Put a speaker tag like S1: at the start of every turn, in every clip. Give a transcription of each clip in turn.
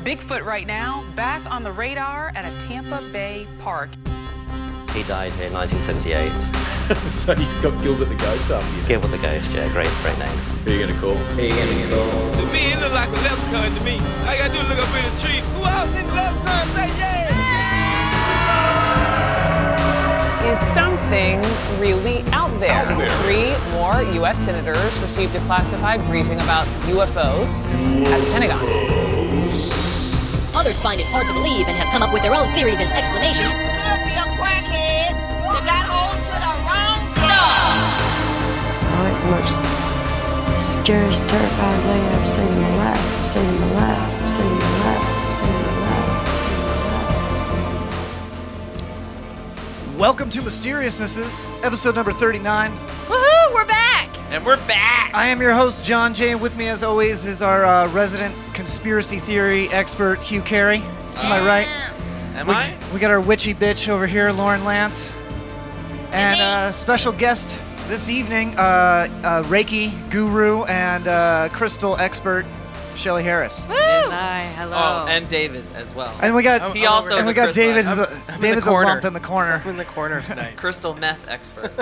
S1: Bigfoot right now back on the radar at a Tampa Bay park.
S2: He died in 1978.
S3: so you've got Gilbert the Ghost after you.
S2: Gilbert the Ghost, yeah, great, great name.
S3: Who are you going to call?
S4: To me, it look like a leprechaun to me. All I gotta do is look up in the tree. Who else in the leprechaun? Say yeah!
S5: Is something really out there? Three more U.S. senators received a classified briefing about UFOs at the Pentagon.
S6: Others find it hard to believe and have come up with their own theories and explanations.
S7: could be a crackhead that got hold to the wrong stuff.
S8: Probably the most scariest, terrifying thing I've seen in my life. Seen in my life. Seen in my life. Seen in my life. Seen in my life.
S9: Welcome to Mysteriousnesses, episode number 39.
S7: Woohoo, we're back.
S4: And we're back!
S9: I am your host, John Jay, and with me, as always, is our uh, resident conspiracy theory expert, Hugh Carey. To my right,
S4: Am
S9: we,
S4: I?
S9: we got our witchy bitch over here, Lauren Lance. And
S7: me.
S9: uh, special guest this evening, uh, uh, Reiki guru and uh, crystal expert, Shelly Harris.
S7: Woo.
S10: Hi, hello.
S11: Oh, and David as well.
S9: And we got
S11: He also
S9: and
S11: is
S9: we
S11: a
S9: got
S11: crystal
S9: David. as
S11: expert.
S9: a-
S11: I'm in the
S9: David's a
S11: corner.
S9: lump in the corner.
S10: I'm in the corner tonight.
S11: crystal meth expert.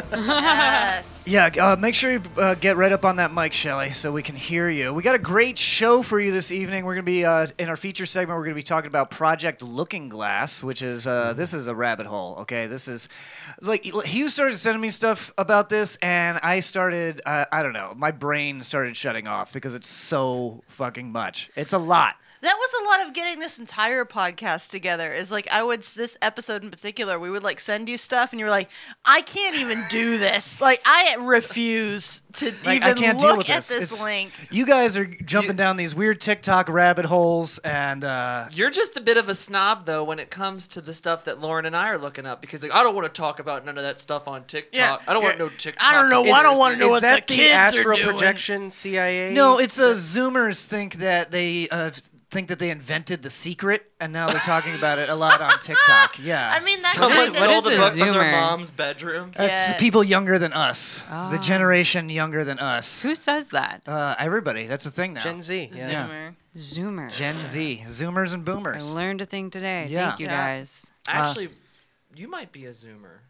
S7: Yes.
S9: Yeah, uh, make sure you uh, get right up on that mic, Shelly, so we can hear you. We got a great show for you this evening. We're going to be uh, in our feature segment. We're going to be talking about Project Looking Glass, which is uh,
S7: Mm-hmm.
S9: this is a rabbit hole. Okay, this is like Hugh started sending me stuff about this, and I started uh, I don't know, my brain started shutting off because it's so fucking much. It's a lot.
S7: That was a lot of getting this entire podcast together. Is like I would this episode in particular, we would like send you stuff, and you were like, "I can't even do this. Like I refuse to
S9: Like,
S7: even
S9: I can't
S7: look
S9: deal with
S7: at
S9: this.
S7: this
S9: It's-
S7: link."
S9: You guys are jumping down these weird TikTok rabbit holes, and uh,
S11: You're just a bit of a snob though when it comes to the stuff that Lauren and I are looking up because like I don't want to talk about none of that stuff on TikTok. I don't want no TikTok.
S7: Oh, I don't know. I don't want to know
S10: Is
S7: what
S10: that
S7: the
S10: the,
S7: kids
S10: astral
S7: are doing.
S10: projection CIA?
S9: No, it's uh, Zoomers think that they uh, think that they invented the secret, and now they're talking about it a lot on TikTok. Yeah,
S7: I mean, that
S11: Someone
S7: kind
S10: what
S11: stole
S10: is
S11: the
S10: a
S11: book from their
S10: Zoomer?
S11: mom's bedroom.
S9: that's
S7: yeah.
S9: people younger than us, the generation younger than us.
S10: Who says that?
S9: Uh, everybody, that's a thing now.
S10: Gen Z. Yeah.
S9: Yeah.
S7: Zoomer.
S12: Zoomer.
S9: Gen Z, Zoomers and
S12: I
S8: Oh,
S9: Boomers.
S12: learned a thing today.
S9: Yeah.
S12: Thank you
S7: Yeah.
S12: guys.
S11: Actually, you might be a Zoomer.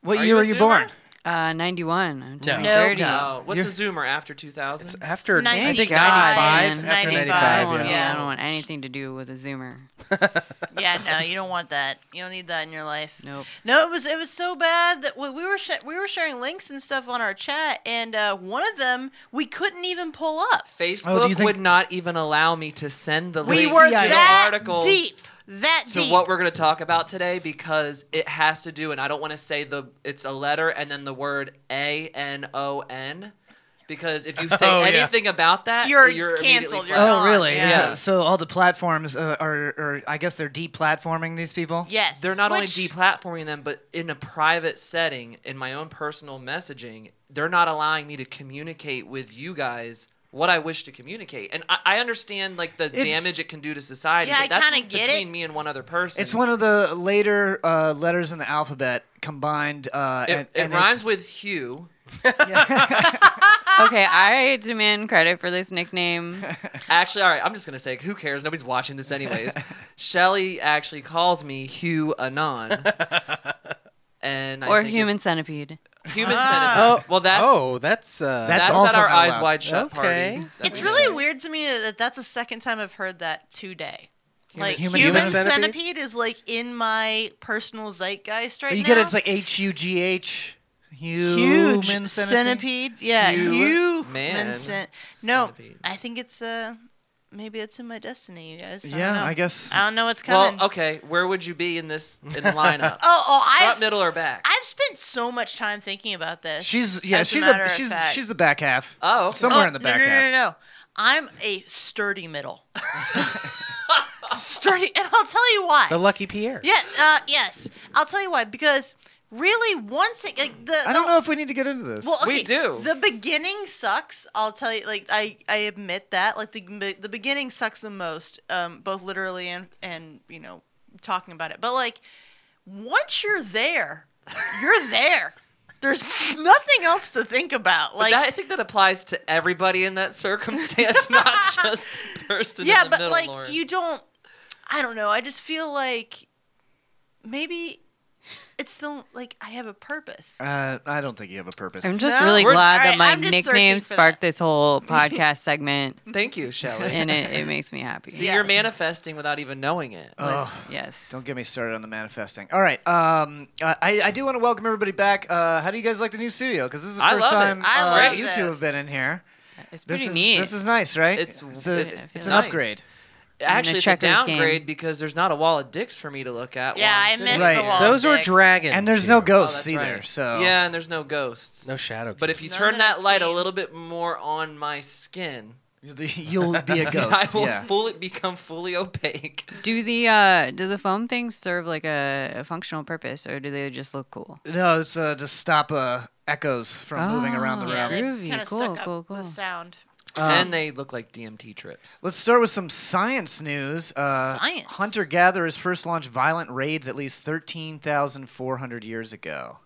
S9: What
S11: Are
S9: year
S11: you a
S9: were you
S11: Zoomer?
S9: born?
S12: Uh, 91. I'm turning
S7: No.
S12: 30.
S11: No. What's
S9: Oh, You're-
S11: a Zoomer after 2000?
S10: After I think
S7: 95.
S10: 95. After
S7: 95,
S10: 95.
S12: I, don't,
S10: yeah.
S7: yeah.
S12: I don't
S6: Oh,
S12: want anything to do with a Zoomer.
S7: yeah, no, you don't want that. You don't need that in your life.
S12: Nope.
S7: No, it was it was so bad that we, we were sh- we were sharing links and stuff on our chat, and uh, one of them we couldn't even pull up.
S11: Facebook
S9: Oh, do you think-
S11: would not even allow me to send the
S7: We
S11: link
S7: were
S11: to the
S7: that
S11: articles
S7: deep, that
S11: to
S7: deep.
S11: what we're going to talk about today because it has to do and I don't want to say the it's a letter and then the word A N O N because if you say
S10: Oh, yeah.
S11: anything about that
S7: You're
S11: immediately
S7: canceled. You're
S11: fired.
S7: gone.
S9: Oh, really?
S7: Yeah.
S9: So, so all the platforms uh, are, are, I guess they're deplatforming these people.
S7: yes,
S11: they're not
S7: which-
S11: only deplatforming them but in a private setting in my own personal messaging they're not allowing me to communicate with you guys what I wish to communicate, and I, I understand like the
S9: It's-
S11: damage it can do to society.
S7: Yeah,
S11: but
S7: I
S11: that's
S7: kinda get it.
S11: between me and one other person.
S9: It's one of the later uh, letters in the alphabet combined. Uh,
S11: It,
S9: and,
S11: it
S9: and
S11: rhymes with Hugh.
S12: Okay, I demand credit for this nickname.
S11: Actually, all right, I'm just gonna say, who cares? Nobody's watching this anyways. Shelly actually calls me Hugh Anon, and I
S12: or
S11: think
S12: human
S11: it's-
S12: centipede.
S11: human
S7: Ah.
S11: centipade. well, that's
S10: oh, that's uh
S9: That's
S11: that's,
S9: also
S11: at our
S9: not
S11: eyes
S9: allowed.
S11: wide shut
S10: Okay.
S11: parties. that
S7: It's
S11: we
S7: really
S11: do.
S7: weird to me that that's the second time I've heard that today. Like
S9: human
S7: human,
S10: centipede?
S7: centipede? is like in my personal zeitgeist right
S9: But you
S7: now.
S9: get it's like H U G H.
S7: huge
S9: Human
S7: centipede.
S9: centipede.
S7: Yeah,
S11: Huge
S7: huge
S11: man
S7: cent- no,
S11: centipede.
S7: I think it's uh maybe it's in my destiny, you guys. I don't
S9: Yeah,
S7: know.
S9: I guess-
S7: I don't know what's coming.
S11: Well, okay, where would you be in this in the lineup?
S7: Oh, oh,
S11: Front,
S7: I've
S11: middle, or back?
S7: I've spent so much time thinking about this.
S9: She's yeah,
S7: as
S9: she's
S7: a, matter
S9: a,
S7: of
S9: she's
S7: fact.
S9: she's the back half.
S11: Oh, okay.
S9: somewhere
S7: Oh,
S9: in the
S7: no,
S9: back
S7: No, no,
S9: half.
S7: no, no. I'm a sturdy middle. sturdy, and I'll tell you why.
S10: the lucky Pierre.
S7: Yeah, uh, yes. I'll tell you why. Because really, once it like the,
S9: I
S7: the
S9: don't know if we need to get into this.
S7: well,
S11: We
S7: okay,
S11: do.
S7: The beginning sucks. I'll tell you. Like I, I admit that. Like the the beginning sucks the most, um, both literally and and you know talking about it. But like once you're there, you're there. There's nothing else to think about. Like
S11: That- I think that applies to everybody in that circumstance, not just the person.
S7: yeah,
S11: in the
S7: but
S11: middle,
S7: like
S11: Lauren.
S7: you don't. I don't know. I just feel like maybe it's still like I have a purpose.
S9: Uh, I don't think you have a purpose.
S8: I'm just really glad that my nickname
S7: searching for
S8: sparked this whole podcast segment.
S11: Thank you, Shelly.
S8: And it, it makes me happy.
S11: See, you're manifesting without even knowing it.
S9: Oh,
S8: yes.
S9: Don't get me started on the manifesting. All right. Um, uh, I, I do want to welcome everybody back. Uh, how do you guys like the new studio? Because this is the
S11: I
S9: first
S11: love it.
S9: time
S11: I
S9: uh,
S11: love
S9: you
S11: this.
S9: two have been in here.
S8: It's
S9: this
S11: pretty
S9: is,
S11: neat.
S9: This is nice, right?
S11: It's
S9: it's,
S11: it's,
S9: a- it's,
S11: it's
S9: an
S11: nice.
S9: upgrade.
S11: Actually, it's a
S8: checkers game.
S11: downgrade because there's not a wall of dicks for me to look at.
S7: Yeah,
S11: while I'm
S7: I
S11: sitting
S7: miss
S11: there.
S7: the wall.
S13: Those
S7: of
S13: were
S7: dicks.
S13: dragons.
S9: And there's
S13: here.
S9: no ghosts
S11: That's
S9: either.
S11: right.
S9: So
S11: yeah, and there's no ghosts.
S13: No shadow.
S11: But if you
S7: None
S11: turn
S7: that I've
S11: that, light a
S7: seen.
S11: little bit more on my skin,
S9: you'll be a
S11: I
S9: ghost.
S11: will
S9: yeah.
S11: fully become fully opaque.
S8: Do the uh, do the foam things serve like a, a functional purpose, or do they just look cool?
S9: No, it's uh, to stop uh, echoes from moving
S11: Oh,
S9: around the room.
S8: Yeah,
S7: Oh, Groovy, kinda cool, suck up cool,
S8: cool.
S7: The sound.
S11: and they look like DMT trips.
S9: Let's start with some science news. Uh,
S7: Science.
S9: Hunter gatherers first launched violent raids at least 13,400 years ago.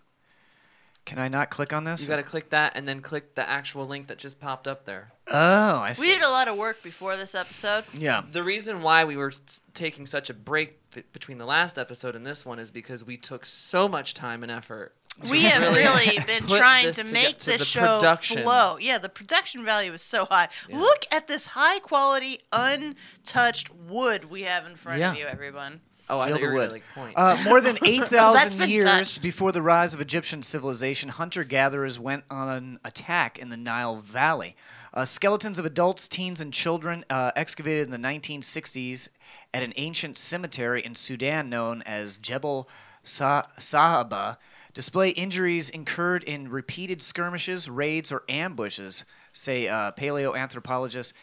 S9: Can I not click on this?
S11: You got to click that and then click the actual link that just popped up there.
S9: Oh, I see.
S7: We did a lot of work before this episode.
S9: yeah.
S11: The reason why we were s- taking such a break f- between the last episode and this one is because we took so much time and effort. to
S7: We have really been
S11: put
S7: trying
S11: this
S7: to
S11: toge-
S7: make
S11: to
S7: this
S11: the
S7: show
S11: production.
S7: flow. Yeah, the production value is so high. Look at this high quality, untouched wood we have in front of
S9: Yeah.
S7: you, everyone.
S11: Oh, I
S9: Field
S11: thought you
S9: of
S11: were gonna,
S9: wood.
S11: like point.
S9: Uh, more than
S7: That's
S9: 8,000
S7: been
S9: years
S7: touched.
S9: before the rise of Egyptian civilization, hunter gatherers went on an attack in the Nile Valley. Uh, skeletons of adults, teens, and children uh, excavated in the 1960s at an ancient cemetery in Sudan known as Jebel Sa- Sahaba display injuries incurred in repeated skirmishes, raids, or ambushes, say uh, paleoanthropologist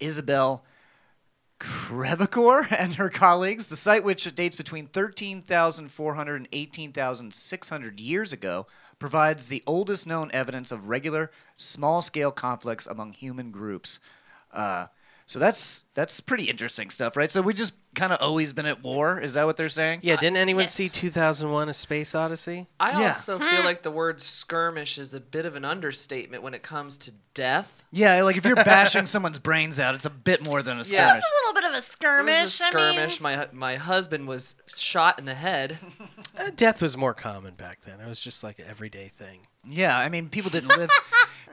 S9: Isabel Crevecore and her colleagues. The site, which dates between 13,400 and 18,600 years ago, provides the oldest known evidence of regular small scale conflicts among human groups. Uh, so that's that's pretty interesting stuff, right? So we just kind of always been at war. Is that what they're saying?
S13: Yeah, didn't anyone see 2001: A Space Odyssey?
S11: I
S9: Yeah.
S11: also
S7: Hmm.
S11: feel like the word skirmish is a bit of an understatement when it comes to death.
S9: Yeah, like if you're bashing someone's brains out, it's a bit more than a skirmish.
S11: Yeah.
S7: It's a little bit of a
S11: It
S7: skirmish.
S11: was a
S7: I mean,
S11: skirmish. My hu- my husband was shot in the head.
S13: Uh, death was more common back then. It was just like an everyday thing.
S9: Yeah, I mean, people didn't live.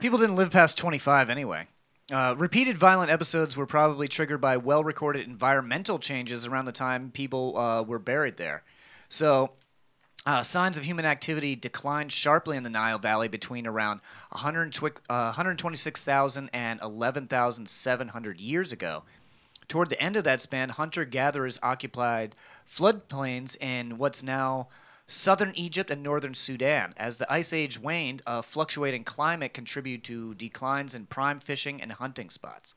S9: people didn't live past 25 anyway. Uh, repeated violent episodes were probably triggered by well-recorded environmental changes around the time people uh, were buried there. So, uh, signs of human activity declined sharply in the Nile Valley between around 120 uh, 126,000 and 11,700 years ago. Toward the end of that span, hunter gatherers occupied floodplains in what's now southern Egypt and northern Sudan. As the ice age waned, a fluctuating climate contributed to declines in prime fishing and hunting spots.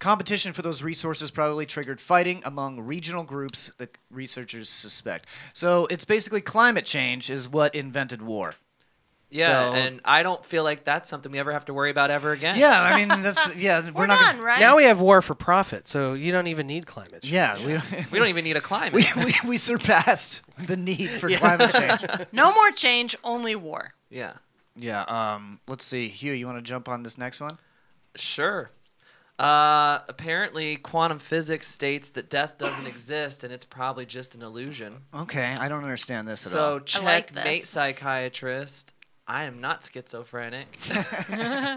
S9: Competition for those resources probably triggered fighting among regional groups, the researchers suspect. So it's basically climate change is what invented war.
S11: Yeah,
S9: So-
S11: and I don't feel like that's something we ever have to worry about ever again.
S9: Yeah, I mean that's yeah. We're,
S7: we're
S9: not.
S7: done,
S9: gonna-
S7: right?
S13: Now we have war for profit, so you don't even need climate change.
S9: yeah, we,
S11: we don't even need a climate.
S9: we, we we surpassed the need for climate change.
S7: no more change, only war.
S11: yeah,
S9: Yeah. Um. Let's see, Hugh. You want to jump on this next one?
S11: sure. Uh, apparently, quantum physics states that death doesn't exist and it's probably just an illusion.
S9: Okay. I don't understand this at all.
S11: So
S7: I like
S11: checkmate,
S7: this.
S11: psychiatrist. I am not schizophrenic.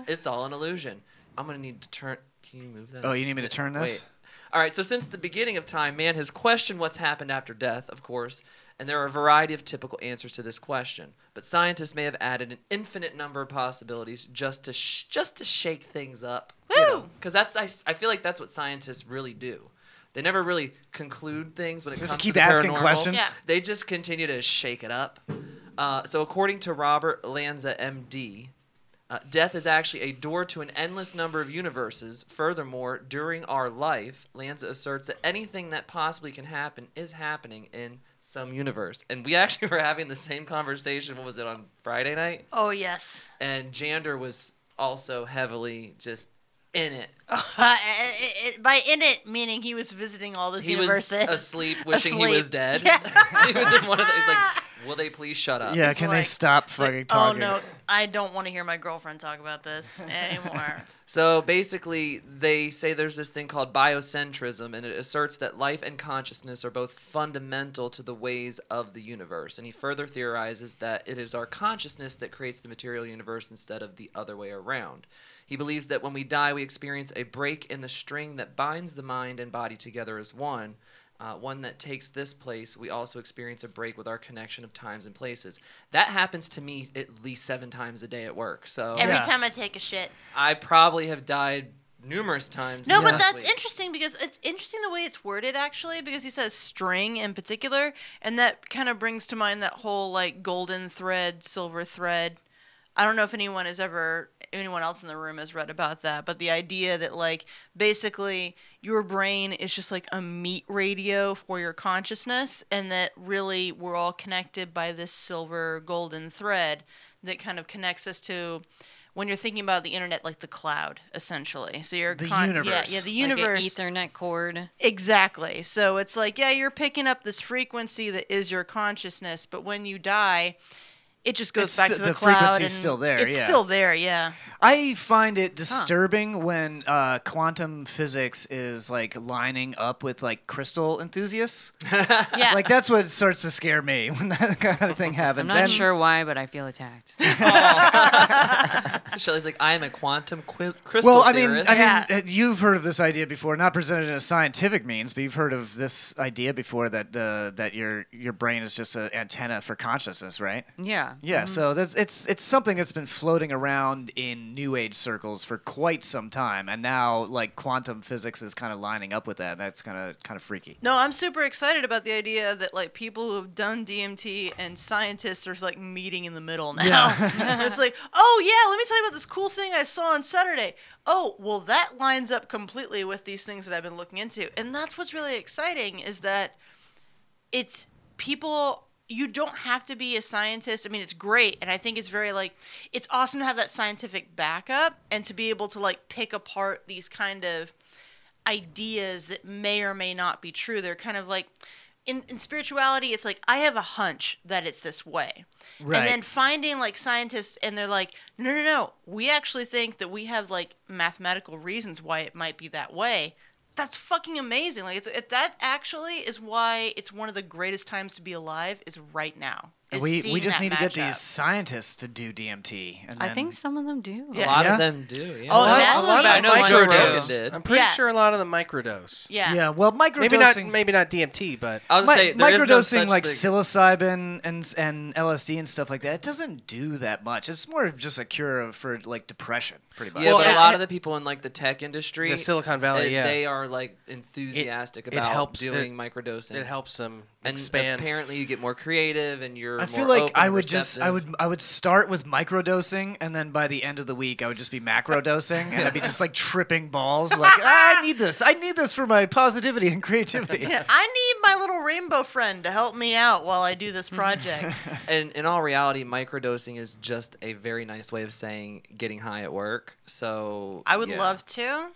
S11: it's all an illusion. I'm gonna need to turn. Can you move that?
S9: Oh, you need me to turn this?
S11: Wait. All right. So since the beginning of time, man has questioned what's happened after death, of course, and there are a variety of typical answers to this question. But scientists may have added an infinite number of possibilities just to sh- just to shake things up. Woo! Because that's I, s- I feel like that's what scientists really do. They never really conclude things when it
S9: Just
S11: comes
S9: keep
S11: to the
S9: asking
S11: paranormal.
S9: questions? Yeah.
S11: They just continue to shake it up. Uh, so, according to Robert Lanza, MD, uh, death is actually a door to an endless number of universes. Furthermore, during our life, Lanza asserts that anything that possibly can happen is happening in some universe. And we actually were having the same conversation. What was it on Friday night?
S7: Oh yes.
S11: And Jander was also heavily just in it.
S7: Uh, it, it, by in it meaning he was visiting all those
S11: He was
S7: universes.
S11: asleep, wishing he was
S7: Asleep.
S11: dead.
S7: Yeah.
S11: he was in one of those. He's like,
S2: Will they please shut up?
S9: Yeah, can they stop fucking talking?
S7: Oh no, I don't want to hear my girlfriend talk about this anymore.
S2: So basically, they say there's this thing called biocentrism, and it asserts that life and consciousness are both fundamental to the ways of the universe. And he further theorizes that it is our consciousness that creates the material universe instead of the other way around. He believes that when we die, we experience a break in the string that binds the mind and body together as one. Uh, one that takes this place, we also experience a break with our connection of times and places. That happens to me at least seven times a day at work.
S9: Oh,
S2: So
S7: Every time I take a shit.
S2: I probably have died numerous times.
S7: No,
S2: this
S7: but that's
S2: week.
S7: interesting because it's interesting the way it's worded actually because he says string in particular, and that kind of brings to mind that whole like golden thread, silver thread. I don't know if anyone has ever anyone else in the room has read about that, but the idea that like basically your brain is just like a meat radio for your consciousness and that really we're all connected by this silver golden thread that kind of connects us to when you're thinking about the internet like the cloud essentially so you're
S5: The
S7: yeah,
S5: universe.
S7: yeah
S5: Like
S7: the
S5: an
S7: universe
S5: Ethernet cord
S7: exactly so it's like yeah you're picking up this frequency that is your consciousness but when you die it just goes
S9: It's
S7: back
S9: sti-
S7: to the,
S9: the
S7: cloud
S9: frequency's
S7: and
S9: still there,
S7: it's
S9: yeah.
S7: still there yeah
S9: I find it disturbing when uh, quantum physics is like lining up with like crystal enthusiasts.
S7: yeah.
S9: Like that's what starts to scare me when that kind of thing
S5: I'm
S9: happens.
S5: not
S9: And-
S5: sure why, but I feel attacked.
S2: Shelley's like, I am a quantum qui- crystal
S9: well, I mean,
S2: theorist.
S9: I mean, uh, you've heard of this idea before, not presented in a scientific means, but you've heard of this idea before that uh, that your your brain is just an antenna for consciousness, right?
S5: Yeah.
S9: Yeah,
S7: Mm-hmm.
S5: Mhm.
S9: so that's it's it's something that's been floating around in new age circles for quite some time, and now like quantum physics is kind of lining up with that. And that's kind of kind of freaky.
S7: No, I'm super excited about the idea that like people who have done DMT and scientists are like meeting in the middle now.
S9: Yeah.
S7: it's like, oh yeah, let me tell you about this cool thing I saw on Saturday. Oh, well that lines up completely with these things that I've been looking into. And that's what's really exciting is that it's people you don't have to be a scientist. I mean, it's great and I think it's very like it's awesome to have that scientific backup and to be able to like pick apart these kind of ideas that may or may not be true. They're kind of like in, in spirituality, it's like I have a hunch that it's this way.
S14: Right.
S7: And then finding like scientists and they're like, no, no, no, we actually think that we have like mathematical reasons why it might be that way. That's fucking amazing. Like it's it, that actually is why it's one of the greatest times to be alive is right now. is
S9: we we
S7: seeing
S9: just
S7: that
S9: need to get
S7: matchup.
S9: these scientists to do DMT. And
S5: I
S9: then-
S5: think some of them do.
S2: A lot of them do. Yeah.
S9: A lot- a lot of microdose.
S8: I'm pretty sure a lot of them microdose.
S7: Yeah.
S9: Yeah, well,
S8: Maybe not,
S9: microdosing-
S8: maybe not DMT, but
S2: I was
S9: Mi-
S2: gonna say there is no
S9: microdosing
S2: such
S9: like
S2: thing.
S9: psilocybin and and LSD and stuff like that it doesn't do that much. It's more of just a cure of, for like depression, pretty much.
S2: Yeah, but a lot of the people in like the tech industry,
S8: The Silicon Valley,
S2: they,
S8: yeah.
S2: they are like enthusiastic
S8: It- it
S2: about
S8: helps-
S2: doing
S8: it-
S2: microdosing.
S8: it helps them
S2: and
S8: expand.
S2: Apparently, you get more creative and you're.
S9: I
S2: more
S9: feel like
S2: open
S9: I
S2: and
S9: would just I
S2: receptive.
S9: would I would start with microdosing and then by the end of the week I would just be macrodosing and I'd be just like tripping balls like "Ah, I need this I need this for my positivity and creativity.
S7: Yeah, I need my little rainbow friend to help me out while I do this project.
S2: and in all reality, microdosing is just a very nice way of saying getting high at work. So
S7: I would
S2: yeah.
S7: love to,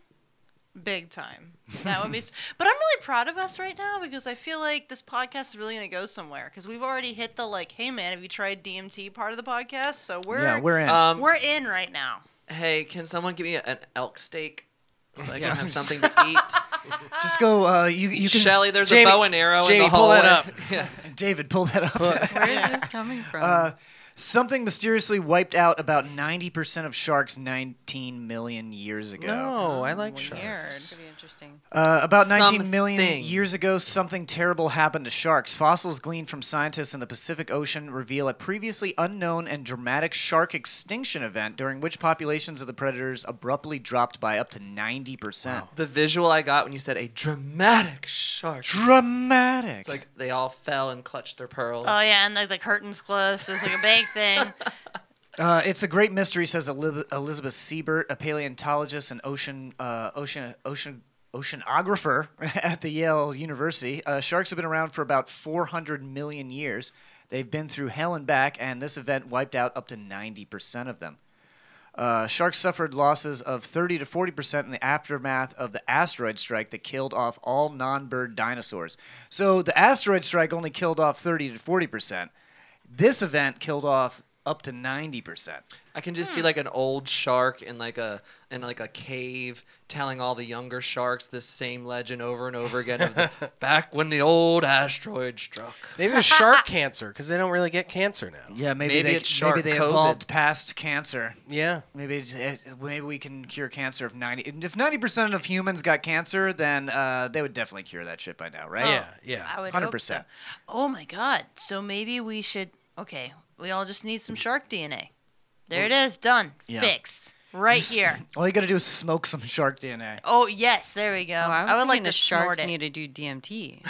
S7: big time. That would be. s- but I'm really proud of us right now because I feel like this podcast is really gonna go somewhere because we've already hit the like, hey man, have you tried DMT part of the podcast? So we're
S2: Um,
S7: we're in right now.
S2: Hey, can someone give me an elk steak so I can
S9: Yeah.
S2: have something to eat?
S9: Just go uh you you can
S2: Shelley, there's a Jamie- bow and arrow in the Jamie, pull that hallway. up. Yeah.
S9: David, pull that up.
S5: Where is this coming from?
S9: Uh, something mysteriously wiped out about 90% of sharks 19 million years ago.
S8: No, I like
S5: sharks. Pretty interesting.
S9: Uh, about 19
S5: Something.
S9: million years ago, something terrible happened to sharks. Fossils gleaned from scientists in the Pacific Ocean reveal a previously unknown and dramatic shark extinction event during which populations of the predators abruptly dropped by up to 90%.
S2: The visual I got when you said a dramatic shark.
S9: Dramatic.
S2: It's like they all fell and clutched their pearls.
S7: Oh yeah, and like the curtains closed is like a big thing.
S9: Uh, it's a great mystery, says Eliz- Elizabeth Siebert, a paleontologist and ocean uh, ocean ocean oceanographer at the Yale University. Uh, sharks have been around for about 400 million years. They've been through hell and back, and this event wiped out up to 90% of them. Uh, sharks suffered losses of 30 to 40 percent in the aftermath of the asteroid strike that killed off all non-bird dinosaurs. So the asteroid strike only killed off 30 to 40 percent. This event killed off up to 90%.
S2: I can
S7: Hmm.
S2: just see like an old shark in like a in like a cave telling all the younger sharks this same legend over and over again. Of the, Back when the old asteroid struck.
S8: Maybe it was shark cancer because they don't really get cancer now.
S9: Yeah, maybe,
S2: Maybe
S9: they,
S2: it's shark
S9: maybe they
S2: COVID.
S9: evolved past cancer.
S8: Yeah.
S9: Maybe it's- eh, maybe we can cure cancer if 90 if 90% of humans got cancer, then uh, they would definitely cure that shit by now, right?
S8: Yeah, yeah.
S7: I would hope
S9: 100%.
S7: Oh my god. So maybe we should okay, we all just need some shark DNA. There it is, done.
S9: Yeah.
S7: Fixed. Right here.
S9: All you got to do is smoke some shark DNA.
S7: Oh yes, there we go.
S6: I,
S7: I, would like to
S6: sharks
S7: snort it. Ah,
S6: need to do DMT.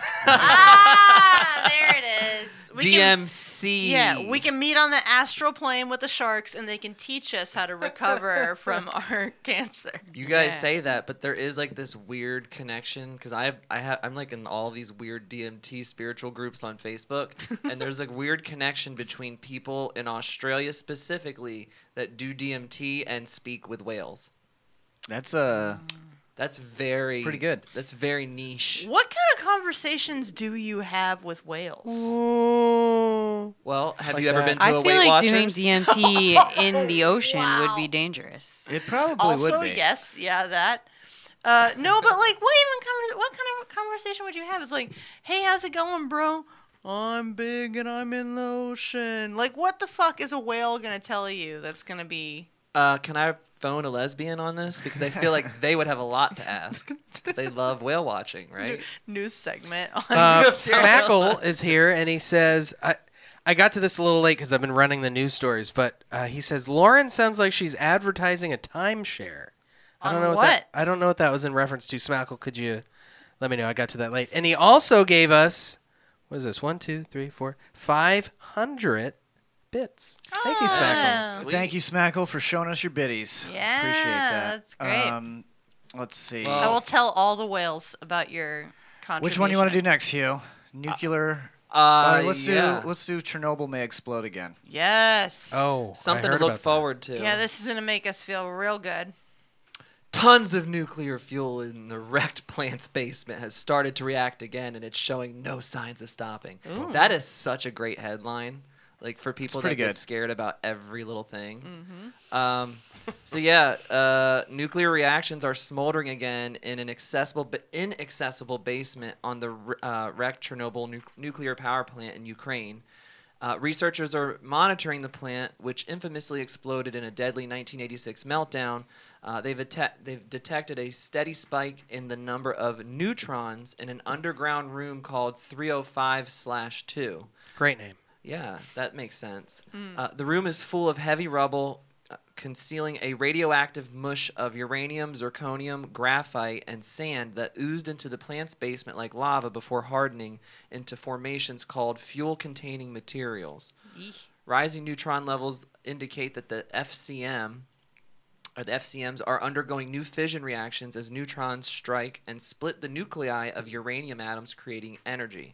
S7: there it is. We can-
S2: DMC.
S7: yeah, we can meet on the astral plane with the sharks, and they can teach us how to recover from our cancer.
S2: You guys
S7: Yeah.
S2: say that, but there is like this weird connection because I I have I'm like in all these weird DMT spiritual groups on Facebook, and there's like weird connection between people in Australia specifically that do DMT and speak with whales.
S9: That's uh
S2: That's very
S9: Pretty good.
S2: That's very niche.
S7: What kind of conversations do you have with whales?
S2: Well, have
S6: like
S2: you ever
S6: that.
S2: been to
S6: I
S2: a
S6: feel
S2: Weight
S6: like
S2: Watchers?
S6: doing DMT in the ocean would be dangerous.
S9: It probably
S7: also, yes, yeah, that. Uh, no, but like, what even conver- what kind of conversation would you have? It's like, hey, how's it going, bro? I'm big and I'm in the ocean. Like, what the fuck is a whale gonna tell you? That's gonna be
S2: Uh, can I phone a lesbian on this because I feel like they would have a lot to ask. 'cause They love whale watching, right?
S7: news segment. On
S8: Uh,
S7: Serial
S8: Smackle is here, and he says, I, I got to this a little late because I've been running the news stories, but uh, he says Lauren sounds like she's advertising a timeshare. I don't
S7: On
S8: know what? that. I don't know what that was in reference to. Smackle, could you let me know? I got to that late, and he also gave us what is this? One, two, three, four, five hundred bits. Thank you,
S7: Oh.
S8: Smackle.
S9: Thank you, Smackle, for showing us your biddies.
S7: Yeah,
S9: Appreciate that.
S7: that's great.
S9: Um, let's see.
S7: I will tell all the whales about your contribution.
S9: Which one you want to do next, Hugh? Nuclear.
S2: Uh,
S9: let's
S2: yeah.
S9: do let's do Chernobyl may explode again.
S7: Yes.
S9: Oh.
S2: something to look forward to.
S7: Yeah, this is gonna make us feel real good.
S2: Tons of nuclear fuel in the wrecked plant's basement has started to react again, and it's showing no signs of stopping.
S7: Ooh.
S2: That is such a great headline, like for people that
S9: pretty
S2: get
S9: good. Mm-hmm.
S2: scared about every little thing. Um, so yeah, uh, nuclear reactions are smoldering again in an accessible, but inaccessible basement on the r- uh, wrecked Chernobyl nu- nuclear power plant in Ukraine. Uh, researchers are monitoring the plant, which infamously exploded in a deadly 1986 meltdown. Uh, they've, atta- they've detected a steady spike in the number of neutrons in an underground room called 305 slash 2.
S8: Great name.
S2: Yeah, that makes sense. Uh, the room is full of heavy rubble, uh, concealing a radioactive mush of uranium, zirconium, graphite, and sand that oozed into the plant's basement like lava before hardening into formations called fuel containing materials.
S7: Yeesh.
S2: Rising neutron levels indicate that the FCM, or the FCMs are undergoing new fission reactions as neutrons strike and split the nuclei of uranium atoms, creating energy.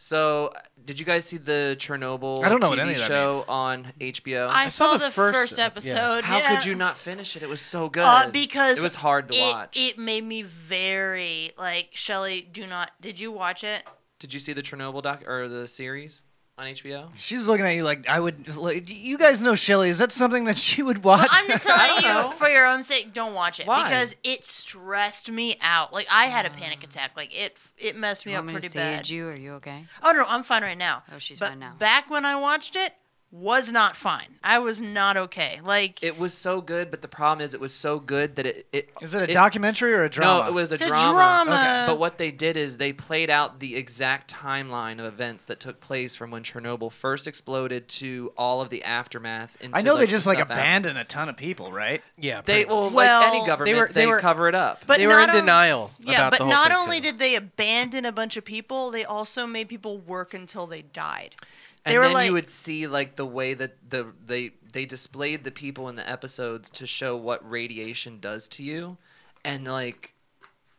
S2: So, uh, did you guys see the Chernobyl
S9: I don't know
S2: TV
S9: what any of that
S2: show
S9: means.
S2: on HBO?
S7: I, saw, the, first, episode.
S2: How
S7: yeah.
S2: could you not finish it? It was so good.
S7: Uh, because
S2: it was hard to
S7: it-
S2: watch.
S7: It made me very like Shelly. Do not. Did you watch it?
S2: Did you see the Chernobyl doc or the series on HBO?
S9: She's looking at you like I would. Like, you guys know Shelly. Is that something that she would watch?
S7: I'm just
S2: don't
S7: telling
S2: know.
S7: you for your own sake. Don't watch it
S2: Why?
S7: because it stressed me out. Like I had a
S2: Mm.
S7: panic attack. Like it. It messed me
S6: You
S7: up
S6: want me to
S7: pretty
S6: say
S7: bad.
S6: you? Are you okay?
S7: Oh no, I'm fine right now.
S6: Oh, she's
S7: but
S6: fine now.
S7: Back when I watched it, was not fine. I was not okay. Like
S2: It was so good, but the problem is it was so good that it. it
S9: Is it a documentary or a drama?
S2: No, it was a
S7: The
S2: drama.
S7: drama. Okay.
S2: But what they did is they played out the exact timeline of events that took place from when Chernobyl first exploded to all of the aftermath. Into,
S9: I know
S2: like,
S9: they
S2: the
S9: just like
S2: stuff after.
S9: abandon a ton of people, right?
S8: Yeah.
S2: They
S8: pretty much.
S2: well, like
S7: Well,
S2: any
S7: they
S2: government, they,
S8: were- they were-
S2: cover it up.
S7: But
S8: They were in
S7: not on-
S8: denial
S7: Yeah,
S8: about
S7: but
S8: the whole
S7: not
S8: thing,
S7: only
S8: too.
S7: did they abandon a bunch of people, they also made people work until they died. They
S2: and
S7: were
S2: then
S7: like,
S2: you would see like the way that the they they displayed the people in the episodes to show what radiation does to you, and like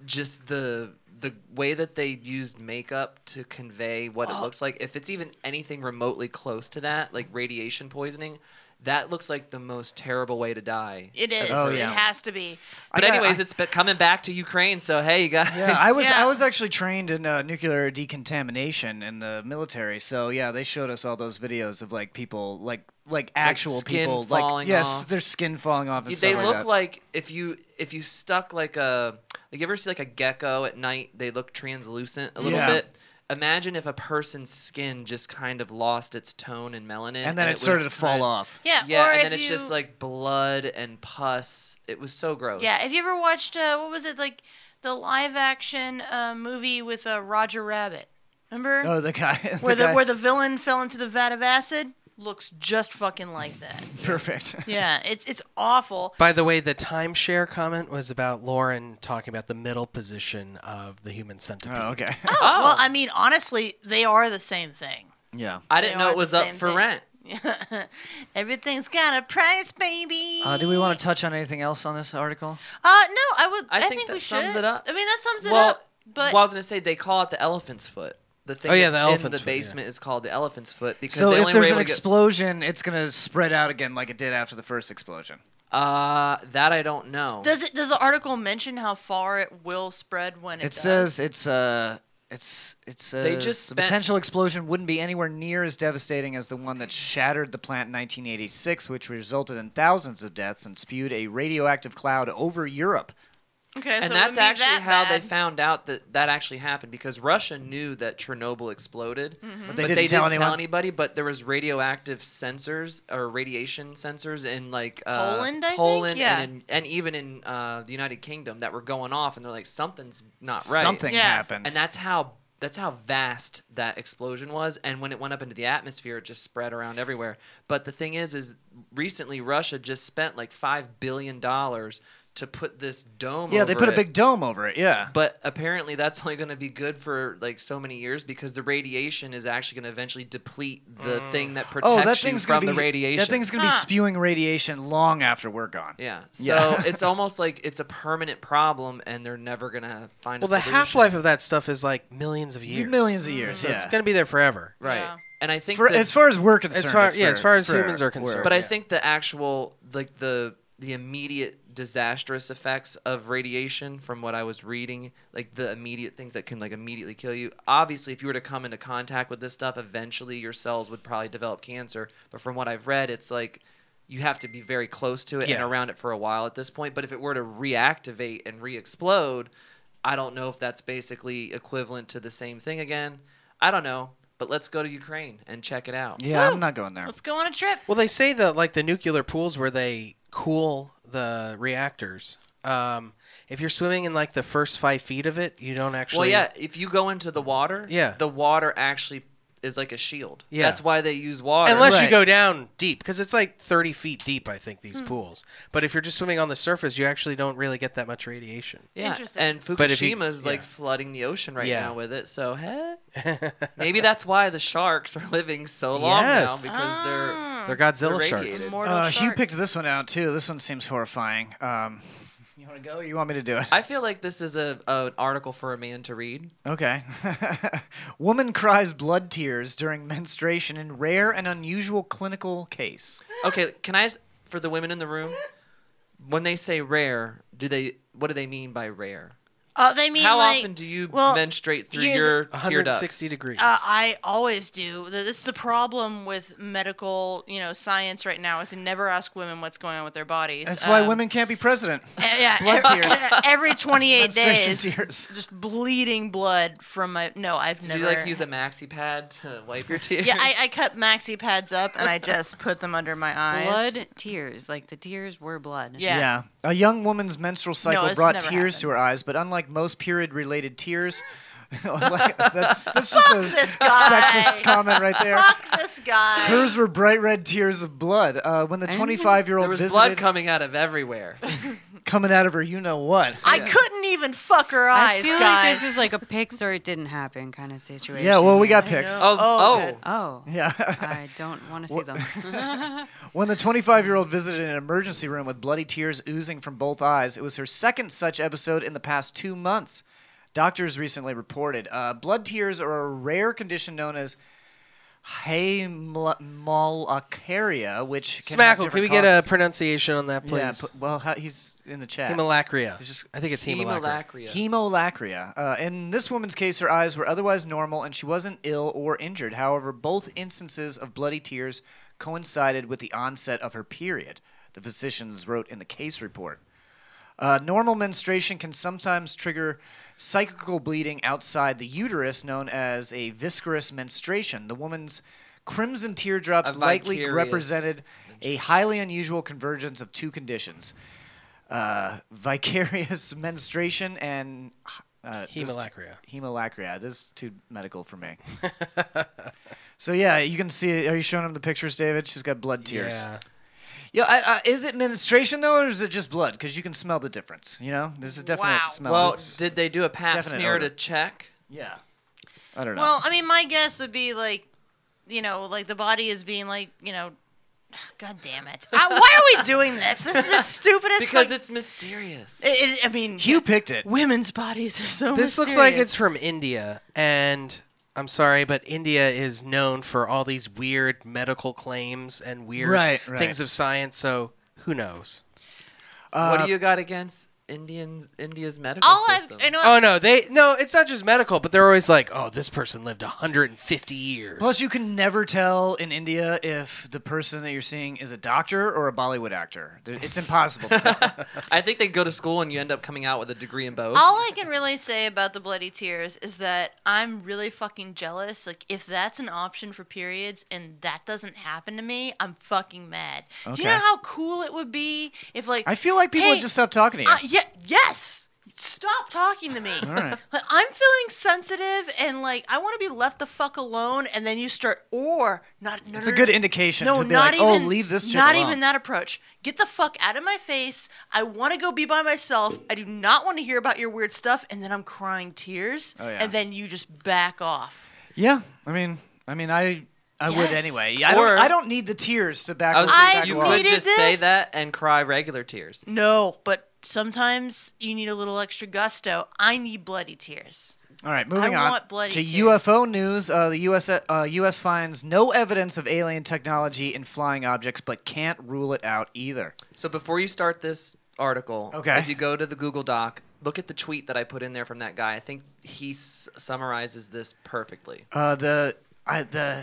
S2: just the the way that they used makeup to convey what it looks like. If it's even anything remotely close to that, like radiation poisoning, That looks like the most terrible way to die.
S7: It
S2: I've
S7: is.
S9: Oh,
S2: ever
S7: It
S2: seen.
S7: has to be.
S2: But anyways, it's it's coming back to Ukraine. So hey, you guys.
S9: Yeah, I was I was actually trained in uh, nuclear decontamination in the military. So yeah, they showed us all those videos of like people like like actual
S2: skin
S9: people
S2: falling
S9: like yes,
S2: off.
S9: their skin falling off. And
S2: You- they
S9: stuff
S2: look
S9: like, that.
S2: like if you if you stuck like a like you ever see like a gecko at night they look translucent a little
S9: Yeah.
S2: bit imagine if a person's skin just kind of lost its tone and melanin
S9: And then it started
S2: was
S9: to fall
S2: kind-
S9: off.
S7: Yeah,
S2: yeah
S7: or
S2: and
S7: if
S2: then it's just
S7: you-
S2: like blood and pus it was so gross
S7: Yeah, have you ever watched uh, what was it like the live action uh, movie with uh, Roger Rabbit? Remember?
S9: Oh, the guy- the
S7: where the
S9: guy-
S7: where the villain fell into the vat of acid looks just fucking like that.
S9: perfect.
S7: Yeah, it's it's awful.
S8: By the way, the timeshare comment was about Lauren talking about the middle position of the human centipede. Oh,
S9: okay.
S7: Oh, well, I mean, honestly, they are the same thing.
S9: Yeah.
S2: I
S7: They
S2: didn't know
S7: are
S2: it
S7: the
S2: was up
S7: same
S2: for
S7: thing.
S2: rent
S7: Everything's got a price, baby.
S9: Uh, do we want to touch on anything else on this article?
S7: Uh, no, I would. I,
S2: think
S7: think,
S2: that
S7: we should.
S2: sums it up.
S7: I mean, that sums it
S2: well
S7: up. But
S2: well, I was gonna say they call it the elephant's foot the thing
S8: Oh, yeah,
S2: that's
S8: the
S2: in the
S8: elephant's foot, yeah.
S2: basement is called the elephant's foot because
S9: So
S2: they
S9: if
S2: only were
S9: there's
S2: able
S9: an
S2: to get
S9: explosion, it's gonna spread out again like it did after the first explosion.
S2: uh that I don't know
S7: does it? Does the article mention how far it will spread when it?
S9: It, says it's uh it's it's uh,
S2: They just
S9: the
S2: spent-
S9: potential explosion wouldn't be anywhere near as devastating as the one that shattered the plant in 1986, which resulted in thousands of deaths and spewed a radioactive cloud over Europe.
S7: Okay,
S2: and
S7: so it
S2: that's
S7: wouldn't be
S2: actually
S7: that
S2: how they
S7: bad.
S2: found out that that actually happened because Russia knew that Chernobyl exploded,
S9: But they didn't tell anyone.
S2: anybody. But there was radioactive sensors or radiation sensors in like uh,
S7: Poland, I think?
S2: Poland,
S7: Yeah.
S2: and, in, and even in uh, the United Kingdom that were going off, and they're like something's not right.
S9: Something Yeah. happened.
S2: and that's how. That's how vast that explosion was, and when it went up into the atmosphere, it just spread around everywhere. But the thing is, is recently Russia just spent like five billion dollars to put this dome.
S9: Yeah, they
S2: over
S9: put a
S2: it.
S9: big dome over it. Yeah.
S2: But apparently, that's only going to be good for like so many years because the radiation is actually going to eventually deplete the thing that protects
S9: oh, that
S2: you
S9: thing's
S2: from
S9: gonna be,
S2: the radiation.
S9: That thing's gonna be spewing radiation long after we're gone.
S2: Yeah. So it's almost like it's a permanent problem, and they're never going to find.
S8: Well,
S2: a
S8: the
S2: solution.
S8: half life of that stuff is like millions of years.
S9: Millions of years,
S8: So it's
S9: yeah.
S8: going to be there forever.
S2: Right. And I think
S9: For-
S2: that-
S9: as far as we're
S8: as
S9: concerned,
S8: far,
S9: it's
S8: yeah, as
S9: for-
S8: far as
S9: for-
S8: humans are
S9: we're-
S8: concerned.
S2: But I
S8: yeah.
S2: think the actual like the the immediate disastrous effects of radiation from what I was reading, like the immediate things that can like immediately kill you. Obviously, if you were to come into contact with this stuff, eventually your cells would probably develop cancer. But from what I've read, it's like you have to be very close to it
S8: Yeah.
S2: and around it for a while at this point. But if it were to reactivate and re-explode, I don't know if that's basically equivalent to the same thing again. I don't know. But let's go to Ukraine and check it out.
S9: Yeah, I'm not going there.
S7: Let's go on a trip.
S8: Well, they say that like the nuclear pools where they cool the reactors. Um, if you're swimming in like the first five feet of it, you don't actually.
S2: Well, yeah. If you go into the water,
S8: Yeah.
S2: the water actually is like a shield.
S8: Yeah.
S2: that's why they use water.
S8: Unless you go down deep, because it's like 30 feet deep, I think, these pools. But if you're just swimming on the surface, you actually don't really get that much radiation.
S2: yeah, and
S8: But if you-
S2: Fukushima is like flooding the ocean right
S8: Yeah.
S2: now with it. So hey, maybe that's why the sharks are living so long
S8: Yes.
S2: now because
S8: They're
S2: they're
S8: Godzilla
S2: irradiated.
S8: sharks.
S9: Uh, Hugh picked this one out too. This one seems horrifying. Um, you want to go? or You want me to do it?
S2: I feel like this is a, a an article for a man to read.
S9: Okay. Woman cries blood tears during menstruation in rare and unusual clinical case.
S2: Okay, can I s- for the women in the room when they say rare, do they what do they mean by rare?
S7: Uh, they mean
S2: How
S7: like,
S2: often do you
S7: well,
S2: menstruate through
S7: here's-
S2: your tear ducts?
S8: 160 degrees.
S7: Uh, I always do. Th- This is the problem with medical, you know, science right now is to never ask women what's going on with their bodies.
S9: That's why
S7: Um,
S9: women can't be president.
S7: e- yeah,
S9: blood
S7: every,
S9: tears.
S7: every 28
S9: Menstruation
S7: E days,
S9: tears.
S7: just bleeding blood from my. No, I've
S2: Did
S7: never.
S2: you like use a maxi pad to wipe your tears?
S7: yeah, I, I cut maxi pads up and I just put them under my eyes.
S6: Blood tears, like the tears were blood.
S9: A young woman's menstrual cycle
S6: this
S9: brought
S6: never
S9: tears to her eyes, but unlike most period-related tears, like, that's, that's just a
S7: this guy.
S9: sexist comment right there.
S7: Fuck this guy.
S9: Hers were bright red tears of blood. Uh, when the 25-year-old
S2: There was
S9: visited
S2: blood coming out of everywhere.
S9: coming out of her, you know what?
S7: I couldn't even fuck her eyes,
S6: I feel like
S7: guys.
S6: this is like a pics or it didn't happen kind of situation.
S9: Yeah, well, we got
S6: here.
S9: pics.
S2: Oh, oh.
S6: oh,
S9: Yeah.
S6: I don't want to see them.
S9: When the 25 year old visited an emergency room with bloody tears oozing from both eyes, it was her second such episode in the past two months. Doctors recently reported uh, blood tears are a rare condition known as Haemalacria, which can have
S11: Smackle,
S9: different
S11: can we get a
S9: causes.
S11: pronunciation on that, please?
S9: Yeah, pu- well, ha- he's in the chat.
S11: Hemolacria.
S9: It's
S11: I think it's hemolacria.
S9: Hemolacria. Uh, in this woman's case, her eyes were otherwise normal and she wasn't ill or injured. However, both instances of bloody tears coincided with the onset of her period, the physicians wrote in the case report. Uh, normal menstruation can sometimes trigger cyclical bleeding outside the uterus, known as a viscerous menstruation. The woman's crimson teardrops
S2: A
S9: likely
S2: vicarious
S9: represented a highly unusual convergence of two conditions uh, vicarious menstruation and uh, this-
S11: Hemolacria.
S9: Hemolacria. This is too medical for me. so yeah, you can see. Are you showing him the pictures, David? She's got blood tears.
S11: Yeah.
S9: Yeah, I, I, is it menstruation though, or is it just blood? Because you can smell the difference. You know, there's a definite smell.
S2: Well,
S9: Oops.
S2: did they do a pap
S9: Definite
S2: smear
S9: odor.
S2: to check?
S9: Yeah. I don't know.
S7: Well, I mean, my guess would be like, you know, like the body is being like, you know, God damn it! Uh, why are we doing this? This is the stupidest.
S2: Because
S7: fuck-
S2: it's mysterious.
S7: It, it, I mean,
S9: Hugh picked it.
S7: Women's bodies are so.
S11: this looks like
S7: mysterious.
S11: it's from India, and I'm sorry, but India is known for all these weird medical claims and weird
S9: Right, right.
S11: things of science. So who knows?
S2: what do you got against Indians? India's medical
S7: All I've-
S2: system.
S7: I know.
S11: Oh no, they no. It's not just medical, but they're always like, "Oh, this person lived 150 years."
S9: Plus, you can never tell in India if the person that you're seeing is a doctor or a Bollywood actor. There- It's impossible to tell.
S2: I think they go to school and you end up coming out with a degree in both.
S7: All I can really say about the bloody tears is that I'm really fucking jealous. Like, if that's an option for periods and that doesn't happen to me, I'm fucking mad. Do you know
S9: Okay.
S7: how cool it would be if, like,
S9: I feel like people
S7: hey,
S9: would just stop talking to you.
S7: Uh, yeah, yes. Stop talking to me.
S9: All right.
S7: Like, I'm feeling sensitive and like I want to be left the fuck alone. And then you start, or not. No,
S9: It's
S7: no,
S9: a good
S7: no.
S9: indication
S7: No,
S9: to be
S7: not
S9: like,
S7: even,
S9: "Oh, leave this chick
S7: Not
S9: alone."
S7: even that approach. Get the fuck out of my face. I want to go be by myself. I do not want to hear about your weird stuff. And then I'm crying tears.
S9: Oh, yeah.
S7: And then you just back off.
S9: yeah, I mean, I mean, I, I would
S7: Yes.
S9: anyway. I
S2: Or-
S9: don't, I don't need the tears to back.
S2: I was
S9: back
S2: thinking you
S9: off.
S2: could just say that and cry regular tears.
S7: No, but sometimes you need a little extra gusto. I need bloody tears.
S9: All right, moving
S7: I
S9: on
S7: want bloody
S9: to
S7: tears.
S9: UFO news. Uh, the US uh, US finds no evidence of alien technology in flying objects, but can't rule it out either.
S2: So before you start this article,
S9: Okay.
S2: if you go to the Google Doc, look at the tweet that I put in there from that guy. I think he s- summarizes this perfectly.
S9: Uh, the I the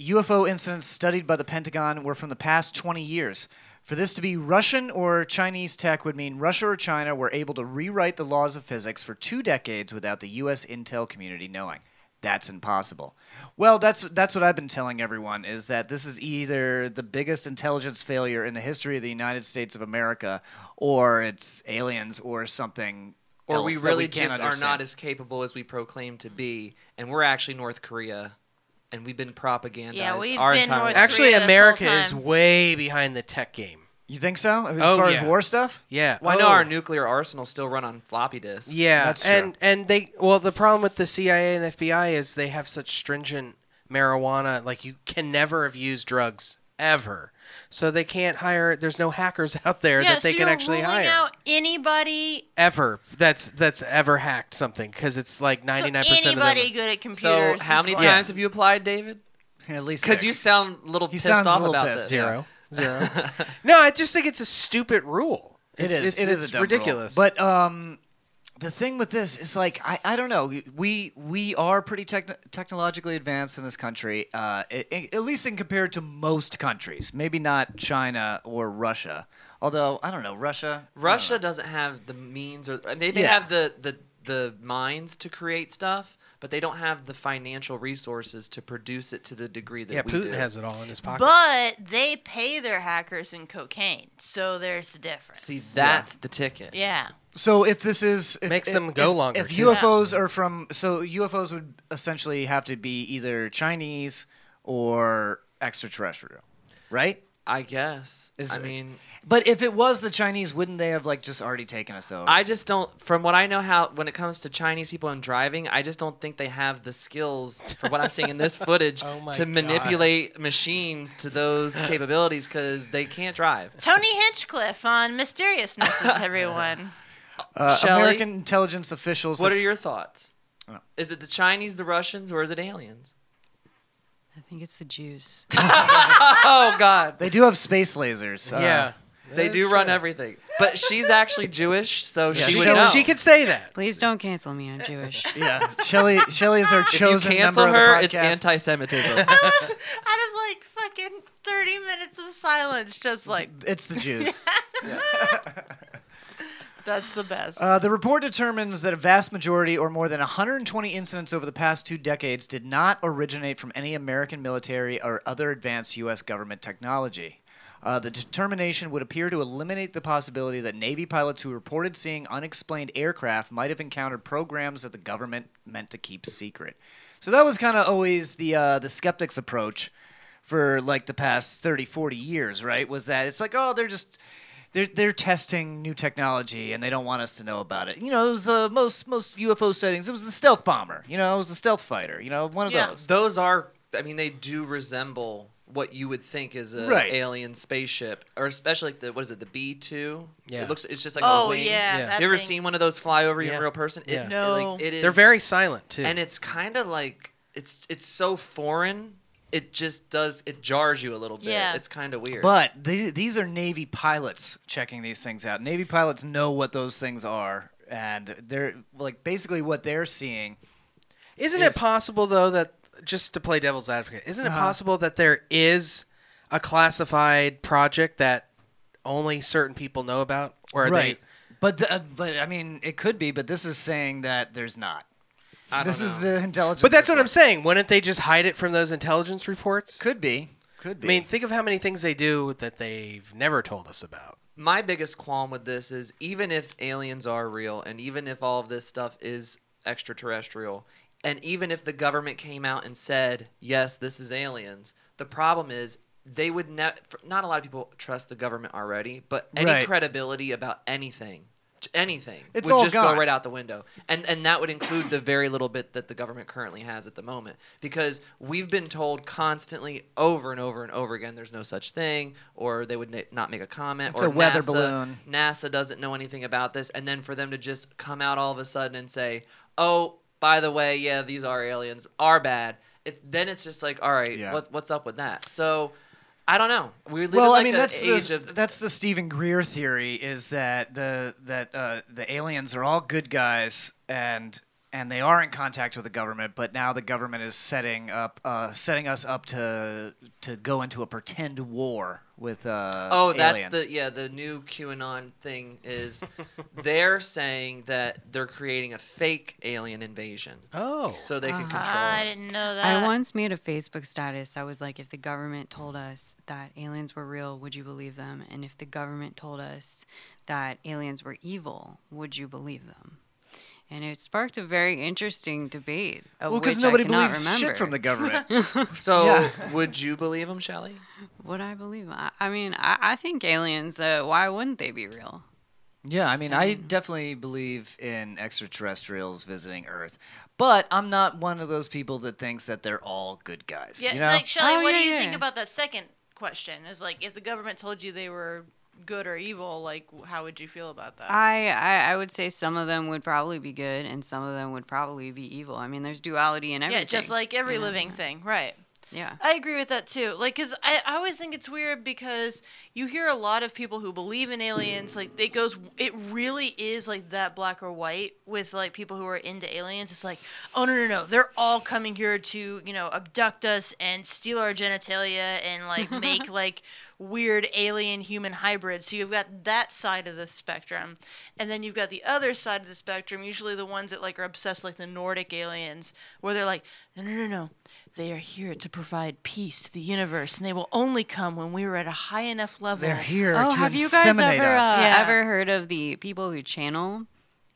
S9: UFO incidents studied by the Pentagon were from the past 20 years. For this to be Russian or Chinese tech would mean Russia or China were able to rewrite the laws of physics for two decades without the U.S. intel community knowing. That's impossible. Well, that's that's what I've been telling everyone is that this is either the biggest intelligence failure in the history of the United States of America, or it's aliens or something.
S2: Or
S9: else
S2: we
S9: that
S2: really
S9: can't
S2: just
S9: understand.
S2: are not as capable as we proclaim to be, and we're actually North Korea, and we've been propagandized.
S7: Yeah, we've
S2: our
S7: been
S2: entire
S7: North
S2: life.
S11: Actually,
S7: Korea this whole
S11: America is
S7: time.
S11: way behind the tech game.
S9: You think so? As
S11: Oh,
S9: far
S11: yeah.
S9: as war stuff?
S11: Yeah.
S2: Well, I know
S11: Oh.
S2: our nuclear arsenals still run on floppy disks.
S11: Yeah,
S9: That's true.
S11: and and they well the problem with the CIA and FBI is they have such stringent marijuana like you can never have used drugs ever, so they can't hire. There's no hackers out there
S7: yeah,
S11: that they
S7: so
S11: can
S7: you're
S11: actually
S7: ruling
S11: hire
S7: out anybody
S11: ever. That's that's ever hacked something because it's like ninety nine percent of them.
S7: anybody good at
S2: So
S7: computers.
S2: how
S7: is
S2: many
S7: like-
S2: times have you applied, David?
S9: At least
S2: Because you
S9: six.
S2: sound a little
S9: He
S2: pissed
S9: sounds a
S2: off
S9: little
S2: about
S9: pissed,
S2: this.
S11: Zero. Zero. no, I just think it's a stupid rule.
S9: It
S11: It's,
S9: is.
S11: It's,
S9: it is
S11: it's
S9: a dumb rule.
S11: ridiculous.
S9: But um, the thing with this is like I, I don't know. We we are pretty techno technologically advanced in this country, uh, i- i- at least in compared to most countries. Maybe not China or Russia. Although I don't know Russia.
S2: Russia doesn't have the means, or they may
S9: Yeah.
S2: have the, the the minds to create stuff, but they don't have the financial resources to produce it to the degree that
S11: yeah,
S2: we
S11: Putin
S2: do.
S11: has it all in his pocket.
S7: But they pay their hackers in cocaine, so there's the difference.
S2: See, that's the ticket.
S7: yeah.
S9: So if this is if,
S11: Makes
S9: if-
S11: them go
S9: if-
S11: longer,
S9: If
S11: too.
S9: UFOs are from so UFOs would essentially have to be either Chinese or extraterrestrial, right?
S2: I guess.
S9: Is-
S2: I mean,
S9: But if it was the Chinese, wouldn't they have like just already taken us over?
S2: I just don't. From what I know, how when it comes to Chinese people and driving, I just don't think they have the skills for what I'm seeing in this footage
S11: Oh my
S2: to
S11: God.
S2: manipulate machines to those capabilities because they can't drive.
S7: Tony Hinchcliffe on mysteriousnesses, everyone.
S9: Uh,
S2: Shelley?
S9: American intelligence officials.
S2: What
S9: have-
S2: are your thoughts? Is it the Chinese, the Russians, or is it aliens?
S6: I think it's the Jews.
S7: oh God.
S9: They do have space lasers. uh,
S7: Yeah. They do run everything. But she's actually Jewish, so
S9: Yeah,
S7: she
S9: she
S7: would
S9: was-
S7: know.
S9: she could say that.
S6: Please don't cancel me. I'm Jewish.
S9: yeah. Shelly Shelly is our
S7: If you
S9: chosen
S7: cancel
S9: member
S7: her,
S9: of the
S7: it's
S9: podcast.
S7: anti-Semitism.
S8: Out of like fucking 30 minutes of silence, just like.
S9: It's the Jews.
S8: That's the best.
S9: Uh, the report determines that a vast majority, or more than 120 incidents over the past two decades, did not originate from any American military or other advanced U.S. government technology. Uh, the determination would appear to eliminate the possibility that Navy pilots who reported seeing unexplained aircraft might have encountered programs that the government meant to keep secret. So that was kind of always the uh, the skeptics approach for like the past 30, 40 years, right? Was that it's like, oh, they're just they're they're testing new technology and they don't want us to know about it. You know, it was uh, most most UFO sightings. It was the stealth bomber. You know, it was the stealth fighter. You know, one of those.
S7: Those are, I mean, they do resemble what you would think is a
S9: Right.
S7: alien spaceship, or especially like the what is it, the B two?
S11: Yeah.
S7: it looks. It's just like
S11: Oh,
S7: a wing.
S11: yeah, Yeah. that
S7: You ever
S11: thing.
S7: seen one of those fly over you
S11: Yeah.
S7: in real person? It,
S11: Yeah.
S7: it,
S11: No.
S7: like, it is,
S11: They're very silent, too.
S7: and it's kind of like it's it's so foreign. It just does it jars you a little bit.
S8: Yeah.
S7: it's kind of weird.
S9: But the- these are Navy pilots checking these things out. Navy pilots know what those things are, and they're like basically what they're seeing.
S11: Isn't
S9: is-
S11: it possible though that just to play devil's advocate, isn't it
S9: Uh-huh.
S11: possible that there is a classified project that only certain people know about, or are
S9: right? But the, uh, but I mean, it could be. But this is saying that there's not.
S11: I don't
S9: this is the
S11: they?
S9: intelligence.
S11: But that's what I'm saying. Wouldn't they just hide it from those intelligence reports?
S9: Could be. Could
S11: I mean, think of how many things they do that they've never told us about.
S7: my biggest qualm with this is even if aliens are real and even if all of this stuff is extraterrestrial and even if the government came out and said yes this is aliens the problem is they would ne- for- not a lot of people trust the government already but any
S9: Right.
S7: credibility about anything j- anything
S9: It's
S7: would
S9: all
S7: just
S9: gone.
S7: go right out the window and and that would include the very little bit that the government currently has at the moment because we've been told constantly over and over and over again there's no such thing or they would na- not make a comment
S9: It's
S7: or
S9: a weather
S7: NASA,
S9: balloon.
S7: NASA doesn't know anything about this, and then for them to just come out all of a sudden and say, "Oh, by the way, yeah, these are aliens, are bad," it, then it's just like, all right, what, what's up with that? So, I don't know. We live
S9: well,
S7: in like
S9: I mean,
S7: an
S9: that's
S7: age
S9: the,
S7: of
S9: that's the Stephen Greer theory is that the that uh, the aliens are all good guys and and they are in contact with the government, but now the government is setting up uh, setting us up to to go into a pretend war with uh,
S7: oh, that's
S9: aliens.
S7: the yeah the new QAnon thing is they're saying that they're creating a fake alien invasion.
S11: Oh,
S7: so they can
S6: Uh-huh.
S7: control.
S8: I
S7: us.
S8: didn't know that.
S6: I once made a Facebook status that was like, if the government told us that aliens were real, would you believe them? And if the government told us that aliens were evil, would you believe them? And it sparked a very interesting debate. Of
S9: Well, 'cause
S6: because
S9: nobody
S6: I cannot
S9: believes
S6: remember.
S9: shit from the government.
S7: So,
S9: Yeah.
S7: would you believe them, Shelly?
S6: Would I believe? 'em? I, I mean, I, I think aliens. Uh, why wouldn't they be real? Um,
S9: Yeah, I mean, I definitely believe in extraterrestrials visiting Earth, but I'm not one of those people that thinks that they're all good guys.
S8: Yeah,
S9: you know?
S8: like Shelly,
S6: Oh,
S8: what do you think about that second question? Is like if the government told you they were good or evil, like how would you feel about that?
S6: I, I I would say some of them would probably be good, and some of them would probably be evil. I mean, there's duality in everything.
S8: Yeah, just like every
S6: you know?
S8: living thing, right?
S6: Yeah.
S8: I agree with that too. Like, cause I, I always think it's weird because you hear a lot of people who believe in aliens. Like, it goes, it really is like that black or white with like people who are into aliens. It's like, oh no no no, they're all coming here to you know abduct us and steal our genitalia and like make like weird alien human hybrids. So you've got that side of the spectrum, and then you've got the other side of the spectrum. Usually the ones that like are obsessed like the Nordic aliens, where they're like, no no no no. They are here to provide peace to the universe, and they will only come when we are at a high enough level.
S9: They're here
S6: Oh,
S9: to
S6: have you guys
S9: inseminate
S6: ever
S9: us.
S6: uh,
S8: Yeah.
S6: ever heard of the people who channel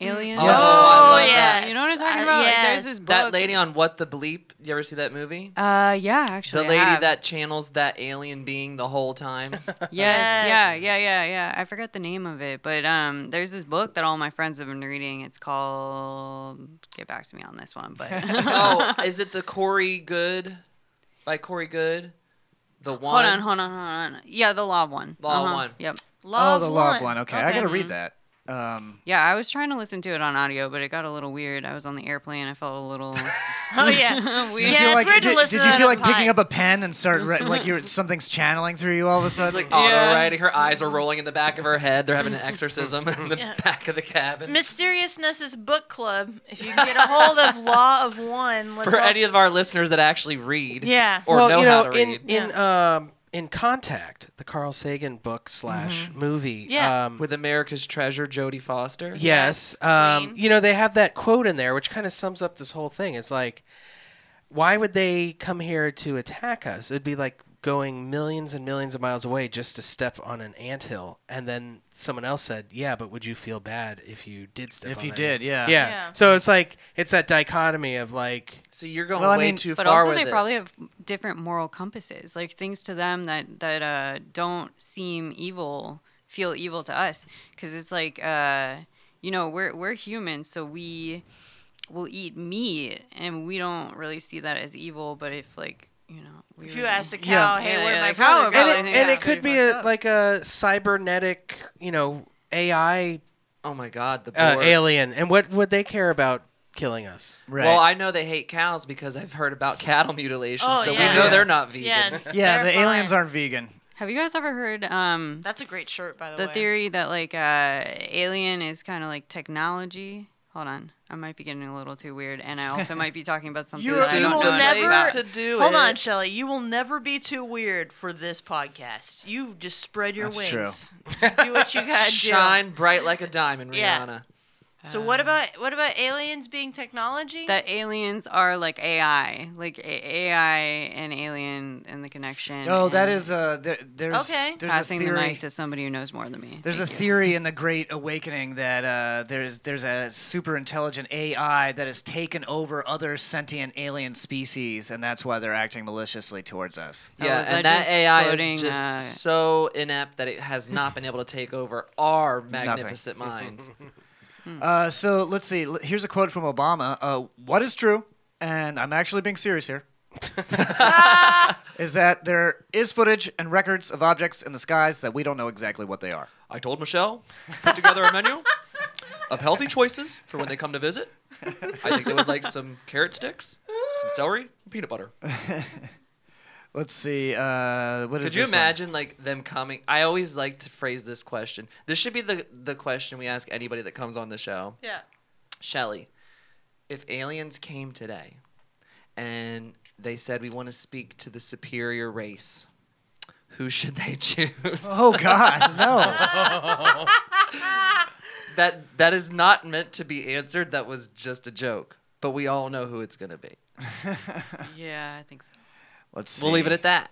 S8: Mm.
S6: aliens?
S7: Oh, I love
S6: yeah.
S7: that.
S6: You know what I'm talking
S7: Uh,
S6: about? Like,
S7: yes.
S6: there's this book.
S7: That lady on What the Bleep. You ever see that movie?
S8: Oh,
S6: uh, yeah, actually.
S7: the
S6: I
S7: lady
S6: have.
S7: that channels that alien being the whole time.
S6: Yes, yeah, yeah, yeah, yeah. I forgot the name of it, but um, there's this book that all my friends have been reading. It's called. Get back to me on this one, but
S7: oh, is it the Corey Good? By Corey Good? The one.
S6: hold on, hold on, hold on. Yeah, the law one.
S7: Law
S6: Uh-huh.
S7: one.
S6: Yep.
S9: oh, the log one. Okay, I gotta read that. Um,
S6: Yeah, I was trying to listen to it on audio, but it got a little weird. I was on the airplane. I felt a little.
S8: oh yeah.
S6: weird.
S8: Yeah, it's
S9: like,
S8: weird to
S9: did,
S8: listen
S9: did you
S8: to
S9: feel
S8: that
S9: like
S8: on
S9: picking up a pen and start re- like you're something's channeling through you all of a sudden?
S7: Like auto writing. Oh, Her eyes are rolling in the back of her head. They're having an exorcism in the back of the cabin.
S8: Mysteriousness's book club. If you can get a hold of Law of One, let's
S7: For
S8: all-
S7: any of our listeners that actually read,
S8: Yeah.
S7: or
S11: well,
S7: know
S11: you know,
S7: how to read,
S11: in in um in Contact, the Carl Sagan book slash
S9: Mm-hmm.
S11: movie.
S7: Yeah.
S11: Um,
S7: with America's Treasure, Jodie Foster.
S11: Yes. um, you know, they have that quote in there, which kind of sums up this whole thing. It's like, why would they come here to attack us? It'd be like going millions and millions of miles away just to step on an anthill. And then someone else said, yeah, but would you feel bad if you did step
S9: If
S11: on
S9: you
S11: that
S9: did,
S11: anthill?"
S9: yeah.
S11: yeah.
S9: Yeah.
S11: So it's like, it's that dichotomy of like.
S7: So you're going
S11: Well, I
S7: way
S11: mean-
S7: too
S6: but
S7: far
S6: also
S7: with
S6: they
S7: it.
S6: probably have different moral compasses like things to them that that uh, don't seem evil feel evil to us because it's like uh, you know we're we're humans so we will eat meat and we don't really see that as evil but if like you know we
S8: If you
S6: were-
S8: asked a cow, "Hey, where'd my
S6: the cow
S8: brother go?"
S11: and
S6: would probably
S11: it,
S6: think
S11: and
S6: that's
S11: it could
S6: pretty
S11: be a, like a cybernetic, you know, AI.
S7: Oh my God, the
S11: uh,
S7: Borg.
S11: alien. And what would they care about killing us?
S7: Well, I know they hate cows because I've heard about cattle mutilation,
S8: Oh,
S7: so
S8: yeah.
S7: we know
S8: Yeah.
S7: they're not vegan.
S9: yeah, the aliens aren't vegan.
S6: Have you guys ever heard? Um,
S8: That's a great shirt, by the,
S6: the
S8: way.
S6: theory that like uh, alien is kind of like technology. Hold on, I might be getting a little too weird, and I also might be talking about something.
S8: You,
S6: that I
S8: you
S6: don't know
S8: will
S6: anything
S8: never.
S6: about.
S8: hold on, Shelley. You will never be too weird for this podcast. You just spread your
S7: That's
S8: wings. Do what you gotta do.
S7: Shine bright like a diamond, Rihanna.
S8: Yeah. So what about what about aliens being technology?
S6: That aliens are like AI, like a- AI and alien and the connection.
S9: Oh, that
S6: and
S9: is uh, there, there's there's a
S6: passing
S9: theory.
S6: the mic to somebody who knows more than me.
S9: There's a
S6: Thank you.
S9: theory in the Great Awakening that uh, there's there's a super intelligent AI that has taken over other sentient alien species, and that's why they're acting maliciously towards us.
S7: Yeah, and that AI is just so inept that it has not been able to take over our magnificent minds.
S9: Uh, so let's see. L- Here's a quote from Obama. Uh, what is true, and I'm actually being serious here, is that there is footage and records of objects in the skies that we don't know exactly what they are.
S7: I told Michelle, put together a menu of healthy choices for when they come to visit. I think they would like some carrot sticks, some celery, peanut butter.
S9: Let's see. Uh, what is
S7: Could you
S9: this one?
S7: imagine like them coming? I always like to phrase this question. This should be the the question we ask anybody that comes on the show.
S8: Yeah.
S7: Shelly, if aliens came today and they said we want to speak to the superior race, who should they choose?
S9: Oh, God,
S7: no. that that is not meant to be answered. That was just a joke. But we all know who it's going to be.
S6: Yeah, I think so.
S9: Let's see.
S7: We'll leave it at that.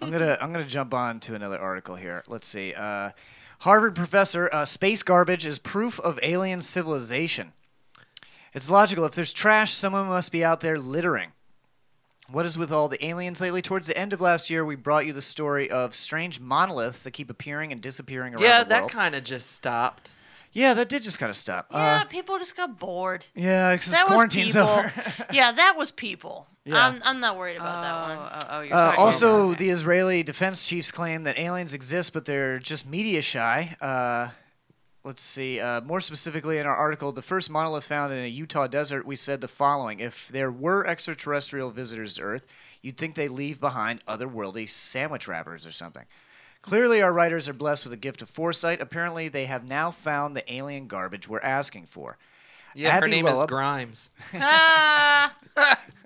S9: I'm gonna I'm gonna jump on to another article here. Let's see. Uh, Harvard professor, uh, space garbage is proof of alien civilization. It's logical. If there's trash, someone must be out there littering. What is with all the aliens lately? Towards the end of last year, we brought you the story of strange monoliths that keep appearing and disappearing around
S7: Yeah,
S9: the
S7: that
S9: world.
S7: kind of just stopped.
S9: yeah, that did just kind of stop.
S8: yeah,
S9: Uh,
S8: people just got bored.
S9: yeah, 'cause
S8: That was
S9: quarantine's
S8: people. Um,
S9: over.
S8: yeah, that was people.
S9: Yeah.
S8: I'm, I'm not worried about that one.
S6: Oh,
S9: Uh, also, the Israeli defense chiefs claim that aliens exist, but they're just media shy. Uh, let's see. Uh, more specifically, in our article, the first monolith found in a Utah desert, we said the following If there were extraterrestrial visitors to Earth, you'd think they leave behind otherworldly sandwich wrappers or something. Clearly, our writers are blessed with a gift of foresight. Apparently, they have now found the alien garbage we're asking for.
S7: Yeah, her
S9: Avi
S7: name is
S9: Loeb-
S7: Grimes.
S8: Ah,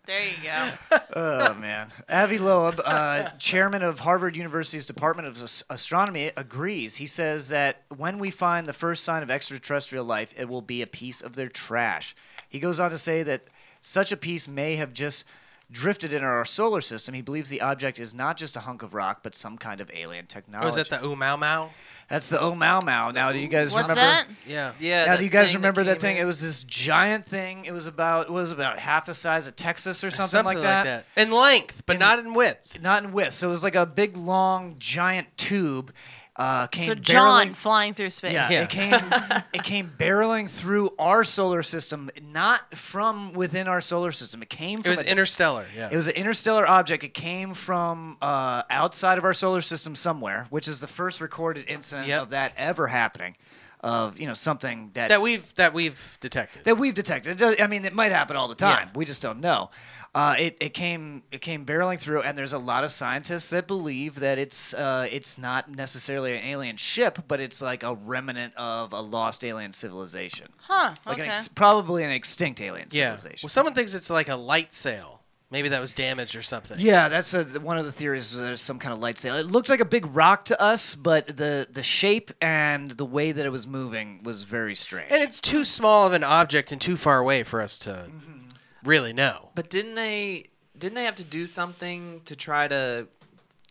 S8: there you go.
S9: oh man, Avi Loeb, uh, chairman of Harvard University's Department of As- Astronomy, agrees. He says that when we find the first sign of extraterrestrial life, it will be a piece of their trash. He goes on to say that such a piece may have just drifted in our solar system. He believes the object is not just a hunk of rock, but some kind of alien technology.
S11: Oh, is that the Ooh Mau Mau?
S9: That's the Oh Mau Mau. Now, do you guys
S11: What's
S9: remember?
S11: that? Yeah. Yeah,
S9: Now,
S11: that
S9: do you guys
S11: thing that
S9: remember that,
S11: came
S9: thing?
S11: in.
S9: It was this giant thing. It was about what was it, about half the size of Texas or something,
S11: Something like that. In length, but not in width.
S9: Not in width. So it was like a big, long, giant tube. Uh, came
S8: So John
S9: barreling-
S8: flying through space.
S9: Yeah, it came. it came barreling through our solar system, not from within our solar system. It came.
S11: It
S9: From
S11: was
S9: a-
S11: interstellar. Yeah.
S9: It was an interstellar object. It came from uh, outside of our solar system somewhere, which is the first recorded incident of that ever happening. of you know something that
S11: That we've that we've detected.
S9: that we've detected. It does, I mean, it might happen all the
S11: Yeah.
S9: time. We just don't know. Uh, it, it came it came barreling through, and there's a lot of scientists that believe that it's uh, it's not necessarily an alien ship, but it's like a remnant of a lost alien civilization,
S8: Huh.
S9: like
S8: okay.
S9: an ex- probably an extinct alien
S11: Yeah.
S9: civilization.
S11: Well, someone thinks it's like a light sail. Maybe that was damaged or something.
S9: Yeah, that's a, one of the theories. was There's some kind of light sail. It looked like a big rock to us, but the the shape and the way that it was moving was very strange.
S11: And it's too small of an object and too far away for us to
S9: Mm-hmm.
S11: really know.
S7: But didn't they didn't they have to do something to try to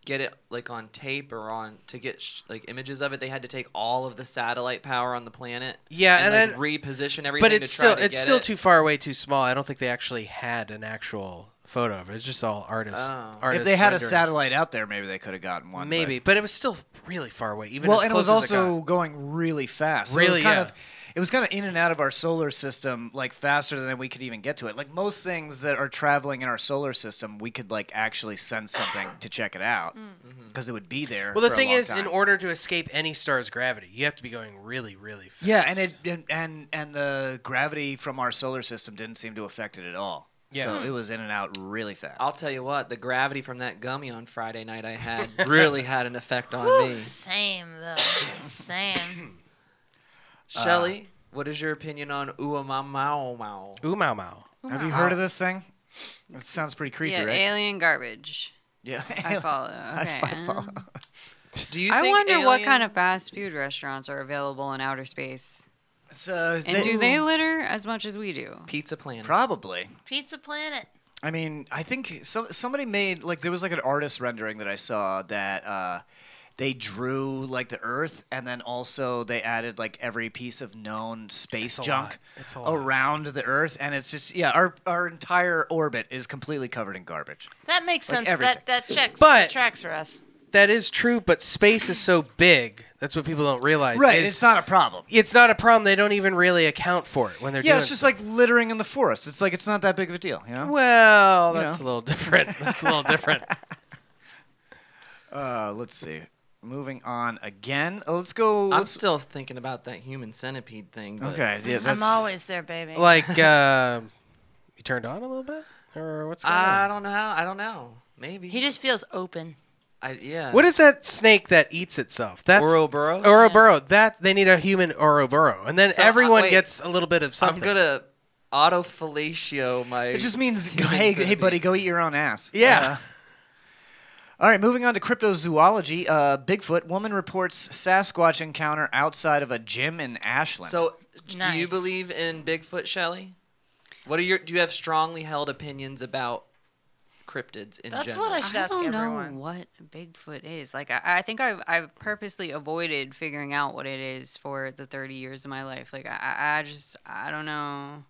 S7: get it like on tape or on to get sh- like images of it? They had to take all of the satellite power on the planet.
S11: Yeah, and
S7: like, reposition everything.
S11: But it's
S7: to
S11: still
S7: try to
S11: it's
S7: get
S11: still
S7: it.
S11: too far away, too small. I don't think they actually had an actual photo of it. It's just all artists.
S7: Oh.
S9: if
S11: artist
S9: they had
S11: renderings.
S9: a satellite out there, maybe they could have gotten one. but-
S11: maybe, but it was still really far away. Even
S9: well,
S11: as
S9: and it
S11: close
S9: was
S11: as it got.
S9: also going really fast. So it was
S11: Really,
S9: kind
S11: yeah.
S9: of it was kind of in and out of our solar system like faster than we could even get to it. Like most things that are traveling in our solar system, we could like actually send something to check it out
S6: Mm.
S11: Mm-hmm.
S9: because it would be there.
S11: Well, the
S9: for a
S11: thing
S9: long
S11: is, in
S9: time.
S11: order to escape any star's gravity, you have to be going really, really fast.
S9: Yeah, and it and, and and the gravity from our solar system didn't seem to affect it at all.
S7: Yeah.
S9: So
S7: Hmm.
S9: it was in and out really fast.
S7: I'll tell you what, the gravity from that gummy on Friday night I had really had an effect on me. Uh,
S8: Same though. Same.
S7: Shelly, what is your opinion on Uamamao Mao?
S11: Umaumau.
S9: Have you heard of this thing? It sounds pretty creepy,
S6: Oh, yeah,
S9: right?
S6: alien garbage.
S9: Yeah.
S6: I follow. Okay.
S9: I follow.
S7: Do you
S6: I
S7: think
S6: wonder what
S7: alien-
S6: kind of fast food restaurants are available in outer space.
S9: So
S6: and do they litter as much as we do?
S7: Pizza Planet.
S9: Probably.
S8: Pizza Planet.
S9: I mean, I think some somebody made like there was like an artist rendering that I saw that uh, they drew like the Earth, and then also they added like every piece of known
S11: It's
S9: space
S11: a
S9: junk
S11: lot. It's a lot.
S9: around the Earth, and it's just yeah, our our entire orbit is completely covered in garbage.
S8: That makes
S9: Like
S8: sense.
S9: everything.
S8: that that checks
S11: But-
S8: that tracks for us.
S11: That is true, but space is so big. That's what people don't realize.
S9: Right,
S11: is
S9: it's not a problem.
S11: It's not a problem. They don't even really account for it when they're
S9: Yeah,
S11: doing
S9: it's just
S11: stuff.
S9: like littering in the forest. It's like it's not that big of a deal, you know.
S11: well,
S9: you
S11: that's
S9: know.
S11: a little different. That's a little different.
S9: Uh, let's see. Moving on again. Oh, let's go.
S7: I'm
S9: let's-
S7: still thinking about that human centipede thing.
S11: Oh,
S7: But
S9: Okay, yeah,
S8: I'm always there, baby.
S11: like, uh, you turned on a little bit, or what's going
S7: I
S11: on?
S7: don't know how. I don't know. Maybe.
S8: he just feels open.
S7: I, yeah.
S11: What is that snake that eats itself? That's
S7: Ouroboros?
S11: Ouroboros. That they need a human Ouroboro, and then
S7: So, uh,
S11: everyone
S7: wait.
S11: gets a little bit of
S7: I'm
S11: something.
S7: gonna auto fellatio my.
S9: It just means,
S7: human
S9: hey, hey,
S7: centipede.
S9: buddy, go eat your own ass.
S11: Yeah.
S9: Uh, all right, moving on to cryptozoology. Uh, Bigfoot woman reports Sasquatch encounter outside of a gym in Ashland.
S7: So, do you
S8: Nice.
S7: believe in Bigfoot, Shelley? What are your? Do you have strongly held opinions about cryptids in
S8: That's
S7: general?
S8: what I should
S6: I
S8: ask
S6: don't
S8: everyone.
S6: know what Bigfoot is. Like, I, I think I've, I've purposely avoided figuring out what it is for the 30 years of my life. Like, I- I, I just, I don't know.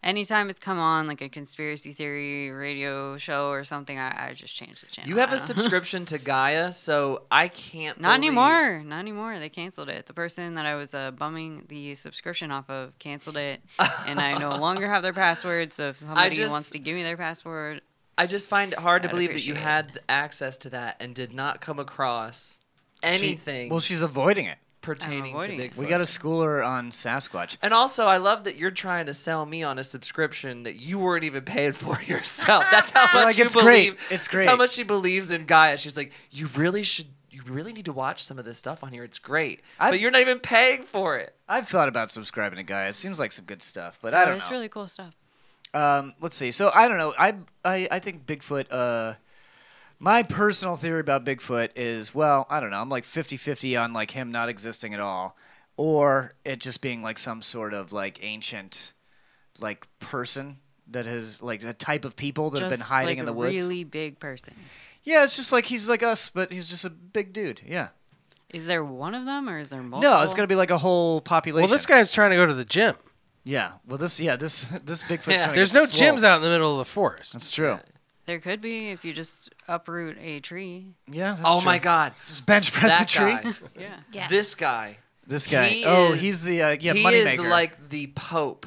S6: Anytime it's come on, like a conspiracy theory radio show or something, I, I just change the channel.
S7: You have
S6: I
S7: a
S6: don't know.
S7: subscription to Gaia, so I can't.
S6: Not
S7: believe-
S6: anymore. Not anymore. They canceled it. The person that I was uh, bumming the subscription off of canceled it, and I no longer have their password. So if somebody
S7: just-
S6: wants to give me their password,
S7: I just find it hard to
S6: I'd
S7: believe that you
S6: appreciate it.
S7: had access to that and did not come across anything
S9: well, she's avoiding it.
S7: pertaining to
S6: avoiding it.
S7: Bigfoot.
S9: We got to school her on Sasquatch.
S7: And also, I love that you're trying to sell me on a subscription that you weren't even paying for yourself. That's how much
S9: Like,
S7: you
S9: it's great.
S7: believe.
S9: It's
S7: that's How
S9: great.
S7: much she believes in Gaia. She's like, you really should. You really need to watch some of this stuff on here. It's great,
S9: I've-
S7: but you're not even paying for it.
S9: I've thought about subscribing to Guy. It seems like some good stuff, but I
S6: yeah,
S9: don't
S6: it's
S9: know.
S6: really cool stuff.
S9: Um, let's see. So I don't know. I I, I think Bigfoot. Uh, my personal theory about Bigfoot is well, I don't know. I'm like 50-50 on like him not existing at all, or it just being like some sort of like ancient, like person that has like a type of people that have
S6: Just,
S9: been hiding
S6: like,
S9: in
S6: a
S9: the woods.
S6: Really big person.
S9: Yeah, it's just like he's like us, but he's just a big dude. Yeah.
S6: Is there one of them or is there multiple?
S9: No, it's gonna be like a whole population.
S11: Well, this guy's trying to go to the gym.
S9: Yeah. Well, this. Yeah. This. This Bigfoot's. trying to
S11: There's
S9: get
S11: no
S9: swole.
S11: gyms out in the middle of the forest.
S9: That's true.
S6: There could be if you just uproot a tree.
S9: Yeah. that's
S7: oh my
S9: true.
S7: God,
S9: Just bench press
S7: that
S9: a tree.
S7: guy,
S6: Yeah.
S8: Yeah.
S7: this guy,
S9: This guy.
S7: He
S9: oh,
S7: is-
S9: he's the uh, yeah
S7: he
S9: money
S7: is
S9: maker.
S7: like the Pope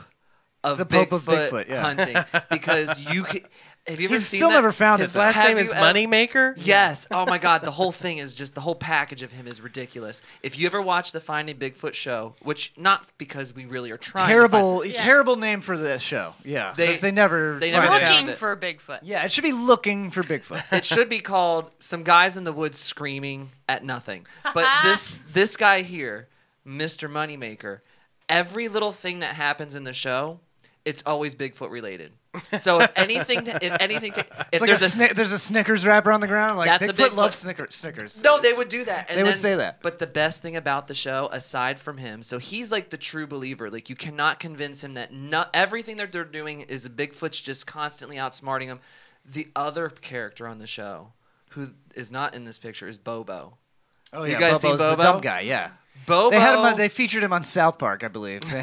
S7: of
S9: The
S7: Bigfoot,
S9: Pope of Bigfoot, yeah.
S7: hunting because you can. Have you ever
S9: He's
S7: seen
S9: still
S7: that?
S9: never found
S11: His it, though. last
S7: Have
S11: name is
S7: you ever-
S11: Moneymaker?
S7: Yes. Oh my God, the whole thing is just the whole package of him is ridiculous. If you ever watch the Finding Bigfoot show, which not because we really are trying, to
S9: Terrible,
S7: find-
S9: terrible name for this show. Yeah,
S7: They-
S9: 'cause they never
S7: they
S9: find
S7: never
S9: it.
S7: found Looking it. for
S8: Bigfoot.
S9: Yeah, it should be looking for Bigfoot.
S7: it should be called "Some Guys in the Woods Screaming at Nothing." But this this guy here, Mr. Moneymaker, every little thing that happens in the show, it's always Bigfoot related. So if anything, if anything, ta- if
S9: It's like
S7: there's
S9: a, Sni- there's a Snickers wrapper on the ground. Like
S7: That's a
S9: Bigfoot
S7: Bigfoot.
S9: loves Snicker- Snickers.
S7: No, they would do that. And
S9: they would
S7: then-
S9: say that.
S7: But the best thing about the show, aside from him, so he's like the true believer. Like you cannot convince him that not everything that they're doing is Bigfoot's just constantly outsmarting him. The other character on the show, who is not in this picture, is Bobo.
S9: Oh
S7: you
S9: yeah,
S7: guys see
S9: Bobo's the
S7: Bobo?
S9: dumb guy. Yeah,
S7: Bobo.
S9: They had him. on- They featured him on South Park, I believe.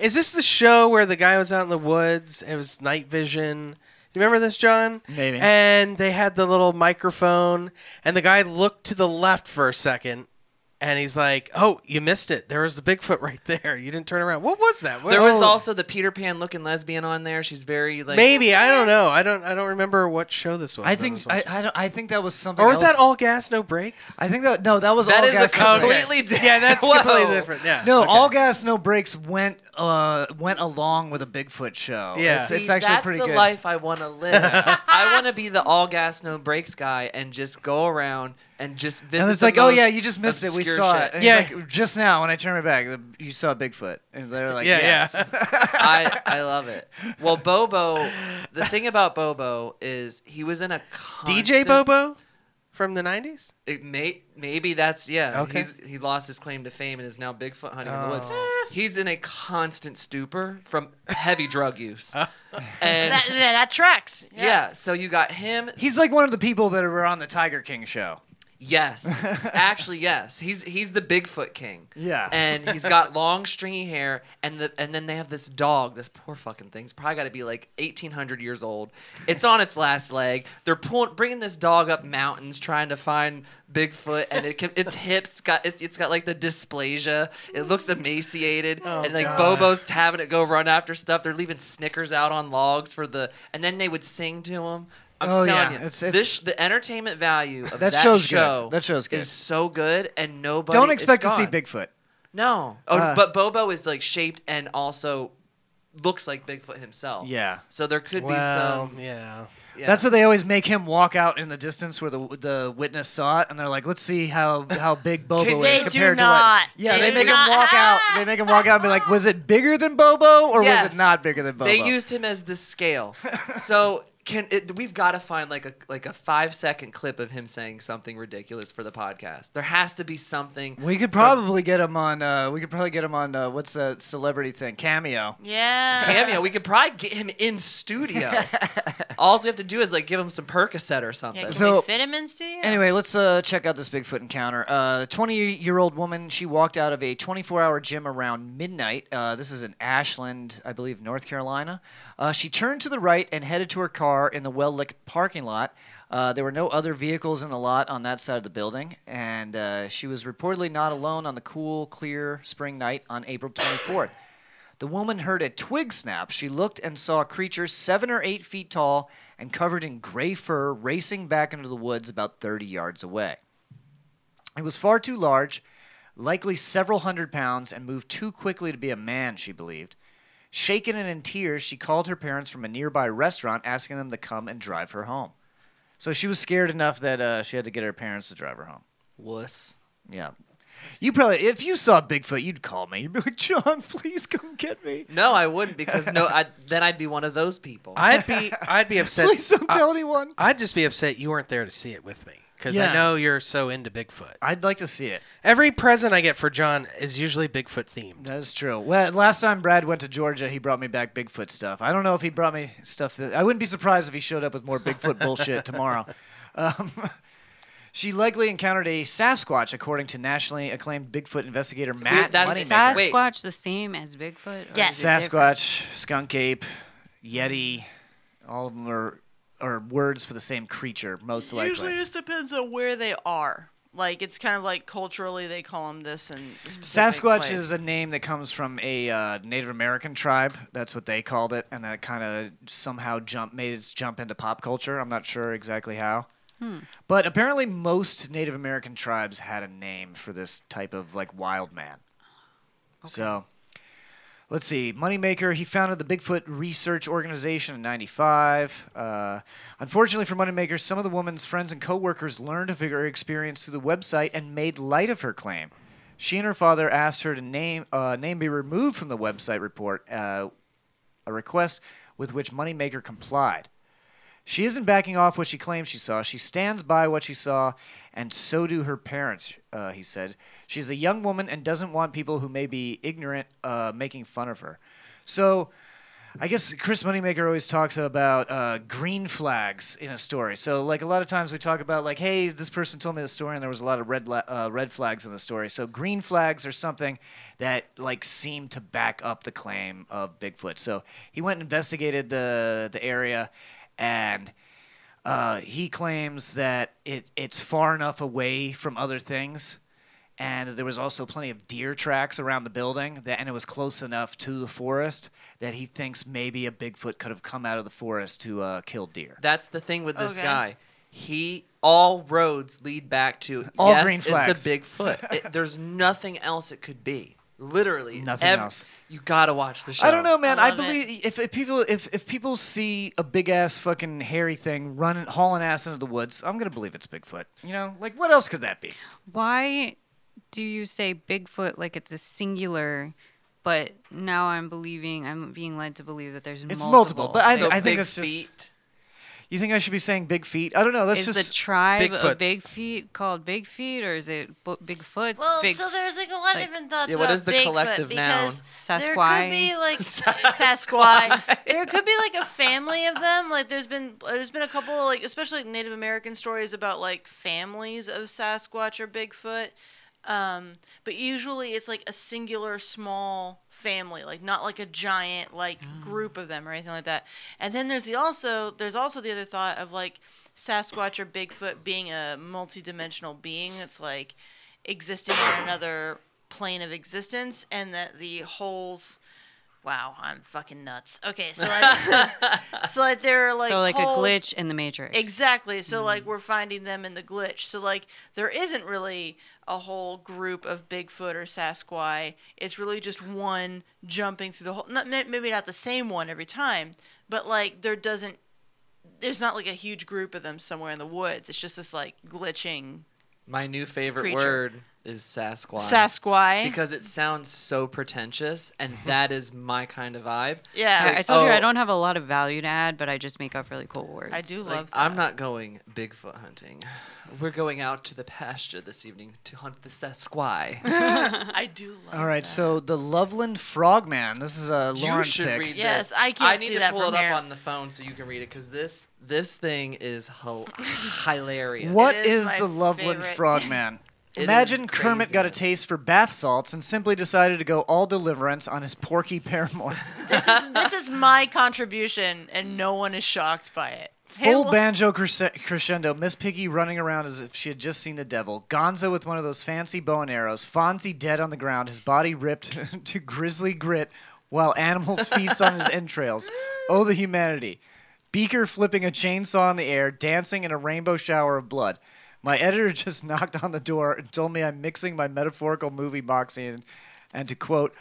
S11: Is this the show where the guy was out in the woods? It was night vision. You remember this, John?
S9: Maybe.
S11: And they had the little microphone, and the guy looked to the left for a second, and he's like, "Oh, you missed it. There was the Bigfoot right there. You didn't turn around. What was that? What-
S7: There was
S11: oh."
S7: also the Peter Pan looking lesbian on there. She's very like
S11: maybe I don't know. I don't. I don't remember what show this was.
S9: I
S11: that
S9: think
S11: was
S9: I,
S11: watching.
S9: I, don't, I think that was something.
S11: or was
S9: else.
S11: that all gas, no brakes?
S9: I think that no, that was
S11: That
S9: all
S11: is a
S9: gas. no brakes.
S11: completely di- Yeah, that's Whoa. completely different, yeah.
S9: no, all gas, no brakes went uh went along with a Bigfoot show. it's,
S7: See,
S9: it's actually
S7: that's
S9: pretty
S7: the
S9: good.
S7: life I want to live. I want to be the all gas no brakes guy and just go around and just visit.
S9: and it's
S7: the
S9: like, oh yeah,
S7: most
S9: you just missed it. We
S7: obscure
S9: saw
S7: shit.
S9: it. And he's like, just now when I turned my back, you saw Bigfoot, and they're like,
S7: Yeah,
S9: yes.
S7: I, I love it. Well, Bobo, the thing about Bobo is he was in a constant,
S11: DJ Bobo from the '90s.
S7: It may, maybe that's yeah.
S11: Okay.
S7: He's, he lost his claim to fame and is now Bigfoot hunting in the woods.
S11: Oh.
S7: He's in a constant stupor from heavy drug use, and
S8: that, yeah, that tracks.
S7: yeah. So you got him.
S9: He's like one of the people that were on the Tiger King show.
S7: Yes, actually, yes. He's he's the Bigfoot king.
S9: Yeah.
S7: and he's got long stringy hair, and the and then they have this dog. This poor fucking thing's probably got to be like eighteen hundred years old. It's on its last leg. They're pulling bringing this dog up mountains trying to find Bigfoot, and it can, its hips got it, it's got like the dysplasia. It looks emaciated,
S9: Oh,
S7: and like
S11: God.
S7: Bobo's having it go run after stuff. They're leaving Snickers out on logs for the, and then they would sing to him. I'm
S9: Oh,
S7: telling
S9: yeah.
S7: you,
S9: It's- it's-
S7: this the entertainment value of
S9: That
S7: that,
S9: show's good.
S7: show.
S9: That show's good.
S7: Is so good, and nobody.
S9: Don't
S7: it's
S9: expect to see
S7: gone.
S9: Bigfoot.
S7: No. Oh,
S9: Uh.
S7: but Bobo is like shaped and also looks like Bigfoot himself.
S9: Yeah.
S7: So there could
S11: Well,
S7: be some.
S11: Yeah.
S7: yeah.
S9: That's what they always make him walk out in the distance where the the witness saw it, and they're like, "Let's see how how big Bobo
S8: They
S9: is
S8: do
S9: compared
S8: not.
S9: to what." Yeah,
S8: They
S9: they
S8: do
S9: make
S8: not.
S9: him walk out. They make him walk out and be like, "Was it bigger than Bobo, or was
S7: Yes.
S9: it not bigger than Bobo?"
S7: They used him as the scale. so can it, we've got to find like a like a five second clip of him saying something ridiculous for the podcast. There has to be something.
S9: we could probably get him on. Uh, we could probably get him on. Uh, what's that celebrity thing? Cameo.
S8: Yeah.
S7: Cameo. We could probably get him in studio. All we have to do is like give him some Percocet or something.
S8: Yeah, can
S9: So-
S8: we fit him in studio?
S9: Anyway, let's uh, check out this Bigfoot encounter. Uh, 20-year-old woman, she walked out of a 24-hour gym around midnight. Uh, this is in Ashland, I believe, North Carolina. Uh, she turned to the right and headed to her car in the Well Lick parking lot. Uh, there were no other vehicles in the lot on that side of the building, and uh, she was reportedly not alone on the cool, clear spring night on April 24th. The woman heard a twig snap. She looked and saw a creature seven or eight feet tall and covered in gray fur racing back into the woods about 30 yards away. It was far too large, likely several hundred pounds, and moved too quickly to be a man, she believed. Shaken and in tears, she called her parents from a nearby restaurant asking them to come and drive her home. So she was scared enough that uh, she had to get her parents to drive her home.
S7: Wuss.
S9: Yeah. You probably, if you saw Bigfoot, you'd call me. You'd be like, John, please come get me.
S7: No, I wouldn't because no, I, then I'd be one of those people.
S11: I'd be I'd be upset.
S9: Please don't tell anyone.
S11: I'd just be upset you weren't there to see it with me because
S9: Yeah.
S11: I know you're so into Bigfoot.
S9: I'd like to see it.
S11: Every present I get for John is usually Bigfoot themed.
S9: That is true. Well, last time Brad went to Georgia, he brought me back Bigfoot stuff. I don't know if he brought me stuff that I wouldn't be surprised if he showed up with more Bigfoot bullshit tomorrow. Um, she likely encountered a Sasquatch, according to nationally acclaimed Bigfoot investigator Matt
S6: Is
S9: Moneymaker.
S6: Sasquatch the same as Bigfoot? or is it different?
S9: Sasquatch, skunk ape, yeti, all of them are are words for the same creature, most likely.
S8: Usually, just depends on where they are. Like it's kind of like culturally they call them this and
S9: Sasquatch is a name that comes from a uh, Native American tribe. That's what they called it, and that kind of somehow jump made its jump into pop culture. I'm not sure exactly how,
S15: Hmm.
S9: but apparently most Native American tribes had a name for this type of like wild man. So, let's see. Moneymaker, he founded the Bigfoot Research Organization in 95. Uh, unfortunately for Moneymaker, some of the woman's friends and coworkers learned of her experience through the website and made light of her claim. She and her father asked her to name, uh, name be removed from the website report, uh, a request with which Moneymaker complied. She isn't backing off what she claims she saw. She stands by what she saw, and so do her parents, uh, he said. She's a young woman and doesn't want people who may be ignorant uh, making fun of her. So I guess Chris Moneymaker always talks about uh, green flags in a story. So, like, a lot of times we talk about, like, hey, this person told me the story, and there was a lot of red, la- uh, red flags in the story. So, green flags are something that, like, seem to back up the claim of Bigfoot. So, he went and investigated the, the area and uh, he claims that it, it's far enough away from other things and there was also plenty of deer tracks around the building that, and it was close enough to the forest that he thinks maybe a bigfoot could have come out of the forest to uh, kill deer
S7: That's the thing with this
S9: Okay.
S7: guy. He all roads lead back to
S9: All
S7: yes,
S9: green
S7: it's
S9: flags.
S7: a Bigfoot. It, there's nothing else it could be. Literally
S9: Nothing
S7: ev-
S9: else.
S7: You gotta watch the show.
S9: I don't know, man. I, believe if, if people if, if people see a big ass fucking hairy thing running hauling ass into the woods, I'm gonna believe it's Bigfoot. You know, like what else could that be?
S6: Why do you say Bigfoot like it's a singular? But now I'm believing I'm being led to believe that there's
S9: It's
S6: multiple.
S9: multiple, but I, I think that's just. You think I should be saying big feet? I don't know. Let's
S6: is
S9: just
S6: the tribe of Big Feet called Big Feet, or is it bu- Bigfoots?
S8: Well,
S6: big
S8: so there's like a lot of different thoughts
S6: Yeah, what
S8: about
S6: is the
S8: Bigfoot
S6: collective
S8: because
S6: noun?
S8: there
S6: Sasquai?
S8: could be like Sasquatch. there could be like a family of them. Like there's been there's been a couple like especially like Native American stories about like families of Sasquatch or Bigfoot. Um, but usually it's like a singular small family, like not like a giant like group of them or anything like that. And then there's the also there's also the other thought of like Sasquatch or Bigfoot being a multidimensional being that's like existing on another plane of existence and that the holes wow i'm fucking nuts okay so like so like there are like
S6: so like
S8: holes-
S6: a glitch in the matrix.
S8: exactly so like we're finding them in the glitch so like there isn't really a whole group of bigfoot or sasquai it's really just one jumping through the hole not, may- maybe not the same one every time but like there doesn't there's not like a huge group of them somewhere in the woods it's just this like glitching
S7: My new favorite
S8: Creature.
S7: word is Sasquatch.
S8: Sasquai.
S7: Because it sounds so pretentious, and that is my kind of vibe.
S8: Yeah.
S7: Like,
S6: I told you I
S7: oh,
S6: don't have a lot of value to add, but I just make up really cool words.
S8: I do
S7: like, uh, I'm not going Bigfoot hunting. We're going out to the pasture this evening to hunt the Sasquai.
S8: I do love
S9: All right, so the Loveland Frogman. This is a
S7: you
S9: Lauren
S7: should
S9: pick.
S7: read this. I need to pull it up on the phone so you can read it because this this thing is hil- hilarious.
S9: What is, the Loveland Frogman?
S7: It is
S9: Imagine Kermit got a taste for bath salts and simply decided to go all deliverance on his porky paramour.
S8: this is this is my contribution, and no one is shocked by it.
S9: Full banjo cres- crescendo, Miss Piggy running around as if she had just seen the devil. Gonzo with one of those fancy bow and arrows. Fonzie dead on the ground, his body ripped to grisly grit while animals feast on his entrails. Oh, the humanity. Beaker flipping a chainsaw in the air, dancing in a rainbow shower of blood. My editor just knocked on the door and told me I'm mixing my metaphorical movie boxing and, and to quote,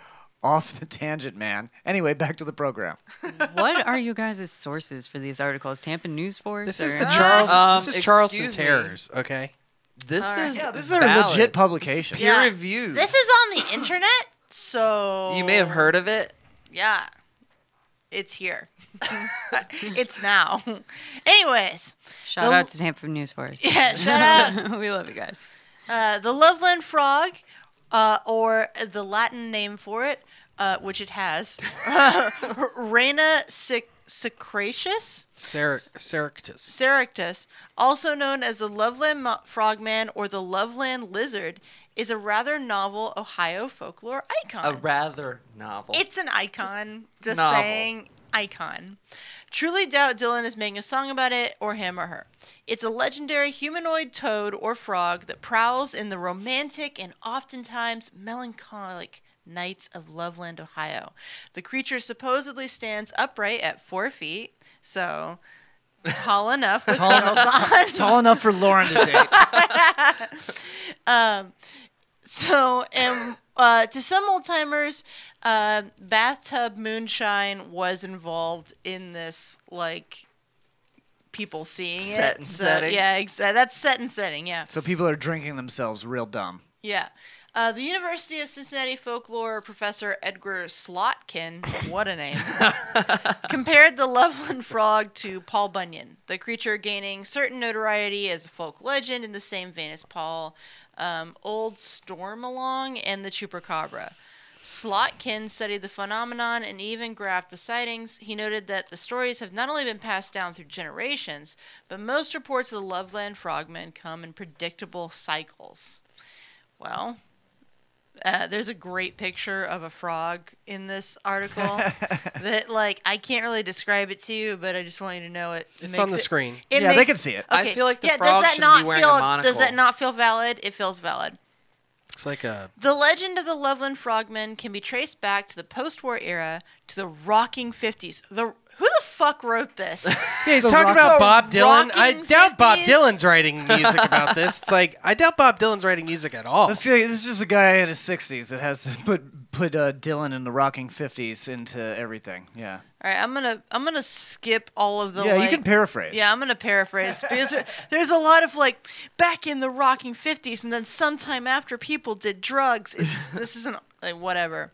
S9: off the tangent, man. Anyway, back to the program.
S6: what are you guys' sources for these articles? Tampa News Force?
S11: This is
S6: or-
S11: the Charles. this is Charleston
S6: excuse me.
S11: Terrors. Okay.
S7: Um, This
S8: All right. is
S11: yeah,
S9: this is a valid. legit publication.
S11: peer
S8: Yeah.
S11: reviewed.
S8: This is on the internet, so
S7: You may have heard of it.
S8: Yeah, it's here. it's now. Anyways,
S6: Shout
S8: the-
S6: out to Tampa News Force.
S8: Yeah, shout out.
S6: we love you guys.
S8: Uh, the Loveland frog, uh, or the Latin name for it, uh, which it has, Rana sic- sicratus.
S11: Cer- Ceractus.
S8: Ceractus, also known as the Loveland mo- Frogman or the Loveland Lizard, is a rather novel Ohio folklore icon.
S7: A rather novel.
S8: It's an icon. Just,
S7: Novel.
S8: saying,
S9: icon. Truly doubt Dylan is making a song about it, or him or her. It's a legendary humanoid toad or frog that prowls in the romantic and oftentimes melancholic nights of Loveland, Ohio. The creature supposedly stands upright at four feet, so tall enough with
S8: Tall
S9: heels on.
S8: enough, tall enough for Lauren to date.
S9: um, so, and uh, to some old timers, uh, bathtub moonshine was involved in this, like people seeing
S8: Set
S9: it.
S8: and
S9: So,
S8: setting.
S9: Yeah, exa- that's set and setting. Yeah.
S8: So people are drinking themselves real dumb.
S9: Yeah. Uh, the University of Cincinnati folklore professor Edgar Slotkin, what a name, compared the Loveland frog to Paul Bunyan, the creature gaining certain notoriety as a folk legend in the same vein as Paul, um, Old Stormalong, and the Chupacabra. Slotkin studied the phenomenon and even graphed the sightings. He noted that the stories have not only been passed down through generations, but most reports of the Loveland frogmen come in predictable cycles. Well, uh, there's a great picture of a frog in this article that, like, I can't really describe it to you, but I just want you to know it.
S11: It's on the screen.
S7: Yeah, they can see it. I feel like the frog should be wearing a
S9: feel, Does
S7: monocle.
S9: that not feel valid? It feels valid.
S11: It's like a
S9: The legend of the Loveland Frogmen can be traced back to the post-war era, to the rocking fifties. The who the fuck wrote this?
S11: Yeah, he's talking about Bob Dylan. I doubt Bob Dylan's writing music about this. It's like I doubt Bob Dylan's writing music at all.
S8: This guy, this is just a guy in his sixties that has to put put uh, Dylan in the rocking fifties into everything. Yeah.
S9: All right, I'm gonna I'm gonna skip all of the.
S8: Yeah, you
S9: like-
S8: can paraphrase.
S9: Yeah, I'm gonna paraphrase because there- there's a lot of like back in the rocking fifties, and then sometime after people did drugs. It's this isn't like whatever.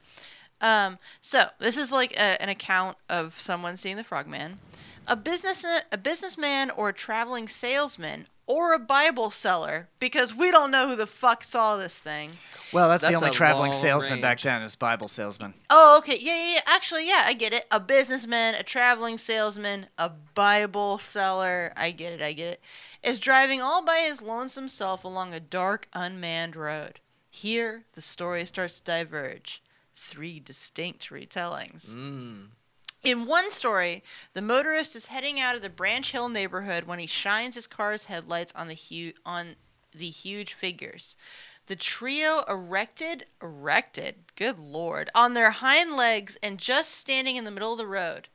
S9: Um, so this is like a, an account of someone seeing the frogman, a business a businessman or a traveling salesman or a Bible seller because we don't know who the fuck saw this thing.
S8: Well, that's, the
S11: That's
S8: only
S11: a
S8: traveling
S11: long
S8: salesman back
S11: range.
S8: then is Bible salesman.
S9: Oh, okay. Yeah, yeah, yeah. Actually, yeah, I get it. A businessman, a traveling salesman, a Bible seller. I get it. I get it. Is driving all by his lonesome self along a dark, unmanned road. Here, the story starts to diverge. Three distinct retellings. In one story, the motorist is heading out of the Branch Hill neighborhood when he shines his car's headlights on the hu- on the huge figures. The trio erected, erected, good lord, on their hind legs and just standing in the middle of the road.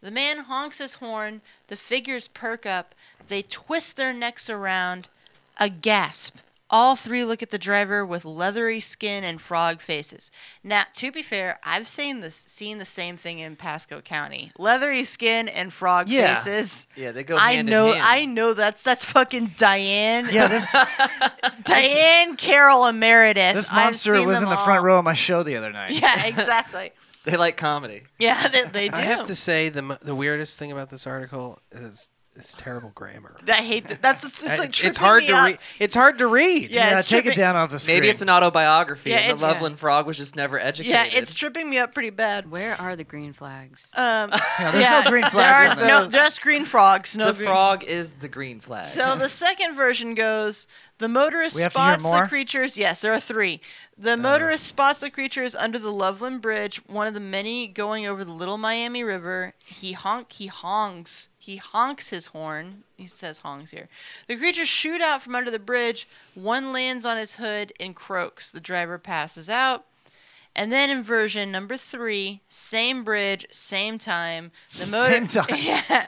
S9: The man honks his horn, the figures perk up, they twist their necks around, a gasp. All three look at the driver with leathery skin and frog faces. Now, to be fair, I've seen this seen the same thing in Pasco County. Leathery skin and frog
S7: Yeah.
S9: faces.
S7: Yeah, they go
S9: I
S7: hand in
S9: know
S7: hand.
S9: I know that's that's fucking Diane.
S8: Yeah, this-
S9: Diane Carol and Meredith.
S8: This
S9: I've
S8: monster
S9: seen
S8: was
S9: them
S8: in the
S9: all.
S8: front row of my show the other night.
S9: Yeah, exactly.
S7: They like comedy.
S9: Yeah, they, they do.
S11: I have to say the mo- the weirdest thing about this article is is terrible grammar.
S9: I hate that. That's it's, it's like
S11: it's,
S9: tripping
S11: hard
S9: me
S11: to
S9: out.
S11: read. It's hard to read.
S9: Yeah, Yeah, it's take it tripping- down off the
S7: Maybe
S9: screen.
S7: it's an autobiography,
S9: Yeah,
S7: and the
S9: it's-
S7: Loveland Frog was just never educated.
S9: Yeah, it's tripping me up pretty bad.
S16: Where are the green flags?
S9: Um,
S7: Yeah, there's no green flags
S9: There
S7: in
S9: are, no,
S7: this.
S9: just green frogs. No
S7: the
S9: green-
S7: frog is the green flag.
S9: So the second version goes: the motorist
S7: We have to hear
S9: spots the
S7: more? Uh.
S9: creatures. Yes, there are three. The motorist spots the creatures under the Loveland Bridge, one of the many going over the Little Miami River. He honk, he honks, he honks his horn. He says hongs here. The creatures shoot out from under the bridge. One lands on his hood and croaks. The driver passes out. And then in version number three, same bridge, same time. The motor-
S8: Same time.
S9: Yeah.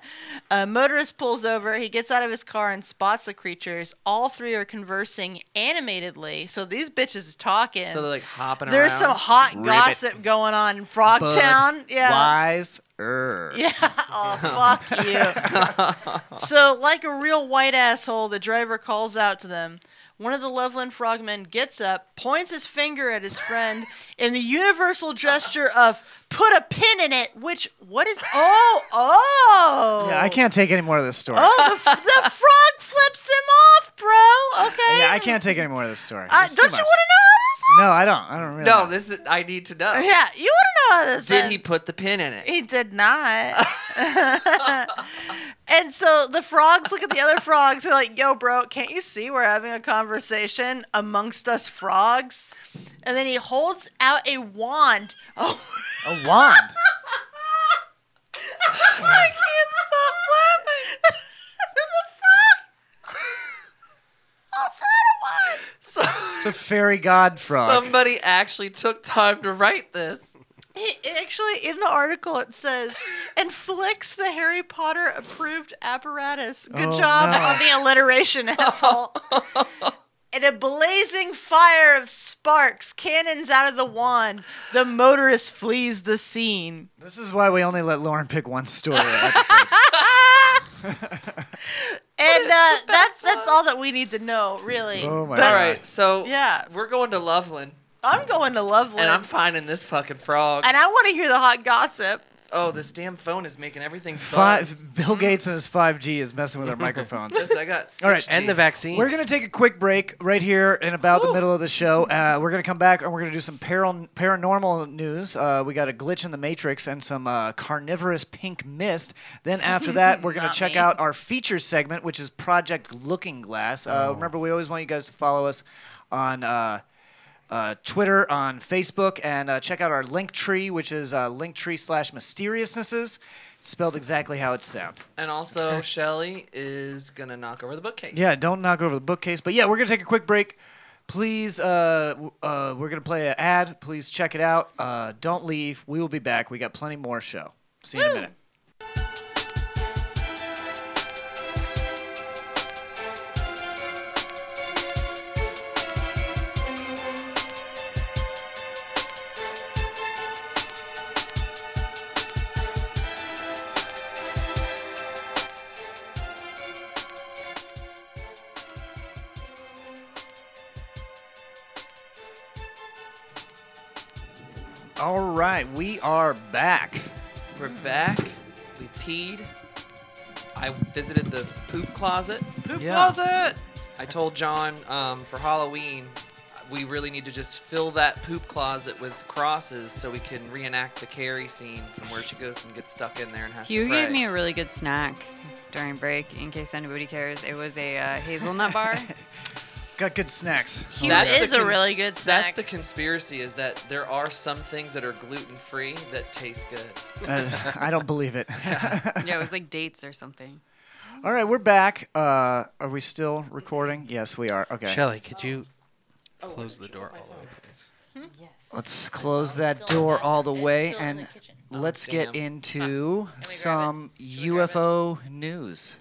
S9: A motorist pulls over. He gets out of his car and spots the creatures. All three are conversing animatedly. So these bitches is talking.
S7: So they're like hopping
S9: There's
S7: around.
S9: some hot
S7: Ribbit.
S9: gossip going on in Frogtown. Yeah.
S8: Wise er.
S9: Yeah. Oh, fuck you. so, like a real white asshole, the driver calls out to them. One of the Loveland frogmen gets up, points his finger at his friend in the universal gesture of put a pin in it, which, what is, oh, oh.
S8: Yeah, I can't take any more of this story.
S9: Oh, the, f- the frog flips him off, bro. Okay.
S8: Yeah, I can't take any more of this story.
S9: Uh,
S8: It's too
S9: don't you
S8: much.
S9: want
S8: No, I don't. I don't really.
S7: no, this is. I need to know.
S9: to know? Yeah, you want to know how this
S7: Did
S9: ends.
S7: he put the pin in it?
S9: He did not. and so the frogs look at the other frogs. They're like, yo, bro, can't you see we're having a conversation amongst us frogs? And then he holds out a wand. Oh,
S8: A wand.
S9: fairy god frog.
S7: Somebody actually took time to write this.
S8: It- Actually, in the article it says, and flicks the Harry Potter approved apparatus. Good
S9: Oh,
S8: job
S9: no.
S8: on the alliteration, asshole. In a blazing fire of sparks, cannons out of the wand, the motorist flees the scene.
S9: this is why we only let Lauren pick one story.
S8: And uh, that's that's all that we need to know, really.
S9: Oh my
S8: But
S7: All right, so
S8: Yeah.
S7: we're going to Loveland,
S8: I'm going to Loveland,
S7: and
S8: and,
S7: I'm finding this fucking frog.
S8: I want to hear the hot gossip.
S7: oh, this damn phone is making everything buzz.
S9: Five, Bill Gates and his 5G is messing with our microphones.
S7: Yes, I got.
S9: All right,
S7: 6G.
S11: and the vaccine.
S9: We're going to take a quick break right here in about the middle of the show. Uh, we're going to come back and we're going to do some paral- paranormal news. Uh, we got a glitch in the Matrix and some uh, carnivorous pink mist. Then after that, we're going to
S8: Not
S9: check
S8: me.
S9: out our feature segment, which is Project Looking Glass. Uh,
S8: Oh.
S9: Remember, we always want you guys to follow us on. Uh, uh, Twitter, on Facebook, and uh, check out our link tree, which is uh, linktree slash mysteriousnesses, spelled exactly how it sounds.
S7: And also, Shelly is gonna knock over the bookcase.
S9: Yeah, don't knock over the bookcase. But yeah, we're gonna take a quick break. Please, uh, w- uh, we're gonna play an ad. Please check it out. Uh, don't leave. We will be back. We got plenty more show. See you in a minute. All right, we are back.
S7: We're back. We peed. I visited the poop closet. Poop
S9: Yeah.
S7: closet. I told John um, for Halloween, we really need to just fill that poop closet with crosses so we can reenact the Carrie scene from where she goes and gets stuck in there and has
S6: You
S7: to pray.
S6: gave me a really good snack during break, in case anybody cares. It was a uh, hazelnut bar.
S9: Got good snacks.
S7: That's the
S8: is a really good
S7: That's
S8: snack.
S7: the conspiracy: is that there are some things that are gluten free that taste good.
S9: Uh, I don't believe it.
S6: yeah, it was like dates or something.
S9: All right, we're back. Uh, are we still recording? Yes, we are. Okay.
S11: Shelly, could you close the door all the way, please?
S9: Let's close that door all the way and let's get into some UFO news.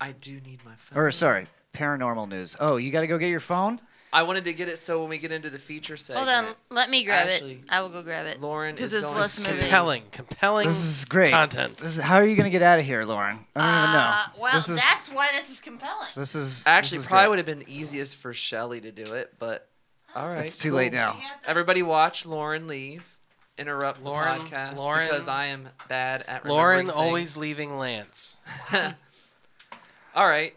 S7: I do need my phone.
S9: Or, sorry, paranormal news. Oh, you got to go get your phone?
S7: I wanted to get it so when we get into the feature segment.
S8: Hold on, let me grab
S7: Actually,
S8: it. I will go grab it.
S7: Lauren
S8: because
S7: is
S8: there's
S7: going
S8: less
S7: to-
S8: moving.
S11: Compelling, compelling.
S9: This is great.
S11: content.
S9: This is, how are you going to get out of here, Lauren? I
S8: Uh,
S9: don't even know.
S8: well,
S9: this is,
S8: that's why this is compelling.
S9: This is
S7: Actually,
S9: this is
S7: probably
S9: great.
S7: would have been easiest for Shelly to do it, but all right.
S9: It's too late
S7: cool.
S9: now.
S7: Everybody watch Lauren leave. Interrupt
S11: Lauren-
S7: the podcast
S11: Lauren-
S7: because I am bad at remembering
S11: Lauren
S7: things.
S11: always leaving Lance.
S7: All right.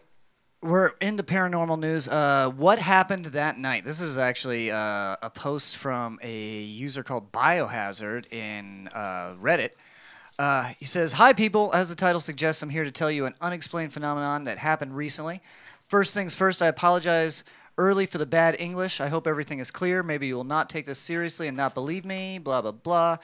S9: We're into paranormal news. Uh, what happened that night? This is actually uh, a post from a user called Biohazard in uh, Reddit. Uh, he says, Hi, people. As the title suggests, I'm here to tell you an unexplained phenomenon that happened recently. First things first, I apologize early for the bad English. I hope everything is clear. Maybe you will not take this seriously and not believe me. Blah, blah, blah.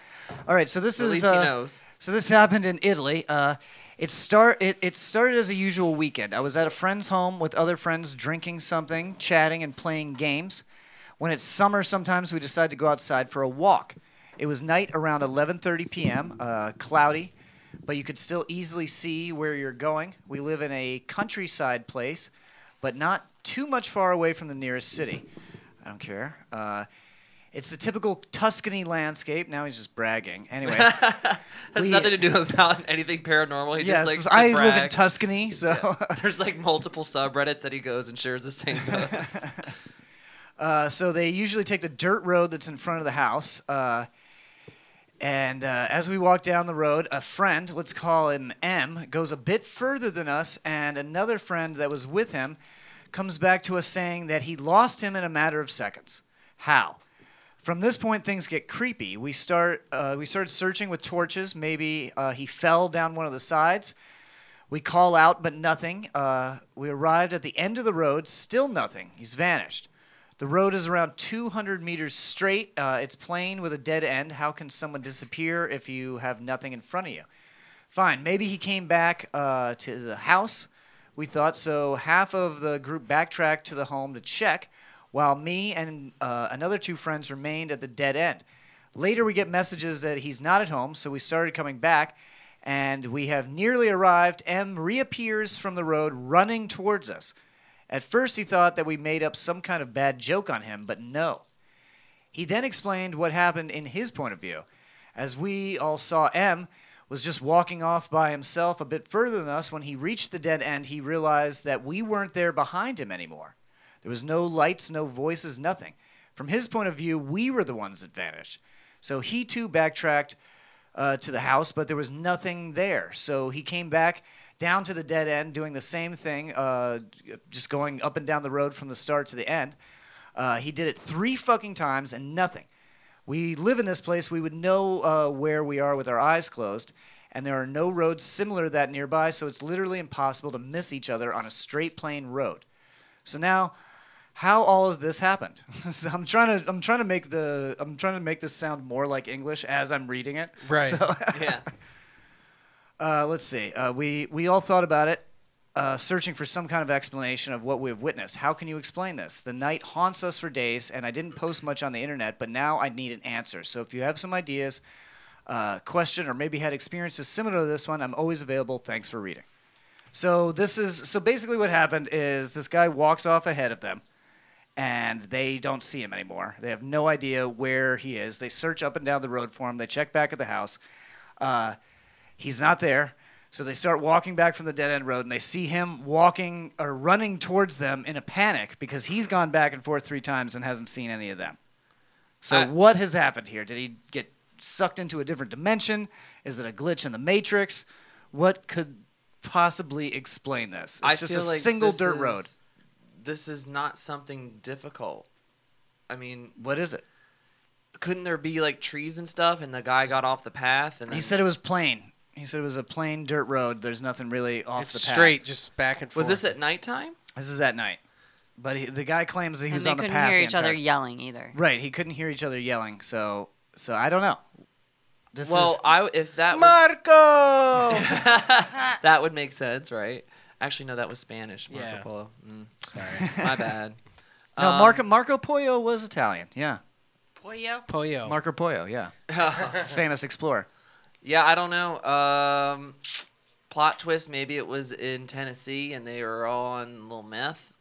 S9: All right, so this
S7: At
S9: is.
S7: least he
S9: uh,
S7: knows.
S9: so this happened in Italy. Uh, it start it, it started as a usual weekend. I was at a friend's home with other friends drinking something, chatting and playing games. When it's summer, sometimes we decide to go outside for a walk. It was night around 11:30 p.m., uh, cloudy, but you could still easily see where you're going. We live in a countryside place, but not too much far away from the nearest city. I don't care. Uh, it's the typical Tuscany landscape. Now he's just bragging. Anyway,
S7: Has
S9: We-
S7: nothing to do about anything paranormal. He
S9: yes,
S7: just likes to
S9: I live in
S7: brag.
S9: Tuscany, so
S7: There's like multiple subreddits that he goes and shares the same post.
S9: uh, so they usually take the dirt road that's in front of the house. Uh, and uh, as we walk down the road, a friend, let's call him M, goes a bit further than us, and another friend that was with him comes back to us saying that he lost him in a matter of seconds. How? From this point, things get creepy. We start uh, we started searching with torches. Maybe uh, he fell down one of the sides. We call out, but nothing. Uh, we arrived at the end of the road, still nothing. He's vanished. The road is around 200 meters straight. Uh, it's plain with a dead end. How can someone disappear if you have nothing in front of you? Fine, maybe he came back uh, to the house. We thought so. Half of the group backtracked to the home to check. while me and uh, another two friends remained at the dead end. Later, we get messages that he's not at home, so we started coming back, and we have nearly arrived. M reappears from the road running towards us. At first, he thought that we made up some kind of bad joke on him, but no. He then explained what happened in his point of view. As we all saw, M was just walking off by himself a bit further than us. When he reached the dead end, he realized that we weren't there behind him anymore. There was no lights, no voices, nothing. From his point of view, we were the ones that vanished. So he too backtracked uh, to the house, but there was nothing there. So he came back down to the dead end, doing the same thing, uh, just going up and down the road from the start to the end. Uh, he did it three fucking times and nothing. We live in this place, we would know uh, where we are with our eyes closed, and there are no roads similar to that nearby, so it's literally impossible to miss each other on a straight plane road. So now, how all of this happened? So I'm trying to I'm trying to make the I'm trying to make this sound more like English as I'm reading it.
S11: Right.
S9: So,
S7: yeah.
S9: Uh, let's see. Uh, we we all thought about it, uh, searching for some kind of explanation of what we have witnessed. How can you explain this? The night haunts us for days, and I didn't post much on the internet, but now I need an answer. So if you have some ideas, uh, question, or maybe had experiences similar to this one, I'm always available. Thanks for reading. So this is so basically what happened is this guy walks off ahead of them, and they don't see him anymore. They have no idea where he is. They search up and down the road for him. They check back at the house. Uh, he's not there. So they start walking back from the dead end road, and they see him walking or running towards them in a panic because he's gone back and forth three times and hasn't seen any of them. So
S7: I-
S9: what has happened here? Did he get sucked into a different dimension? Is it a glitch in the matrix? What could possibly explain this? It's
S7: I
S9: just
S7: feel
S9: a
S7: like
S9: single
S7: this
S9: dirt
S7: is-
S9: road.
S7: This is not something difficult. I mean,
S9: what is it?
S7: Couldn't there be like trees and stuff, and the guy got off the path? And
S9: He
S7: then-
S9: said it was plain. He said it was a plain dirt road. There's nothing really off
S7: It's
S9: the path.
S7: straight,
S11: just back and
S7: "Was this at nighttime?"
S9: This is at night. But he, the guy claims that he
S6: And
S9: was
S6: they
S9: on the
S6: couldn't
S9: path.
S6: hear
S9: the
S6: each other
S9: entire-
S6: yelling either.
S9: Right, he couldn't hear each other yelling. So, so I don't know. This
S7: well,
S9: is,
S7: I if that
S11: Marco,
S7: that would make sense, right? Actually, no, that was Spanish. Marco
S9: Yeah.
S7: Polo. Mm.
S11: Sorry.
S7: my bad.
S9: no
S7: Um,
S9: Marco Marco Pollo was Italian. Yeah,
S8: Pollo.
S11: Pollo.
S9: Marco Pollo. Yeah, famous explorer.
S7: Yeah, I don't know. Um, plot twist: maybe it was in Tennessee, and they were all on a little meth.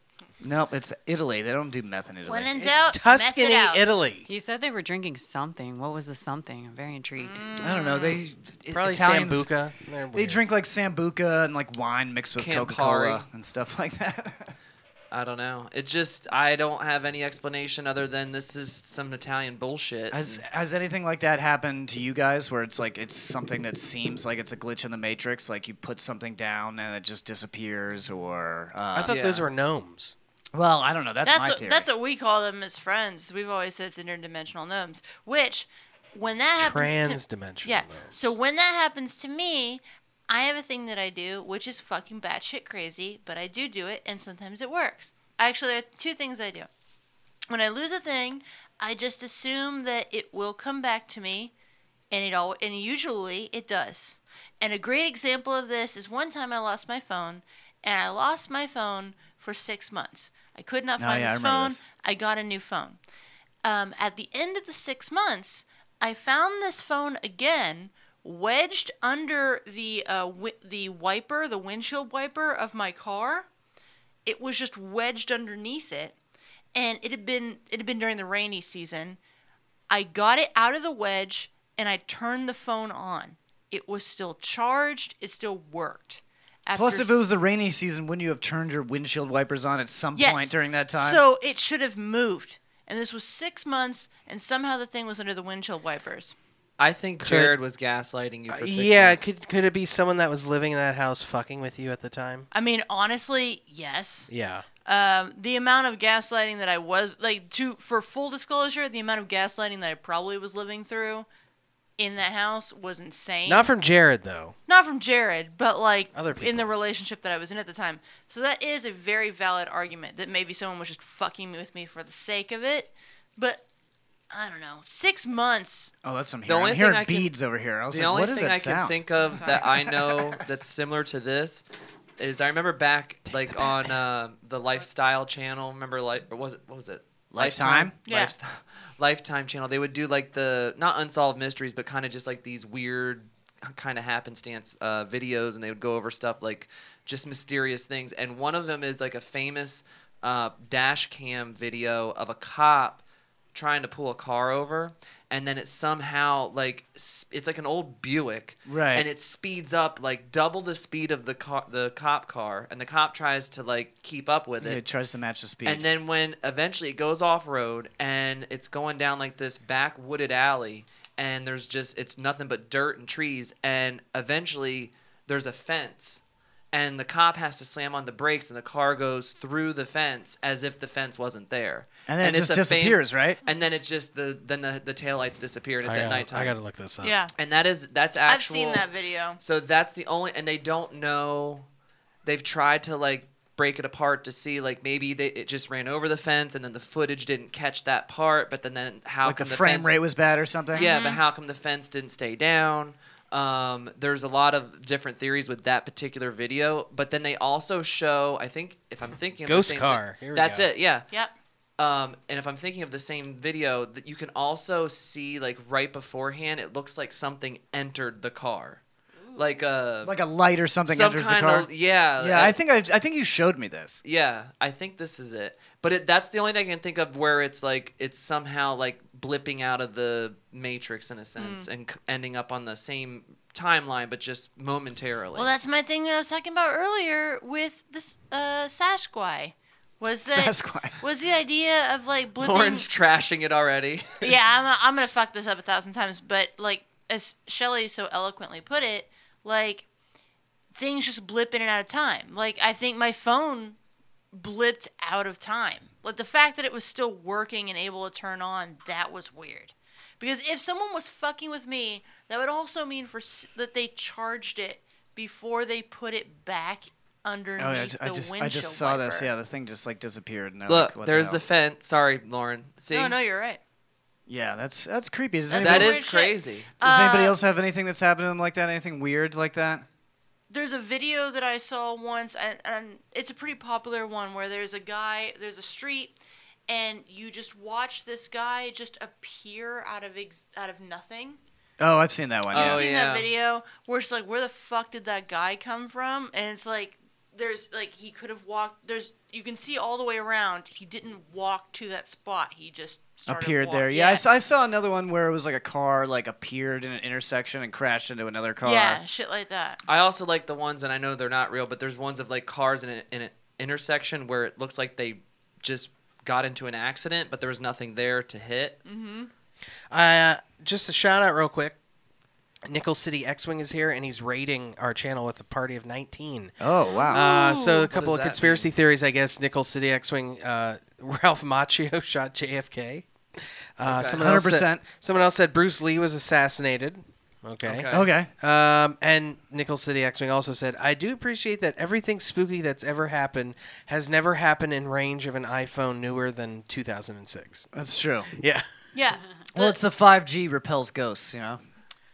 S9: Nope, it's Italy. They don't do meth in Italy.
S6: When in
S9: It's
S6: doubt,
S11: Tuscany, meth it out. Italy.
S6: He said they were drinking something. What was the something? I'm very intrigued.
S8: Mm,
S9: I don't know. They
S11: Probably
S9: Italians,
S11: Sambuca. They're
S9: They
S11: weird.
S9: drink like sambuca and like wine mixed with
S7: Campari.
S9: Coca Cola and stuff like that.
S7: I don't know. It just I don't have any explanation other than this is some Italian bullshit.
S9: Has has anything like that happened to you guys where it's like it's something that seems like it's a glitch in the matrix, like you put something down and it just disappears, or uh,
S11: I thought those were gnomes.
S9: Well, I don't know. That's, my
S8: what,
S9: theory.
S8: That's what we call them as friends. We've always said it's interdimensional gnomes, which when that happens to
S11: Transdimensional
S8: yeah. So when that happens to me, I have a thing that I do, which is fucking batshit crazy, but I do do it, and sometimes it works. Actually, there are two things I do. When I lose a thing, I just assume that it will come back to me, and it all and usually it does. And a great example of this is one time I lost my phone, and I lost my phone for six months. I could not
S9: Oh,
S8: find
S9: yeah, I
S8: this
S9: remember
S8: phone.
S9: this.
S8: I got a new phone. Um, at the end of the six months, I found this phone again, wedged under the uh, wi- the wiper, the windshield wiper of my car. It was just wedged underneath it, and it had been it had been during the rainy season. I got it out of the wedge and I turned the phone on. It was still charged. It still worked.
S9: Plus,
S8: After
S9: if it was the rainy season, wouldn't you have turned your windshield wipers on at some point during that time?
S8: So it should have moved. And this was six months, and somehow the thing was under the windshield wipers.
S7: I think
S11: Could-
S7: Jared was gaslighting
S9: Uh,
S7: you for six
S11: Yeah,
S7: months.
S11: could could it be someone that was living in that house fucking with you at the time?
S8: I mean, honestly, yes.
S11: Yeah.
S8: Um, the amount of gaslighting that I was like to for full disclosure, the amount of gaslighting that I probably was living through in that house was insane.
S11: Not from Jared though.
S8: not from Jared, but like
S11: Other
S8: in the relationship that I was in at the time. So that is a very valid argument that maybe someone was just fucking with me for the sake of it. But I don't know. Six months.
S9: oh, that's some.
S7: The only
S9: I'm
S7: thing
S9: hearing
S7: I can-
S9: beads over here. I was
S7: the
S9: like,
S7: only
S9: what is
S7: thing
S9: that
S7: I can
S9: sound?
S7: think of that I know that's similar to this is I remember back like on uh, the Lifestyle Channel. Remember like or was it what was it
S9: Lifetime? Yeah.
S7: Lifetime, Lifetime channel. They would do like the not unsolved mysteries, but kind of just like these weird kind of happenstance uh, videos, and they would go over stuff like just mysterious things. And one of them is like a famous uh, dash cam video of a cop trying to pull a car over. And then it somehow like s- it's like an old Buick,
S9: Right.
S7: And it speeds up like double the speed of the car, the cop car, and the cop tries to like keep up with
S9: Yeah,
S7: it.
S9: it tries to match the speed.
S7: And then when eventually it goes off road and it's going down like this back wooded alley, and there's just it's nothing but dirt and trees, and eventually there's a fence, and the cop has to slam on the brakes, and the car goes through the fence as if the fence wasn't there.
S9: And then it
S7: it's
S9: just
S7: a fam-
S9: disappears, right?
S7: And then it's just the then the the taillights disappear and it's
S11: I
S7: at
S11: gotta-
S7: nighttime.
S11: I gotta look this up.
S8: Yeah.
S7: And that is that's
S8: I've
S7: actual
S8: seen that video.
S7: So that's the only and they don't know they've tried to like break it apart to see like maybe they it just ran over the fence and then the footage didn't catch that part but then then how
S9: like the
S7: come
S9: frame
S7: fence-
S9: rate was bad or something.
S7: yeah,
S8: Mm-hmm.
S7: but how come the fence didn't stay down? Um, there's a lot of different theories with that particular video, but then they also show, I think, if I'm thinking of the
S11: Ghost
S7: same
S11: car.
S7: thing-
S11: Here we
S7: that's
S11: go.
S7: it, yeah.
S8: Yep.
S7: Um, and if I'm thinking of the same video, that you can also see like right beforehand, it looks like something entered the car, like a
S9: Like a light or something
S7: some
S9: enters the
S7: kind
S9: car.
S7: of- yeah,
S9: Yeah,
S7: uh,
S9: I think I, I think you showed me this.
S7: yeah, I think this is it. But it, that's the only thing I can think of where it's like it's somehow like blipping out of the matrix in a sense
S8: Mm.
S7: and c- ending up on the same timeline, but just momentarily.
S8: Well, that's my thing that I was talking about earlier with this uh, Sasquai. Was that
S7: Sasquai.
S8: was the idea of like blipping?
S7: Lauren's trashing it already.
S8: yeah, I'm, I'm gonna fuck this up a thousand times, but like as Shelley so eloquently put it, like things just blip in and out of time. Like I think my phone blipped out of time. Like the fact that it was still working and able to turn on, that was weird. Because if someone was fucking with me, that would also mean for s- that they charged it before they put it back underneath
S9: Oh, yeah, I ju-
S8: the
S9: I just I
S8: windshield
S9: just saw this.
S8: wiper.
S9: Yeah, the thing just like disappeared. And they're
S7: Look,
S9: like, what
S7: there's
S9: the,
S7: the,
S9: hell?
S7: fence. Sorry, Lauren. See?
S8: No, no, you're right.
S9: yeah. That's that's creepy. Does
S7: That's
S9: anybody,
S7: weird That is shit. crazy.
S9: Does anybody
S8: Uh,
S9: else have anything that's happened to them like that? Anything weird like that?
S8: there's a video that I saw once, and, and it's a pretty popular one where there's a guy, there's a street, and you just watch this guy just appear out of ex- out of nothing.
S9: Oh, I've seen that one.
S8: You've
S9: yeah.
S8: seen that video where it's like, where the fuck did that guy come from? And it's like, there's like he could have walked. There's you can see all the way around. He didn't walk to that spot. He just started
S9: appeared
S8: walking.
S9: there. Yeah, I, saw, I saw another one where it was like a car like appeared in an intersection and crashed into another car.
S8: Yeah, shit like that.
S7: I also like the ones, and I know they're not real, but there's ones of like cars in, a, in an intersection where it looks like they just got into an accident, but there was nothing there to hit.
S11: Mm-hmm. Uh, just a shout out real quick. Nickel City X Wing is here, and he's raiding our channel with a party of 19.
S9: Oh
S11: Uh, so a couple of conspiracy
S7: conspiracy.
S11: theories, I guess. Nickel City X-wing. Uh, Ralph Macchio shot JFK. Uh,
S9: Okay.
S11: Someone else said.
S9: 100%.
S11: Someone else said Bruce Lee was assassinated. Okay.
S9: Okay.
S11: Um, and Nickel City X-wing also said, "I do appreciate that everything spooky that's ever happened has never happened in range of an iPhone newer than 2006."
S9: That's true.
S11: Yeah.
S8: Yeah.
S9: Well, it's the 5G repels ghosts, you know.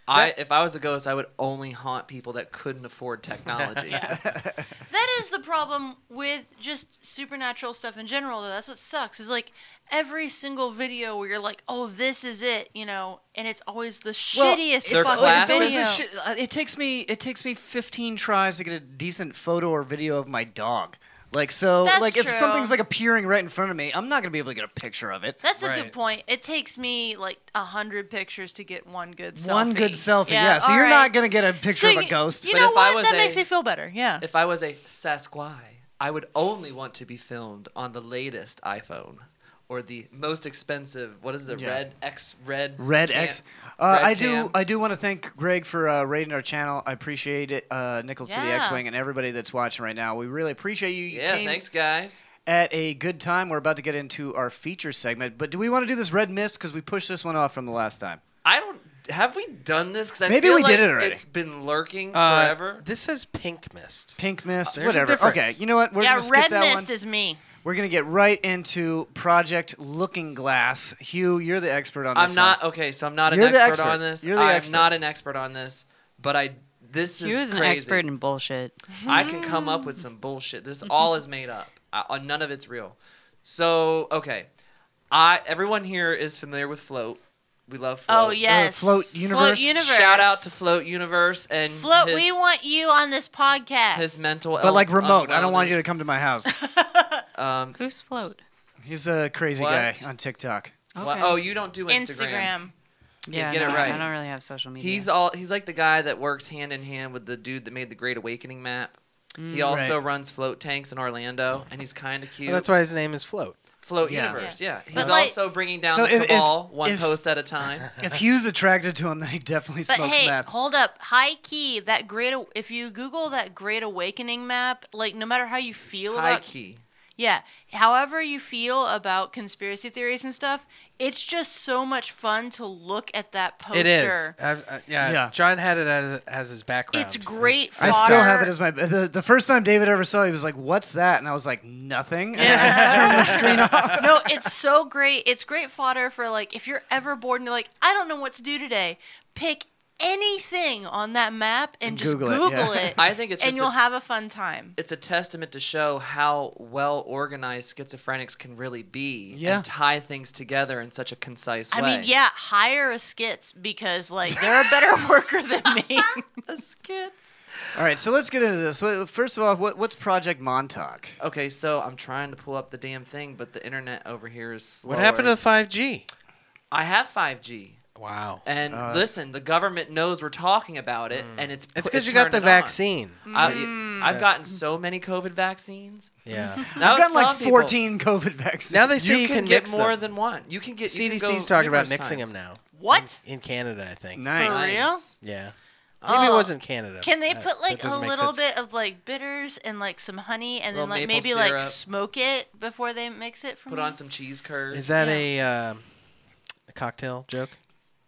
S7: I, if I was a ghost, I would only haunt people that couldn't afford technology.
S8: That is the problem with just supernatural stuff in general, though. That's what sucks. Is like every single video where you're like, "Oh, this is it," you know, and it's always the shittiest fucking
S9: It's always
S8: video.
S9: the shit- uh, it takes me it takes me 15 tries to get a decent photo or video of my dog. Like so,
S8: That's
S9: like if
S8: true.
S9: something's like appearing right in front of me, I'm not gonna be able to get a picture of it.
S8: That's a good point. It takes me like a hundred pictures to get one good selfie.
S9: One good selfie, yeah. So
S8: all
S9: you're
S8: right.
S9: not gonna get a picture
S8: So
S9: of a
S8: you-
S9: ghost.
S8: You
S7: But
S8: know
S7: if I
S8: what?
S7: was
S8: That
S7: a-
S8: makes me feel better. Yeah.
S7: If I was a Sasquai, I would only want to be filmed on the latest iPhone or the most expensive. What is the
S9: Yeah.
S7: red X red
S9: Red
S7: cam-
S9: X. Uh,
S7: red
S9: I
S7: cam?
S9: do. I do want to thank Greg for uh, rating our channel. I appreciate it, uh, Nickel City
S7: Yeah.
S9: X Wing, and everybody that's watching right now. We really appreciate you. You
S7: Yeah,
S9: came
S7: thanks guys.
S9: At a good time. We're about to get into our feature segment, but do we want to do this red mist because we pushed this one off from the last time?
S7: I don't. Have we done this? 'Cause I
S9: Maybe
S7: feel
S9: we did
S7: like
S9: it already.
S7: It's been lurking
S11: Uh,
S7: forever.
S11: This says pink mist.
S9: Pink mist,
S11: There's a
S9: whatever.
S11: difference.
S9: Okay, you know what? We're
S8: yeah,
S9: gonna skip
S8: red
S9: that
S8: mist
S9: one.
S8: is me.
S9: We're gonna get right into Project Looking Glass. Hugh, you're the expert on this.
S7: I'm not
S9: one.
S7: okay, so I'm not an
S9: You're the
S7: expert,
S9: expert.
S7: on this.
S9: You're the
S7: I'm
S9: expert.
S7: not an expert on this, but I this
S6: He
S7: is
S6: was an
S7: crazy.
S6: expert in bullshit.
S7: I can come up with some bullshit. This all is made up. I, uh, none of it's real. So okay, I everyone here is familiar with Float. We love Float.
S8: Oh,
S9: Uh,
S8: yes. Float Float Universe. Universe.
S7: Shout out to Float Universe and
S8: Float,
S7: his,
S8: we want you on this podcast.
S7: his mental.
S9: But like remote, I don't want you to come to my house.
S7: Um,
S6: Who's Float?
S9: He's a crazy guy on TikTok.
S7: Wha- Oh, you don't do Instagram.
S8: Instagram.
S7: Yeah,
S6: Yeah,
S7: get
S6: no,
S7: it right.
S6: I don't really have social media.
S7: He's all. He's like the guy that works hand in hand with the dude that made the Great Awakening map. He
S11: Mm.
S7: also
S11: Right.
S7: runs float tanks in Orlando, and he's kind of cute.
S11: Well, that's why his name is Float.
S7: Float
S11: Yeah.
S7: Universe. Yeah,
S11: Yeah.
S7: he's
S11: But,
S8: like-
S7: also bringing down
S9: So
S7: the
S9: if- if-
S7: cabal one
S9: if-
S7: post at a time.
S9: If Hugh's attracted to him, then he definitely
S8: But
S9: smokes
S8: hey,
S9: meth.
S8: hold up, high key. That great. Aw- If you Google that Great Awakening map, like no matter how you feel
S7: High
S8: about,
S7: key.
S8: yeah, however you feel about conspiracy theories and stuff, it's just so much fun to look at that poster.
S11: It is. I've, I, yeah,
S9: Yeah.
S11: John had it as, as his background.
S8: It's great.
S9: I still
S8: fodder.
S9: have it as my. The, the first time David ever saw it, he was like, "What's that?" And I was like, "Nothing." And I just turned the screen off.
S8: no, it's so great. It's great fodder for like if you're ever bored and you're like, I don't know what to do today. Pick anything on that map and, just Google, it,
S7: I think it's
S8: and
S7: just
S8: you'll
S7: a-
S8: have a fun time.
S7: it's a testament to show how well organized schizophrenics can really be
S8: Yeah.
S7: and tie things together in such a concise
S8: I
S7: way.
S8: mean, yeah, hire a skits because like they're a better worker than me.
S7: a skits.
S9: All right, so let's get into this. Wh- First of all, what, what's Project Montauk?
S7: Okay, so I'm trying to pull up the damn thing, but the internet over here is slower.
S11: What happened to the 5G?
S7: I have 5G.
S11: Wow.
S7: And
S11: Uh,
S7: listen, the government knows we're talking about it, and it's
S11: It's
S7: pu- it
S11: 'cause you got
S7: turned
S11: the
S7: it on.
S11: vaccine.
S8: Mm.
S7: I, have
S11: Yeah.
S7: gotten so many COVID vaccines.
S11: Yeah.
S7: I've
S9: I've gotten like
S7: people,
S9: 14 COVID vaccines.
S11: Now they say you
S7: you
S11: can
S7: get
S11: mix
S7: more
S11: them.
S7: than one. You can get. you can
S11: CDC's
S7: go
S11: talking about
S7: numerous
S11: mixing
S7: times.
S11: them now.
S8: What?
S11: In Canada, I think.
S9: Nice.
S8: For real?
S11: Yeah.
S8: Oh.
S11: Maybe it wasn't Canada.
S8: Can they
S11: Uh,
S8: put
S11: that
S8: like a
S11: doesn't make
S8: little
S11: sense.
S8: bit of like bitters and like some honey and
S7: Little
S8: then like
S7: maple
S8: maybe like
S7: syrup.
S8: smoke it before they mix it for
S7: Put
S8: me?
S7: on some cheese curds.
S11: Is that a, um, a cocktail joke?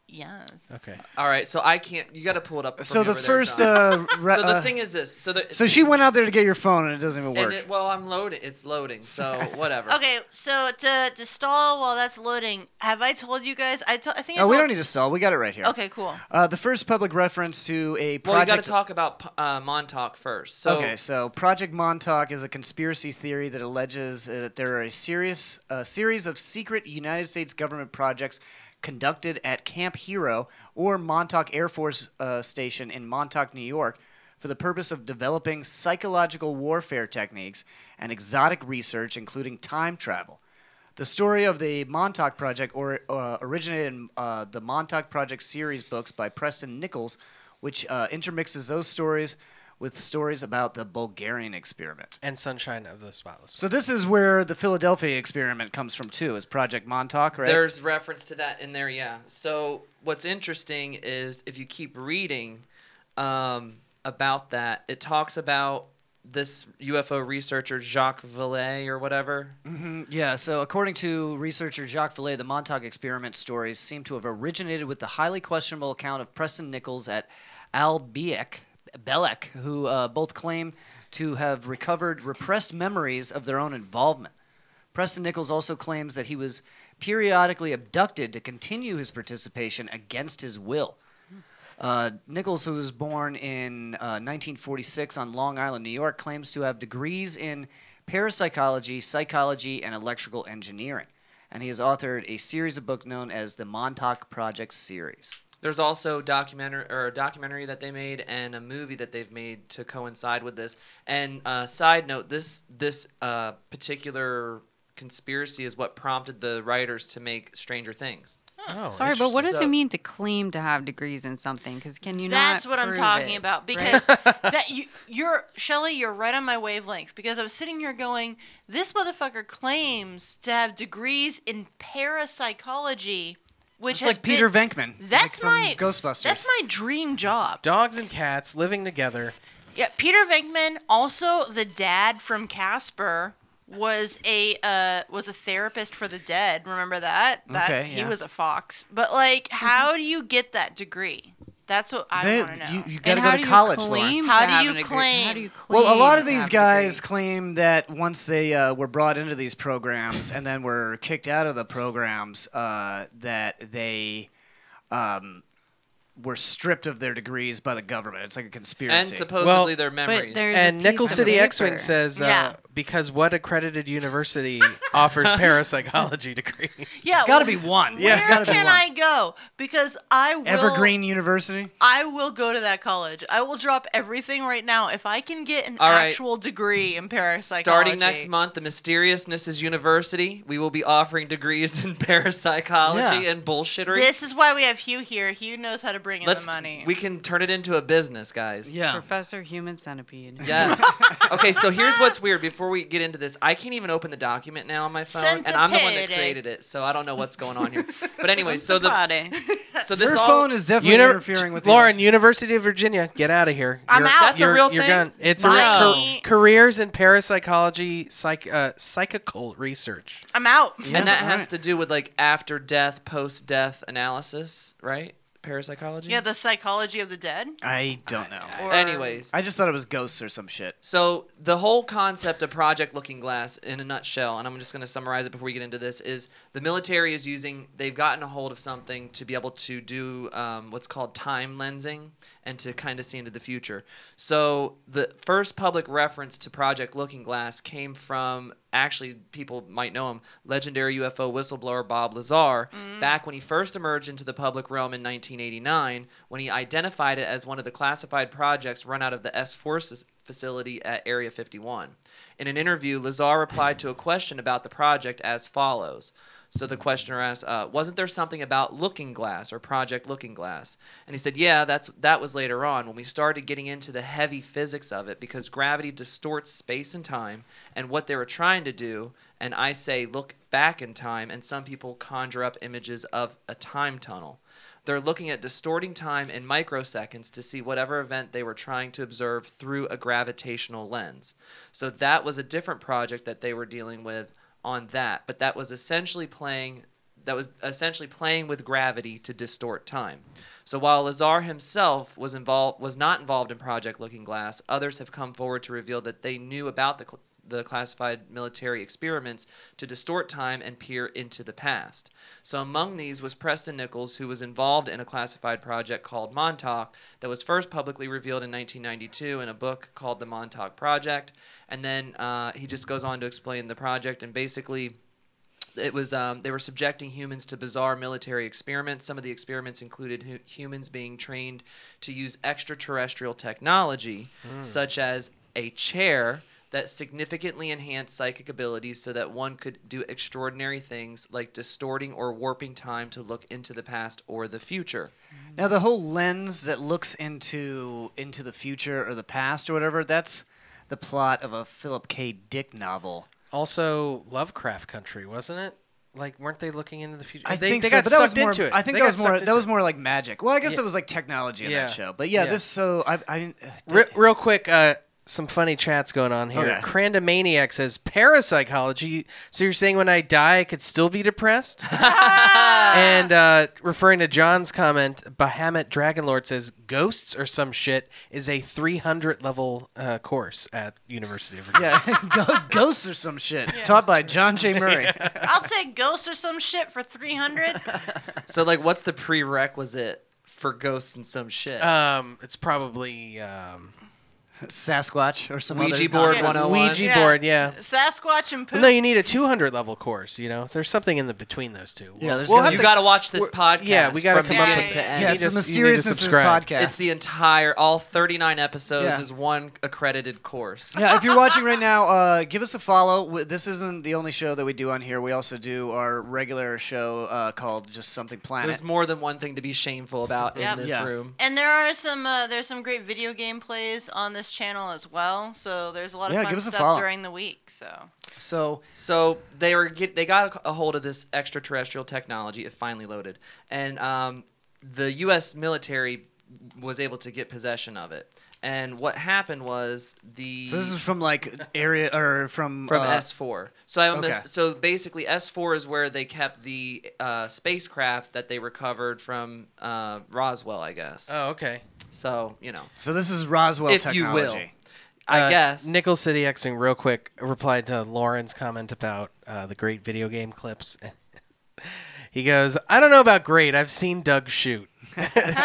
S8: Yes.
S11: Okay.
S7: All right, so I can't. You got to pull it up.
S9: So
S7: for me
S9: the
S7: over there,
S9: first,
S7: John.
S9: uh, re-
S7: so the
S9: uh,
S7: thing is this. So the
S9: So she went out there to get your phone, and it doesn't even
S7: And
S9: work.
S7: it, well, I'm loading. It's loading. So whatever.
S8: Okay, so to, to stall while that's loading, have I told you guys? I, to, I think I
S9: oh,
S8: told
S9: we don't need to stall. We got it right here.
S8: Okay, cool.
S9: Uh, the first public reference to a
S7: Well, you got
S9: project.
S7: to talk about uh, Montauk first. So
S9: okay, so Project Montauk is a conspiracy theory that alleges uh, that there are a serious a series of secret United States government projects conducted at Camp Hero or Montauk Air Force uh, Station in Montauk, New York, for the purpose of developing psychological warfare techniques and exotic research, including time travel. The story of the Montauk Project or, uh, originated in uh, the Montauk Project series books by Preston Nichols, which uh, intermixes those stories with stories about the Bulgarian experiment.
S11: And Sunshine of the Spotless.
S9: So this is where the Philadelphia experiment comes from too, is Project Montauk, right?
S7: There's reference to that in there, yeah. So what's interesting is if you keep reading um, about that, it talks about this UFO researcher Jacques Vallée or whatever.
S9: hmm Yeah, so according to researcher Jacques Vallée, the Montauk experiment stories seem to have originated with the highly questionable account of Preston Nichols at Al Biek, Belek, who uh, both claim to have recovered repressed memories of their own involvement. Preston Nichols also claims that he was periodically abducted to continue his participation against his will. Uh, Nichols, who was born in uh, 1946 on Long Island, New York, claims to have degrees in parapsychology, psychology, and electrical engineering. And he has authored a series of books known as the Montauk Project series.
S7: There's also documentary or a documentary that they made and a movie that they've made to coincide with this. And uh, side note, this this uh, particular conspiracy is what prompted the writers to make Stranger Things.
S11: Oh,
S6: Sorry, but what does
S7: So-
S6: it mean to claim to have degrees in something? Because can you
S8: That's
S6: not?
S8: what I'm
S6: prove
S8: talking
S6: it,
S8: about
S6: right?
S8: because that you, you're Shelly, you're right on my wavelength because I was sitting here going, this motherfucker claims to have degrees in parapsychology, which
S9: It's
S8: has
S9: like Peter
S8: been-
S9: Venkman.
S8: That's
S9: like from
S8: my
S9: Ghostbusters.
S8: That's my dream job.
S11: Dogs and cats living together.
S8: Yeah, Peter Venkman, also the dad from Casper, was a uh, was a therapist for the dead. Remember that? That
S9: Okay,
S8: he
S9: yeah.
S8: was a fox. But like, how do you get that degree? That's what I
S9: They-
S8: want to know.
S9: you- you gotta And go how to do you college, Lauren. claim
S8: How
S9: to
S8: do
S9: have
S8: you
S9: an degree?
S8: claim?
S9: How do you Well, a lot of these guys claim that once they uh, were brought into these programs and then were kicked out of the programs, uh, that they um, were stripped of their degrees by the government. It's like a conspiracy.
S7: And supposedly their memories.
S11: and Nickel City X Wing says uh, Because what accredited university offers parapsychology degrees?
S8: Yeah,
S9: Gotta be one.
S11: Yeah, it's
S8: where
S11: gotta be
S8: can
S11: one.
S8: I go? Because I will.
S9: Evergreen University.
S8: I will go to that college. I will drop everything right now if I can get an
S7: All right.
S8: actual degree in parapsychology.
S7: Starting next month, the Mysteriousnesses University, we will be offering degrees in parapsychology
S8: Yeah.
S7: and bullshittery.
S8: This is why we have Hugh here. Hugh knows how to bring in
S7: Let's
S8: the money.
S7: we can turn it into a business, guys.
S6: Professor Human Centipede.
S7: Yes. okay, so here's what's weird. Before we get into this, I can't even open the document now on my phone, and I'm the one that
S6: Centipede.
S7: created it, so I don't know what's going on here. But anyway, so the so this
S9: Your
S7: all,
S9: phone is definitely
S11: Univer-
S9: interfering with the
S11: Lauren, University of Virginia, get out of here.
S9: I'm out. That's a
S11: you're-
S9: real
S11: you're
S9: thing?
S11: gone. It's a real
S7: Bye.
S11: car- careers in parapsychology, psych uh, psychical research.
S8: I'm out.
S11: Yeah,
S7: and that
S11: all
S7: has
S11: right.
S7: to do with like after death, post death analysis, right? Parapsychology.
S8: yeah, the psychology of the dead.
S9: I don't know.
S8: Or-
S7: Anyways.
S9: I just thought it was ghosts or some shit.
S7: So the whole concept of Project Looking Glass, in a nutshell, and I'm just going to summarize it before we get into this, is the military is using. They've gotten a hold of something to be able to do um, what's called time lensing and to kind of see into the future. So the first public reference to Project Looking Glass came from actually people might know him, legendary UFO whistleblower Bob Lazar, back when he first emerged into the public realm in 1989, when he identified it as one of the classified projects run out of the S Forces facility at Area 51. In an interview, Lazar replied to a question about the project as follows. So the questioner asked, uh, "Wasn't there something about Looking Glass or Project Looking Glass?" And he said, "Yeah, that's that was later on when we started getting into the heavy physics of it because gravity distorts space and time, and what they were trying to do." And I say, look back in time, and some people conjure up images of a time tunnel. They're looking at distorting time in microseconds to see whatever event they were trying to observe through a gravitational lens. So that was a different project that they were dealing with on that, but that was essentially playing that was essentially playing with gravity to distort time. So while Lazar himself was involved was not involved in Project Looking Glass, others have come forward to reveal that they knew about the cl- the classified military experiments to distort time and peer into the past. So among these was Preston Nichols, who was involved in a classified project called Montauk that was first publicly revealed in 1992 in a book called The Montauk Project. And then uh, he just goes on to explain the project and basically it was um, they were subjecting humans to bizarre military experiments. Some of the experiments included hu- humans being trained to use extraterrestrial technology,
S15: Hmm.
S7: such as a chair that significantly enhanced psychic abilities, so that one could do extraordinary things like distorting or warping time to look into the past or the future.
S9: Now the whole lens that looks into into the future or the past or whatever, that's the plot of a Philip K. Dick novel.
S11: Also, Lovecraft Country, wasn't it? Like, weren't they looking into the future?
S9: I
S11: they,
S9: think
S11: they
S9: so,
S11: got
S9: but that
S11: sucked
S9: was more,
S11: into it.
S9: I think
S11: They
S9: that
S11: got
S9: was more
S11: sucked
S9: that was
S11: into
S9: more like magic. Well, I guess
S11: Yeah.
S9: it was like technology in
S11: Yeah.
S9: that show. But yeah,
S11: Yeah.
S9: this so I I didn't-
S11: it. Re- real quick, uh, some funny chats going on here.
S9: Okay.
S11: Crandomaniac says parapsychology. So you're saying when I die, I could still be depressed? and uh, referring to John's comment, Bahamut Dragonlord says ghosts or some shit is a 300 level uh, course at University of Virginia.
S9: yeah, ghosts or some shit taught by John J. Murray.
S8: I'll take ghosts or some shit for three hundred.
S7: So, like, what's the prerequisite for ghosts and some shit?
S11: Um, it's probably um,
S9: Sasquatch or some
S7: Ouija
S11: other
S7: board
S11: nonsense.
S7: 101.
S11: Ouija board, yeah.
S8: Sasquatch and
S11: oh Well,
S8: poop.
S11: no, you need a 200 level course. You know, there's something in the between those two.
S7: Yeah, there's
S11: We'll
S7: gotta
S11: have
S7: be- You gotta watch this
S11: we're-
S7: podcast
S11: Yeah, we gotta
S7: from
S11: come up
S7: beginning
S11: with
S7: to end.
S11: you
S7: Yeah,
S11: need
S7: it's the
S11: to- you need to
S9: Mysteriousness is
S11: subscribe.
S9: podcast.
S7: It's the entire, all 39 episodes
S9: Yeah.
S7: is one accredited course.
S9: yeah, if you're watching right now, uh, give us a follow. W- This isn't the only show that we do on here. We also do our regular show uh, called just something planet.
S7: There's more than one thing to be shameful about in
S8: Yep.
S7: this
S9: Yeah.
S7: room.
S8: And there are some uh, there's some great video game plays on this channel as well. So there's a lot of
S7: Yeah,
S8: fun
S7: give us a
S8: stuff
S7: follow.
S8: during the week. So
S9: So,
S7: so they were get, they got a, a hold of this extraterrestrial technology. It finally loaded, and um, the U.S. military was able to get possession of it. And what happened was the
S9: So this is from like area or from
S7: from
S9: uh,
S7: S4. So I
S9: okay.
S7: miss, so basically S4 is where they kept the uh, spacecraft that they recovered from uh, Roswell, I guess.
S11: Oh, okay.
S7: So you know.
S9: So this is Roswell
S7: if you will.
S11: technology.
S7: I
S11: Uh,
S7: guess.
S11: Nickel City Xing, real quick, replied to Lauren's comment about uh, the great video game clips. he goes, I don't know about great. I've seen Doug shoot.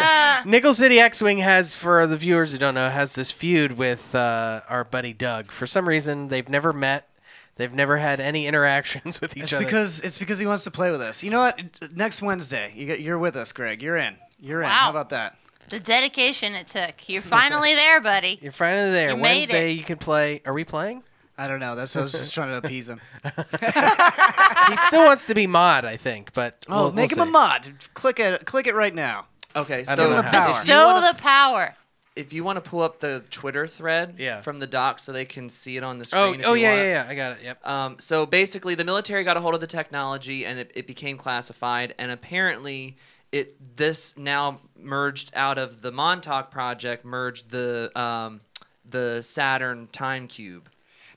S11: Nickel City X Wing has, for the viewers who don't know, has this feud with uh, our buddy Doug. For some reason, they've never met. They've never had any interactions with each
S9: It's
S11: other.
S9: because it's because he wants to play with us. You know what? Next Wednesday, you get, you're with us, Greg. You're in. You're in. How
S8: Wow.
S9: about that?
S8: The dedication it took. You're finally there, buddy.
S11: You're finally there.
S8: You made
S11: Wednesday,
S8: it.
S11: you can play. Are we playing?
S9: I don't know. That's I was just trying to appease him.
S11: he still wants to be mod, I think, but
S9: Oh,
S11: we'll-
S9: make
S11: we'll
S9: him
S11: see.
S9: a mod. Click it. Click it right now.
S7: Okay,
S11: I
S7: so
S11: don't know how.
S7: if you
S8: Still
S7: wanna-
S8: the power.
S7: if you want to pull up the Twitter thread from the doc so they can see it on the screen.
S11: Oh,
S7: if
S11: oh
S7: you
S11: yeah,
S7: want.
S11: yeah, yeah. I got it. Yep.
S7: Um, so basically, the military got a hold of the technology and it, it became classified. And apparently, it this now merged out of the Montauk project, merged the um, the Saturn time cube.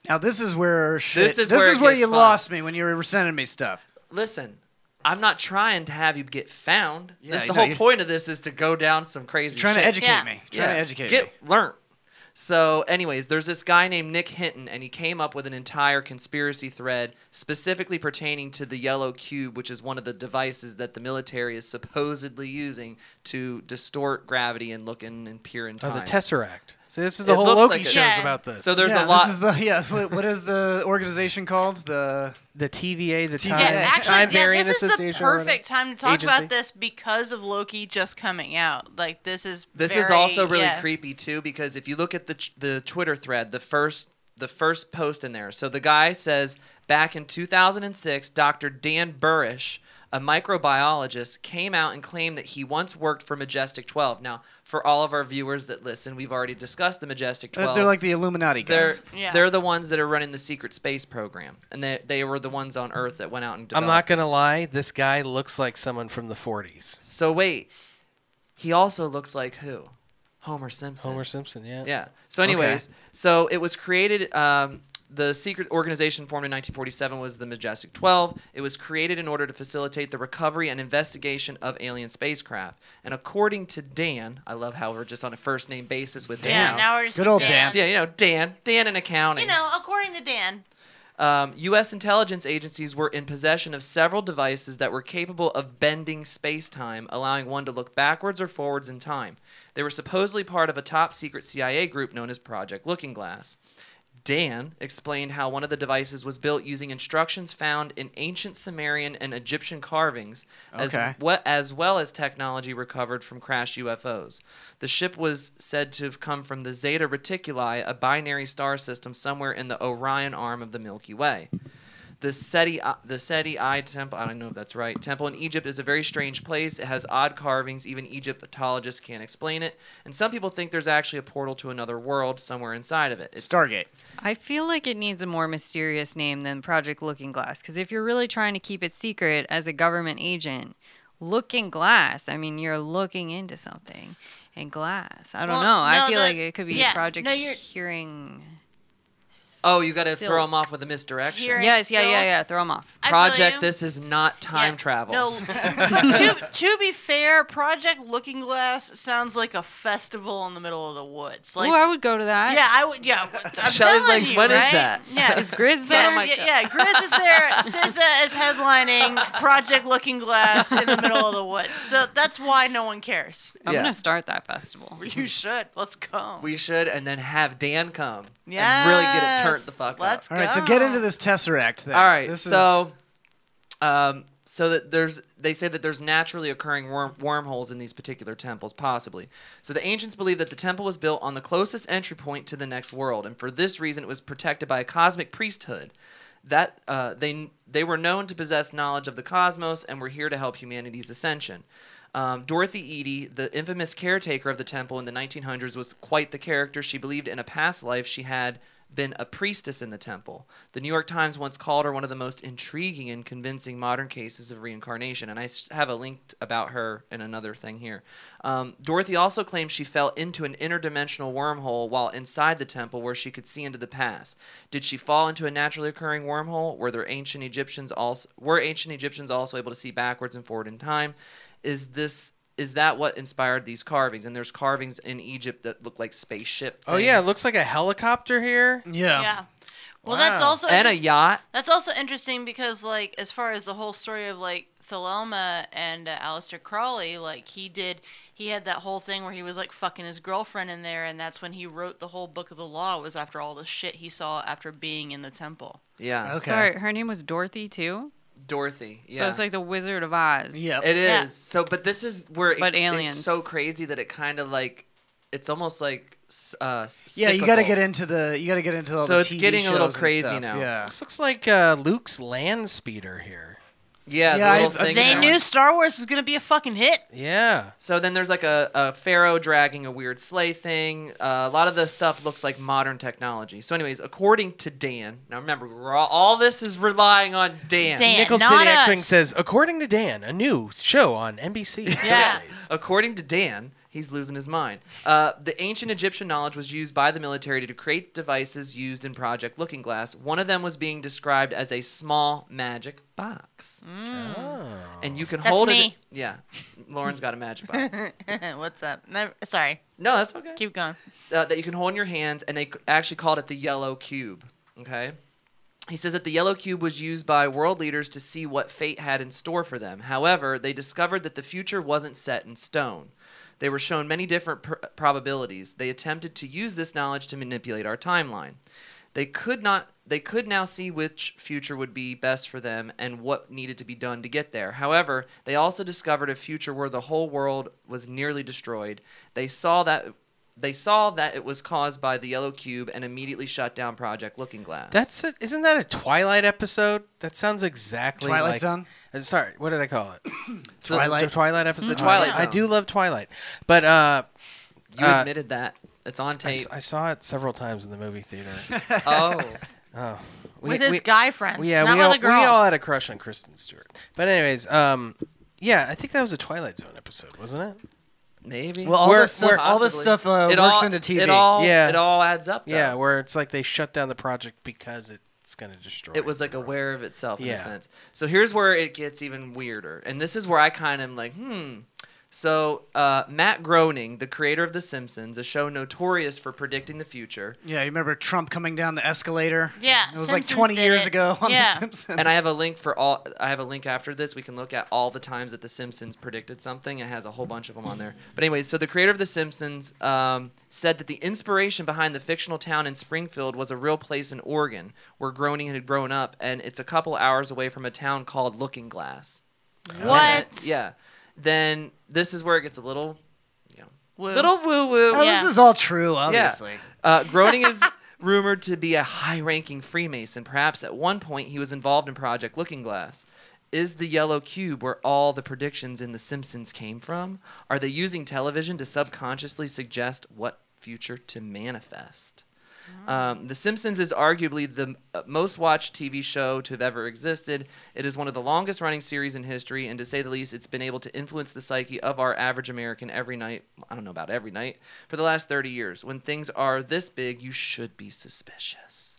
S9: Now this is where shit.
S7: is where it gets
S9: you
S7: fun.
S9: lost me when you were sending me stuff.
S7: Listen, I'm not trying to have you get found.
S9: Yeah,
S7: This-
S9: I
S7: the
S9: know,
S7: whole
S9: you-
S7: point of this is to go down some crazy.
S9: You're trying to
S7: shit.
S9: educate Yeah. me. You're trying to educate
S7: get learn. So, anyways, there's this guy named Nick Hinton, and he came up with an entire conspiracy thread specifically pertaining to the yellow cube, which is one of the devices that the military is supposedly using to distort gravity and look in and peer in
S11: Oh,
S7: time.
S11: the Tesseract. So this is the
S7: It
S11: whole
S7: looks
S11: Loki
S7: like it.
S11: show's about this.
S7: So there's
S9: Yeah,
S7: a lot.
S9: This is the, yeah. What, what is the organization called? The
S11: the TVA, the
S9: TVA.
S11: Time- Yeah,
S8: Actually,
S11: Time
S8: yeah,
S11: Variant
S8: this is the
S11: Association or whatever.
S8: perfect time to talk about
S11: Agency.
S8: this because of Loki just coming out. Like this is
S7: This is
S8: very-
S7: also really
S8: yeah.
S7: creepy too because if you look at the ch- the Twitter thread, the first the first post in there. So the guy says back in 2006, Dr. Dan Burrish, a microbiologist, came out and claimed that he once worked for Majestic 12. Now, for all of our viewers that listen, we've already discussed the Majestic
S9: Uh,
S7: 12.
S9: they're like the Illuminati guys.
S7: They're, they're the ones that are running the secret space program, and they, they were the ones on Earth that went out and
S11: I'm
S7: developed.
S11: not gonna lie. This guy looks like someone from the 40s.
S7: So wait, he also looks like who? Homer Simpson.
S11: Homer Simpson. Yeah.
S7: Yeah. So,
S11: Okay.
S7: anyways, so it was created. Um, the secret organization formed in 1947 was the Majestic 12. It was created in order to facilitate the recovery and investigation of alien spacecraft. And according to Dan, I love how we're just on a first name basis with
S8: Yeah,
S7: Dan.
S8: now we're just Good old Dan. Dan.
S7: Yeah, you know Dan. Dan in accounting.
S8: You know, according to Dan,
S7: Um, U.S. intelligence agencies were in possession of several devices that were capable of bending space time, allowing one to look backwards or forwards in time. They were supposedly part of a top secret CIA group known as Project Looking Glass. Dan explained how one of the devices was built using instructions found in ancient Sumerian and Egyptian carvings, as,
S9: Okay.
S7: we- as well as technology recovered from crash UFOs. The ship was said to have come from the Zeta Reticuli, a binary star system somewhere in the Orion arm of the Milky Way. The Seti, uh, the Seti I temple, I don't know if that's right. Temple in Egypt is a very strange place. It has odd carvings. Even Egyptologists can't explain it. And some people think there's actually a portal to another world somewhere inside of it. It's,
S9: Stargate.
S6: I feel like it needs a more mysterious name than Project Looking Glass because if you're really trying to keep it secret as a government agent, Looking Glass, I mean, you're looking into something. And glass. I don't
S8: Well,
S6: know. I
S8: no,
S6: feel
S8: the-
S6: like it could be
S8: yeah,
S6: Project
S8: no, you're-
S6: Hearing.
S7: Oh, you got to throw
S6: Silk.
S7: them off with a misdirection.
S6: Yes, yeah, yeah, yeah. Throw them off.
S7: Project, this is not time travel.
S8: no. but to, to be fair, Project Looking Glass sounds like a festival in the middle of the woods. Like,
S6: oh, I would go to that.
S8: yeah, I would. Yeah, I'm
S7: Shelly's
S8: telling
S7: like,
S8: you,
S7: "What is
S8: right?
S7: that?"
S8: Yeah,
S6: Is Grizz
S8: Yeah,
S6: there?
S8: yeah, yeah, Grizz is there. SZA is headlining Project Looking Glass in the middle of the woods. So that's why no one cares.
S7: I'm Yeah. gonna
S6: start that festival.
S8: You should. Let's go.
S7: We should, and then have Dan come. And really get it turned the fuck
S8: Let's
S7: up.
S9: All right, so get into this Tesseract thing.
S7: All right.
S9: This is-
S7: so, um, so that there's they say that there's naturally occurring worm, wormholes in these particular temples, possibly. So the ancients believed that the temple was built on the closest entry point to the next world, and for this reason, it was protected by a cosmic priesthood. That uh, they they were known to possess knowledge of the cosmos and were here to help humanity's ascension. Um, Dorothy Eady, the infamous caretaker of the temple in the 1900s, was quite the character. She believed in a past life she had been a priestess in the temple. The New York Times once called her one of the most intriguing and convincing modern cases of reincarnation, and I s- have a link t- about her in another thing here. Um, Dorothy also claims she fell into an interdimensional wormhole while inside the temple where she could see into the past. Did she fall into a naturally occurring wormhole? Were there ancient Egyptians also were ancient Egyptians also able to see backwards and forward in time? Is this is that what inspired these carvings? And there's carvings in Egypt that look like spaceship.
S11: Oh yeah, it
S7: things.
S11: looks like a helicopter here.
S9: Yeah.
S8: Yeah. Well, that's also
S7: and a
S8: interest-
S7: yacht.
S8: That's also interesting because, like, as far as the whole story of like Thelma and uh, Aleister Crowley, like he did, he had that whole thing where he was like fucking his girlfriend in there, and that's when he wrote the whole book of the law. Was after all the shit he saw after being in the temple.
S7: Yeah. Okay.
S6: Sorry, her name was Dorothy too.
S7: Dorothy. Yeah.
S6: So it's like the Wizard of Oz.
S7: It is. So, but this is where
S6: But
S7: it,
S6: aliens.
S7: it's so crazy that it kind of like, it's almost like. s- Uh,
S9: Yeah, you got to
S7: cyclical.
S9: get into the you got to get into all
S7: So
S9: the
S7: it's
S9: TV
S7: getting a little
S9: shows and
S7: crazy
S9: stuff,
S7: now.
S9: Yeah.
S11: This looks like uh, Luke's land speeder here. Yeah,
S7: Yeah, the little
S11: I've- I've
S7: thing.
S11: seen
S8: They
S11: that
S8: knew Star Wars was gonna be a fucking hit.
S11: Yeah.
S7: So then there's like a, a pharaoh dragging a weird sleigh thing. Uh, a lot of the stuff looks like modern technology. So, anyways, according to Dan, now remember, we're all, all this is relying on Dan.
S11: Nickel City X-Wing says, according to Dan, a new show on NBC.
S7: Yeah. According to Dan, he's losing his mind. Uh, the ancient Egyptian knowledge was used by the military to create devices used in Project Looking Glass. One of them was being described as a small magic box. And you can
S8: That's
S7: hold
S8: me.
S7: it. Yeah. Lauren's got a magic box.
S8: Eh, What's up? Never, sorry.
S7: No, that's okay.
S8: Keep going.
S7: uh, that you can hold in your hands, and they c- actually called it the yellow cube. Okay. He says that the yellow cube was used by world leaders to see what fate had in store for them. However, they discovered that the future wasn't set in stone. They were shown many different pr- probabilities. They attempted to use this knowledge to manipulate our timeline. They could not they could now see which future would be best for them and what needed to be done to get there. However, they also discovered a future where the whole world was nearly destroyed. They saw that they saw that it was caused by the yellow cube and immediately shut down Project Looking Glass.
S11: That's a, isn't that a Twilight episode? That sounds exactly
S7: Twilight
S11: like,
S7: Zone?
S11: Uh, Sorry, what did I call it?
S7: So-
S11: The Twilight episode. Uh,
S7: The Twilight
S11: I
S7: Zone.
S11: do love Twilight, but uh,
S7: You
S11: uh,
S7: admitted that. It's on
S11: I s-
S7: tape.
S11: I, saw it several times in the movie theater.
S7: Oh.
S11: oh.
S8: With his guy friends,
S11: yeah,
S8: not
S11: we
S8: with
S11: all,
S8: a girl.
S11: we all had a crush on Kristen Stewart. But anyways, um, yeah, I think that was a Twilight Zone episode, wasn't it?
S7: Maybe.
S9: Well, all this stuff- all this stuff, uh,
S7: It
S9: works
S7: all-
S9: into TV.
S7: It all,
S11: yeah,
S7: it all adds up. Though.
S11: Yeah, where it's like they shut down the project because it's going to destroy.
S7: It was like aware of itself in
S11: Yeah.
S7: a sense. So here's where it gets even weirder. And this is where I kind of am like, hmm. So uh, Matt Groening, the creator of The Simpsons, a show notorious for predicting the future.
S9: Yeah, you remember Trump coming down the escalator?
S8: Yeah,
S9: it was
S8: Simpsons
S9: like 20
S8: did
S9: years
S8: it.
S9: ago on
S8: Yeah.
S9: The Simpsons.
S7: And I have a link for all. I have a link after this. We can look at all the times that The Simpsons predicted something. It has a whole bunch of them on there. But anyway, so the creator of The Simpsons um, said that the inspiration behind the fictional town in Springfield was a real place in Oregon where Groening had grown up, and it's a couple hours away from a town called Looking Glass.
S8: What?
S7: And- yeah. Then this is where it gets a little, you know,
S8: Woo.
S7: little woo woo.
S9: Oh, This is all true, obviously.
S7: Uh, Groening is rumored to be a high ranking Freemason. Perhaps at one point he was involved in Project Looking Glass. Is the yellow cube where all the predictions in The Simpsons came from? Are they using television to subconsciously suggest what future to manifest? Um, the Simpsons is arguably the uh, most watched TV show to have ever existed. It is one of the longest running series in history, and to say the least, it's been able to influence the psyche of our average American every night. I don't know about every night, for the last 30 years. When things are this big, you should be suspicious.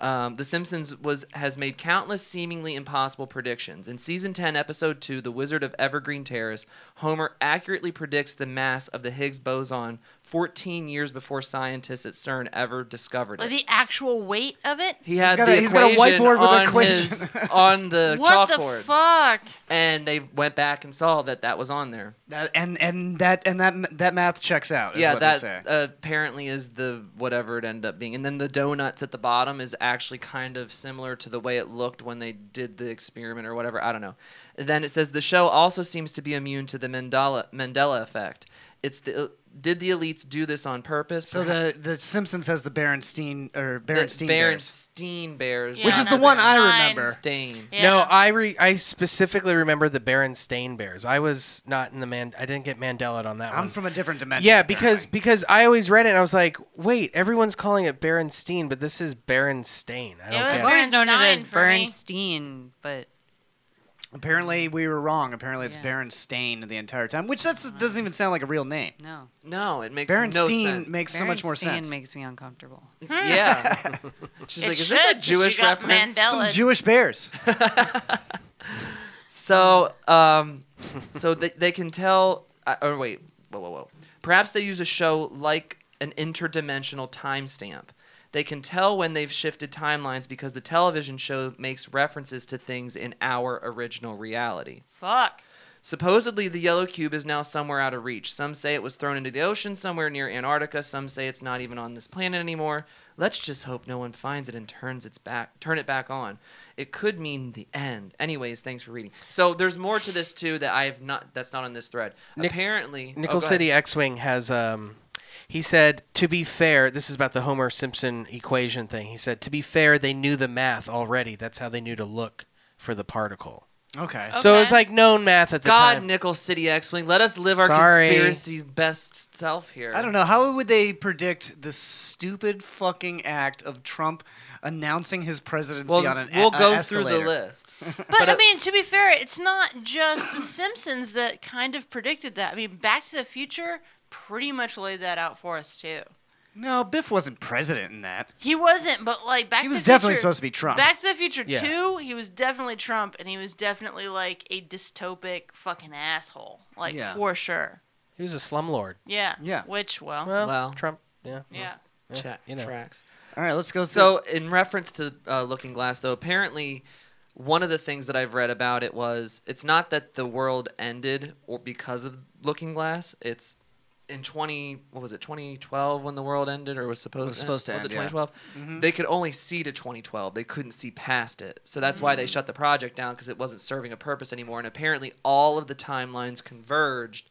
S7: Um, the Simpsons was has made countless seemingly impossible predictions. In season 10, episode 2, The Wizard of Evergreen Terrace, Homer accurately predicts the mass of the Higgs boson 14 years before scientists at CERN ever discovered
S8: Like
S7: it.
S8: the actual weight of it.
S7: He had the equation on his on the
S8: What the
S7: chalkboard.
S8: fuck?
S7: And they went back and saw that that was on there.
S9: That- and and that and that that math checks out. Is
S7: yeah,
S9: what they say.
S7: that uh, apparently is the whatever it ended up being. And then the donuts at the bottom is actually kind of similar to the way it looked when they did the experiment or whatever. I don't know. Then it says the show also seems to be immune to the Mandela Mandela effect. It's the uh, did the elites do this on purpose?
S9: So
S7: Perhaps-
S9: the the Simpsons has the Berenstein or
S7: the
S9: Berenstein Bears.
S7: Berenstein Bears,
S9: Which is the one I remember.
S7: Stain.
S11: No, I re- I specifically remember the Baron Stain Bears. I was not in the man. I didn't get Mandela on that one.
S9: I'm from a different dimension.
S11: yeah, because because I always read it and I was like, wait, everyone's calling it Baron Stain, but this is Baron Stain. I don't
S6: I've
S11: get
S6: always
S11: it.
S6: known it as
S8: Bernstein for me.
S6: Bernstein, but
S9: apparently we were wrong. Apparently it's Berenstain the entire time, which that's, doesn't even sound like a real name.
S6: no.
S7: Uh-huh. No, it makes no
S9: Berenstein
S7: sense.
S9: makes so much more sense.
S6: makes me uncomfortable.
S7: Yeah. She's
S6: It
S7: like, is
S6: should,
S7: this a
S6: 'cause you
S7: Jewish
S6: got
S7: reference?
S6: Mandela. Some
S9: Jewish bears.
S7: Oh, so, um, so they, they can tell. I oh wait, whoa, whoa, whoa. Perhaps they use a show like an interdimensional timestamp. They can tell when they've shifted timelines because the television show makes references to things in our original reality.
S8: Fuck.
S7: Supposedly, the yellow cube is now somewhere out of reach. Some say it was thrown into the ocean somewhere near Antarctica. Some say it's not even on this planet anymore. Let's just hope no one finds it and turns its back, turn it back on. It could mean the end. Anyways, thanks for reading. So there's more to this too that I have not. That's not on this thread.
S11: Nic-
S7: Apparently, oh,
S11: Nickel
S7: go ahead.
S11: City X Wing has. Um, he said, to be fair, this is about the Homer Simpson equation thing. He said, to be fair, they knew the math already. That's how they knew to look for the particle.
S9: Okay.
S11: So it's like known math at the
S7: God,
S11: time.
S7: Nickel City X-wing. Let us live our
S11: Sorry.
S7: conspiracy's best self here.
S9: I don't know. How would they predict the stupid fucking act of Trump announcing his presidency
S7: Well,
S9: on an a-
S7: we'll
S9: uh,
S7: go through
S9: escalator?
S7: the list.
S8: But,
S11: uh,
S8: I mean, to be fair, it's not just The Simpsons that kind of predicted that. I mean, Back to the Future pretty much laid that out for us too.
S9: No, Biff wasn't president in that.
S8: He wasn't, but like Back he
S9: was
S8: to the
S9: definitely
S8: Future-
S9: supposed to be Trump.
S8: Back to the Future
S9: Yeah.
S8: Two, he was definitely Trump, and he was definitely like a dystopic fucking asshole, like
S11: Yeah.
S8: for sure.
S11: He was a slumlord.
S8: Yeah. Which well,
S11: Well, Trump. Yeah.
S8: Yeah.
S11: Well,
S7: Chat
S11: you know.
S7: tracks.
S9: All right, let's go.
S7: So, in reference to uh, Looking Glass, though, apparently one of the things that I've read about it was it's not that the world ended or because of Looking Glass. It's in 20 what was it 2012 when the world ended or was supposed
S11: Was supposed to
S7: was
S11: end,
S7: it
S11: yeah.
S7: 2012
S11: Mhm.
S7: they could only see to 2012 they couldn't see past it so that's why they
S11: Mm.
S7: shut the project down because it wasn't serving a purpose anymore and apparently all of the timelines converged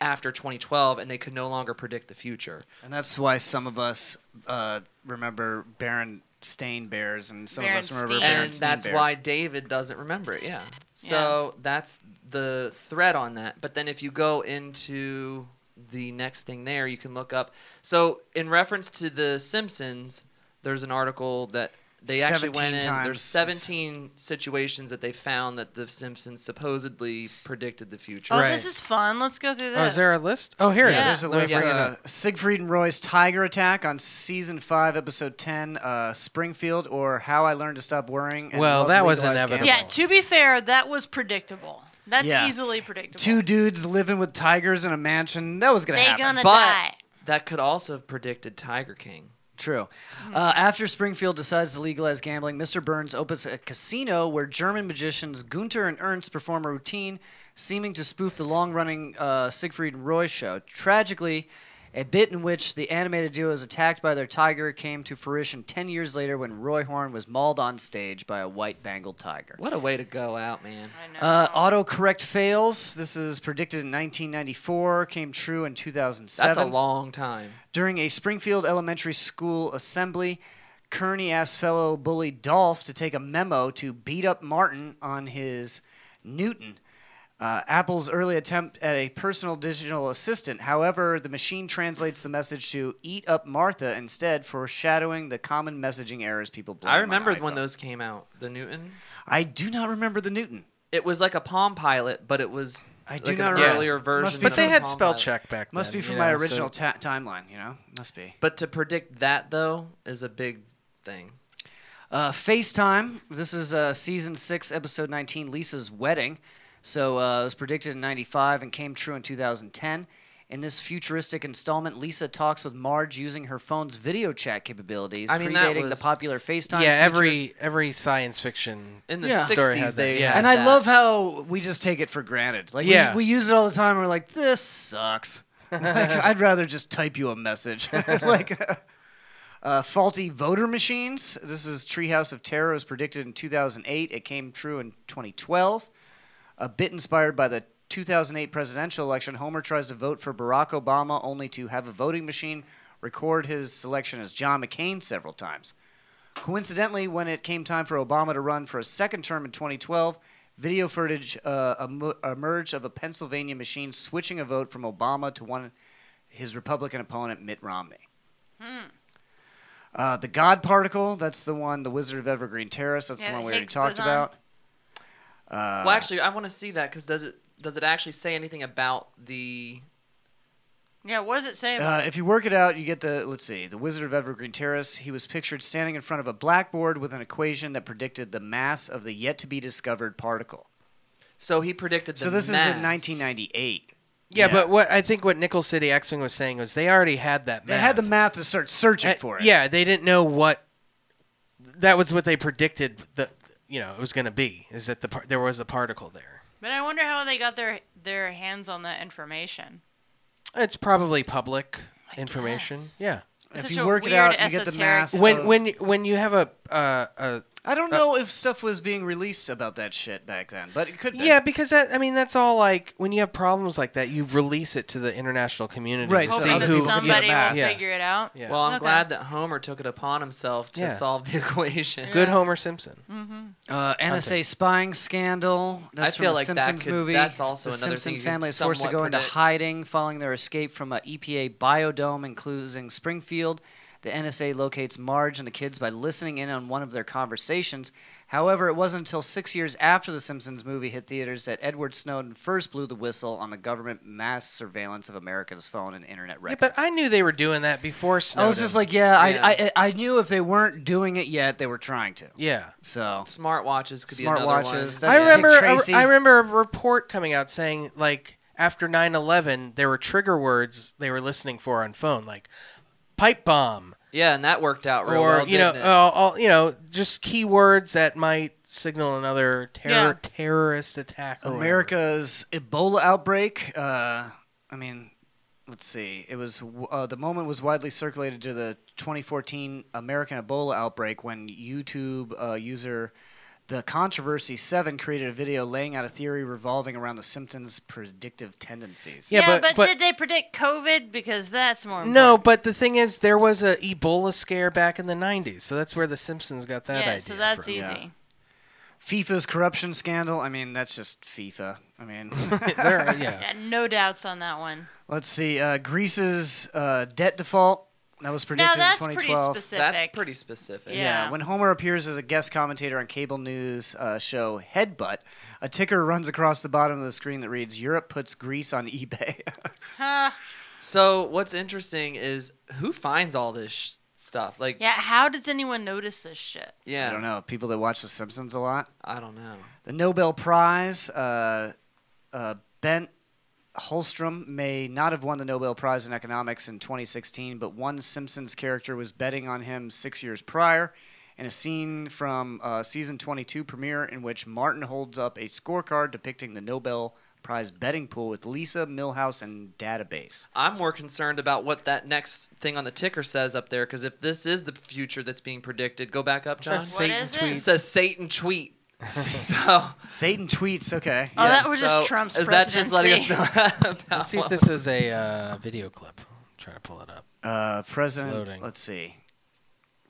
S7: after 2012 and they could no longer predict the future
S9: And that's why some of us uh, remember Baron Stain Bears, and some of us remember Baron
S7: and that's why David doesn't remember it. Yeah. So that's the thread on that. But then if you go into the next thing there, you can look up. So in reference to the Simpsons, there's an article that they actually
S11: 17
S7: went in.
S11: times.
S7: There's 17 situations that they found that the Simpsons supposedly predicted the future.
S8: Oh, this is fun. Let's go through this.
S7: Oh, is there a
S11: list?
S7: Yeah.
S9: There's a
S7: Let me
S9: list.
S7: bring it
S9: Uh, Siegfried and Roy's Tiger Attack on season five, episode ten, uh, Springfield, or How I Learned to Stop Worrying. and
S11: Well,
S9: Love
S11: that was
S9: Legalized
S11: inevitable.
S9: Gambling.
S8: Yeah, to be fair, that was predictable. That's
S9: Yeah.
S8: easily predictable.
S9: Two dudes living with tigers in a mansion. That was gonna
S8: They
S9: happen.
S8: gonna
S7: but that could also have predicted Tiger King.
S9: True. Uh, after Springfield decides to legalize gambling, Mr. Burns opens a casino where German magicians Gunther and Ernst perform a routine seeming to spoof the long running uh, Siegfried and Roy show. Tragically, a bit in which the animated duo is attacked by their tiger came to fruition 10 years later when Roy Horn was mauled on stage by a white Bengal tiger.
S7: What a way to go out, man.
S9: Uh, autocorrect fails. This is predicted in 1994, came true in 2007.
S7: That's a long time.
S9: During a Springfield Elementary School assembly, Kearney asked fellow bully Dolph to take a memo to beat up Martin on his Newton. Uh, Apple's early attempt at a personal digital assistant. However, the machine translates the message to "eat up Martha" instead, foreshadowing the common messaging errors people. Blame
S7: I
S9: on
S7: remember when
S9: iPhone.
S7: those came out. The Newton.
S9: I do not remember the Newton.
S7: It was like a Palm Pilot, but it was
S9: I
S7: like
S9: do
S7: an
S9: not remember.
S7: earlier
S9: Must
S7: version.
S9: be
S7: of
S9: from-
S7: the Palm Pilot.
S9: Must be from my original ta- timeline. You know, must be.
S7: But to predict that though is a big thing.
S9: Uh, FaceTime. This is uh, season six, episode 19, Lisa's Wedding. So uh, it was predicted in 95 and came true in 2010. In this futuristic installment, Lisa talks with Marge using her phone's video chat capabilities,
S11: I mean, that
S9: predating the
S11: was-
S9: popular FaceTime.
S11: yeah,
S9: feature.
S11: every every science fiction
S7: in
S9: the
S11: story
S9: 60s
S11: had that.
S9: they
S11: yeah.
S9: And I love how we just take it for granted. Like, we-
S11: Yeah.
S9: we, use it all the time. We're like, this sucks. Like, I'd rather just type you a message. like, uh, faulty voter machines. This is Treehouse of Terror. It was predicted in 2008. It came true in 2012. A bit inspired by the 2008 presidential election, Homer tries to vote for Barack Obama only to have a voting machine record his selection as John McCain several times. Coincidentally, when it came time for Obama to run for a second term in 2012, video footage uh, em- emerged of a Pennsylvania machine switching a vote from Obama to one his Republican opponent, Mitt Romney.
S7: Hmm.
S9: Uh, the God Particle, that's the one, The Wizard of Evergreen Terrace, that's
S7: Yeah,
S9: the one we
S7: Higgs
S9: already talked
S7: boson.
S9: about. Uh,
S7: well, actually, I want to see that because does it does it actually say anything about the?
S8: Yeah, what does it say about
S9: Uh, if you work it out, you get the let's see, the Wizard of Evergreen Terrace. He was pictured standing in front of a blackboard with an equation that predicted the mass of the yet to be discovered particle.
S7: So he predicted the.
S9: so this is
S7: mass.
S9: in 1998.
S11: Yeah, but what I think what Nickel City X Wing was saying was they already had that
S9: They
S11: math.
S9: had the math to start searching for it.
S11: Yeah, they didn't know what. That was what they predicted. The you know it was going to be is that the par- there was a particle there.
S8: But I wonder how they got their their hands on that information.
S11: It's probably public information. Yeah.
S8: If Such you a work it out, weird you get the esoteric- mass
S11: When
S9: of-
S11: when when you have a uh, a
S9: I don't
S11: uh,
S9: know if stuff was being released about that shit back then, but it could. Be.
S11: Yeah, because that I mean that's all like when you have problems like that, you release it to the international community.
S9: Right,
S11: to
S9: so
S11: see
S9: other
S11: who
S9: people can Somebody get a will
S11: yeah.
S8: it out.
S11: Yeah.
S7: Well, I'm
S11: Okay.
S7: glad that Homer took it upon himself to
S11: Yeah.
S7: solve the equation.
S11: Good Homer Simpson.
S15: Uh, NSA spying scandal. That's from
S7: Mm-hmm. I feel
S15: the
S7: like that
S15: Simpsons
S7: could-
S15: movie.
S7: that's also
S15: the
S7: another
S15: Simpson
S7: thing you can
S15: family is forced to
S7: somewhat
S15: go into
S7: predict.
S15: hiding following their escape from a EPA biodome, including Springfield. The NSA locates Marge and the kids by listening in on one of their conversations. However, it wasn't until six years after the Simpsons movie hit theaters that Edward Snowden first blew the whistle on the government mass surveillance of America's phone and internet
S11: Yeah,
S15: records.
S11: but I knew they were doing that before. Snowden.
S15: I was just like, yeah, I, I I knew if they weren't doing it yet, they were trying to.
S11: Yeah.
S15: So
S7: smartwatches could be another
S15: Smartwatches,
S7: one.
S15: that's
S11: I remember.
S15: Dick
S11: a-
S15: Tracy.
S11: I remember a report coming out saying like after 9-11, there were trigger words they were listening for on phone, like pipe bomb,
S7: Yeah, and that worked out real
S11: or
S7: well.
S11: you know,
S7: didn't it?
S11: all, all- you know, just keywords that might signal another terror
S9: Yeah.
S11: terrorist attack.
S7: Oh,
S11: Or whatever.
S9: America's Ebola outbreak. Uh, I mean, let's see. It was uh, the moment was widely circulated to the 2014 American Ebola outbreak when YouTube uh, user the controversy seven created a video laying out a theory revolving around the symptoms' predictive tendencies.
S8: Yeah, but, did they predict COVID? Because that's more important.
S11: No, but the thing is, there was a Ebola scare back in the '90s, so that's where the Simpsons got that
S8: yeah,
S11: idea.
S8: so that's
S11: from.
S8: easy.
S9: FIFA's corruption scandal. I mean, that's just FIFA. I mean,
S11: There- yeah.
S8: Yeah, no doubts on that one.
S9: Let's see. Uh, Greece's uh, debt default. That was
S8: now
S9: predicted
S8: that's
S9: in
S8: pretty
S9: 2012.
S8: specific.
S7: That's pretty specific.
S9: Yeah. when Homer appears as a guest commentator on cable news uh, show Headbutt, a ticker runs across the bottom of the screen that reads "Europe puts Greece on eBay."
S7: So what's interesting is who finds all this sh- stuff. Like,
S8: Yeah, how does anyone notice this shit?
S7: Yeah.
S9: I don't know. People that watch The Simpsons a lot.
S7: I don't know.
S9: The Nobel Prize. Uh, uh, Bent Holstrom may not have won the Nobel Prize in economics in 2016, but one Simpsons character was betting on him six years prior. In a scene from uh, season 22 premiere, in which Martin holds up a scorecard depicting the Nobel Prize betting pool with Lisa Millhouse and database.
S7: I'm more concerned about what that next thing on the ticker says up there because if this is the future that's being predicted, go back up, John.
S9: What Satan is it? tweets.
S7: says Satan tweet. so
S9: Satan tweets. Okay.
S7: Oh, that was just So, Trump's is that just letting us presidency. know about
S11: Let's see if
S7: what-
S11: this was a uh, video clip. I'm trying to pull it up.
S9: Uh, President.
S11: loading.
S9: Let's see.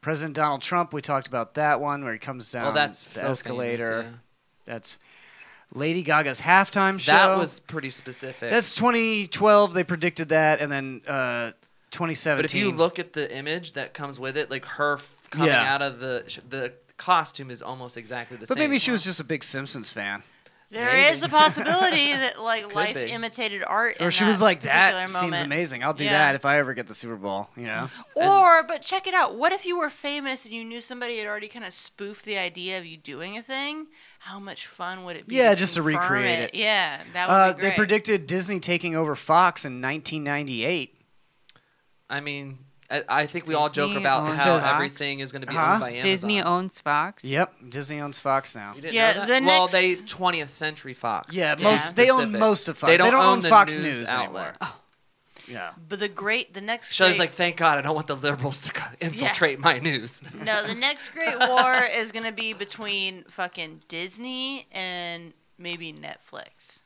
S9: President Donald Trump. We talked about that one where he comes down
S7: Oh, that's
S9: the
S7: so famous,
S9: escalator.
S7: yeah.
S9: That's Lady Gaga's halftime show.
S7: that was pretty specific.
S9: That's 2012. They predicted that, and then uh, 2017.
S7: But if you look at the image that comes with it, like her f- coming
S9: Yeah.
S7: out of the sh- the costume is almost exactly the
S9: but
S7: same.
S9: maybe she was just a big Simpsons fan.
S8: There is
S7: Maybe.
S8: a possibility that like
S7: Could
S8: life
S7: be.
S8: imitated art.
S9: Or
S8: in
S9: she was like,
S8: particular
S9: that seems
S8: moment."
S9: amazing. I'll do
S8: Yeah.
S9: that if I ever get the Super Bowl, you know?
S8: Or, but check it out. What if you were famous and you knew somebody had already kind of spoofed the idea of you doing a thing? How much fun would it be?
S9: Yeah, just to
S8: confirm
S9: recreate it.
S8: Yeah, that would be
S9: uh,
S8: great.
S9: They predicted Disney taking over Fox in 1998.
S7: I mean, I, I think we all joke
S6: Disney
S7: about
S6: owns
S7: how
S6: Fox.
S7: everything is going to be
S9: Huh?
S7: owned by Amazon.
S6: Disney owns Fox.
S9: Yep, Disney owns Fox now.
S7: You didn't
S6: Yeah,
S7: know that?
S6: the
S7: well,
S6: next-
S7: they 20th Century Fox.
S9: Yeah,
S7: to be
S9: most- they own
S7: specific.
S9: most of Fox.
S7: They don't, own,
S9: own
S7: the
S9: Fox
S7: news,
S9: News
S7: outlet.
S9: Yeah.
S8: But the great, the next.
S7: Shelley's
S8: great-
S7: like, thank God, I don't want the liberals to co- infiltrate my news.
S8: No, the next great war is gonna be between fucking Disney and maybe Netflix.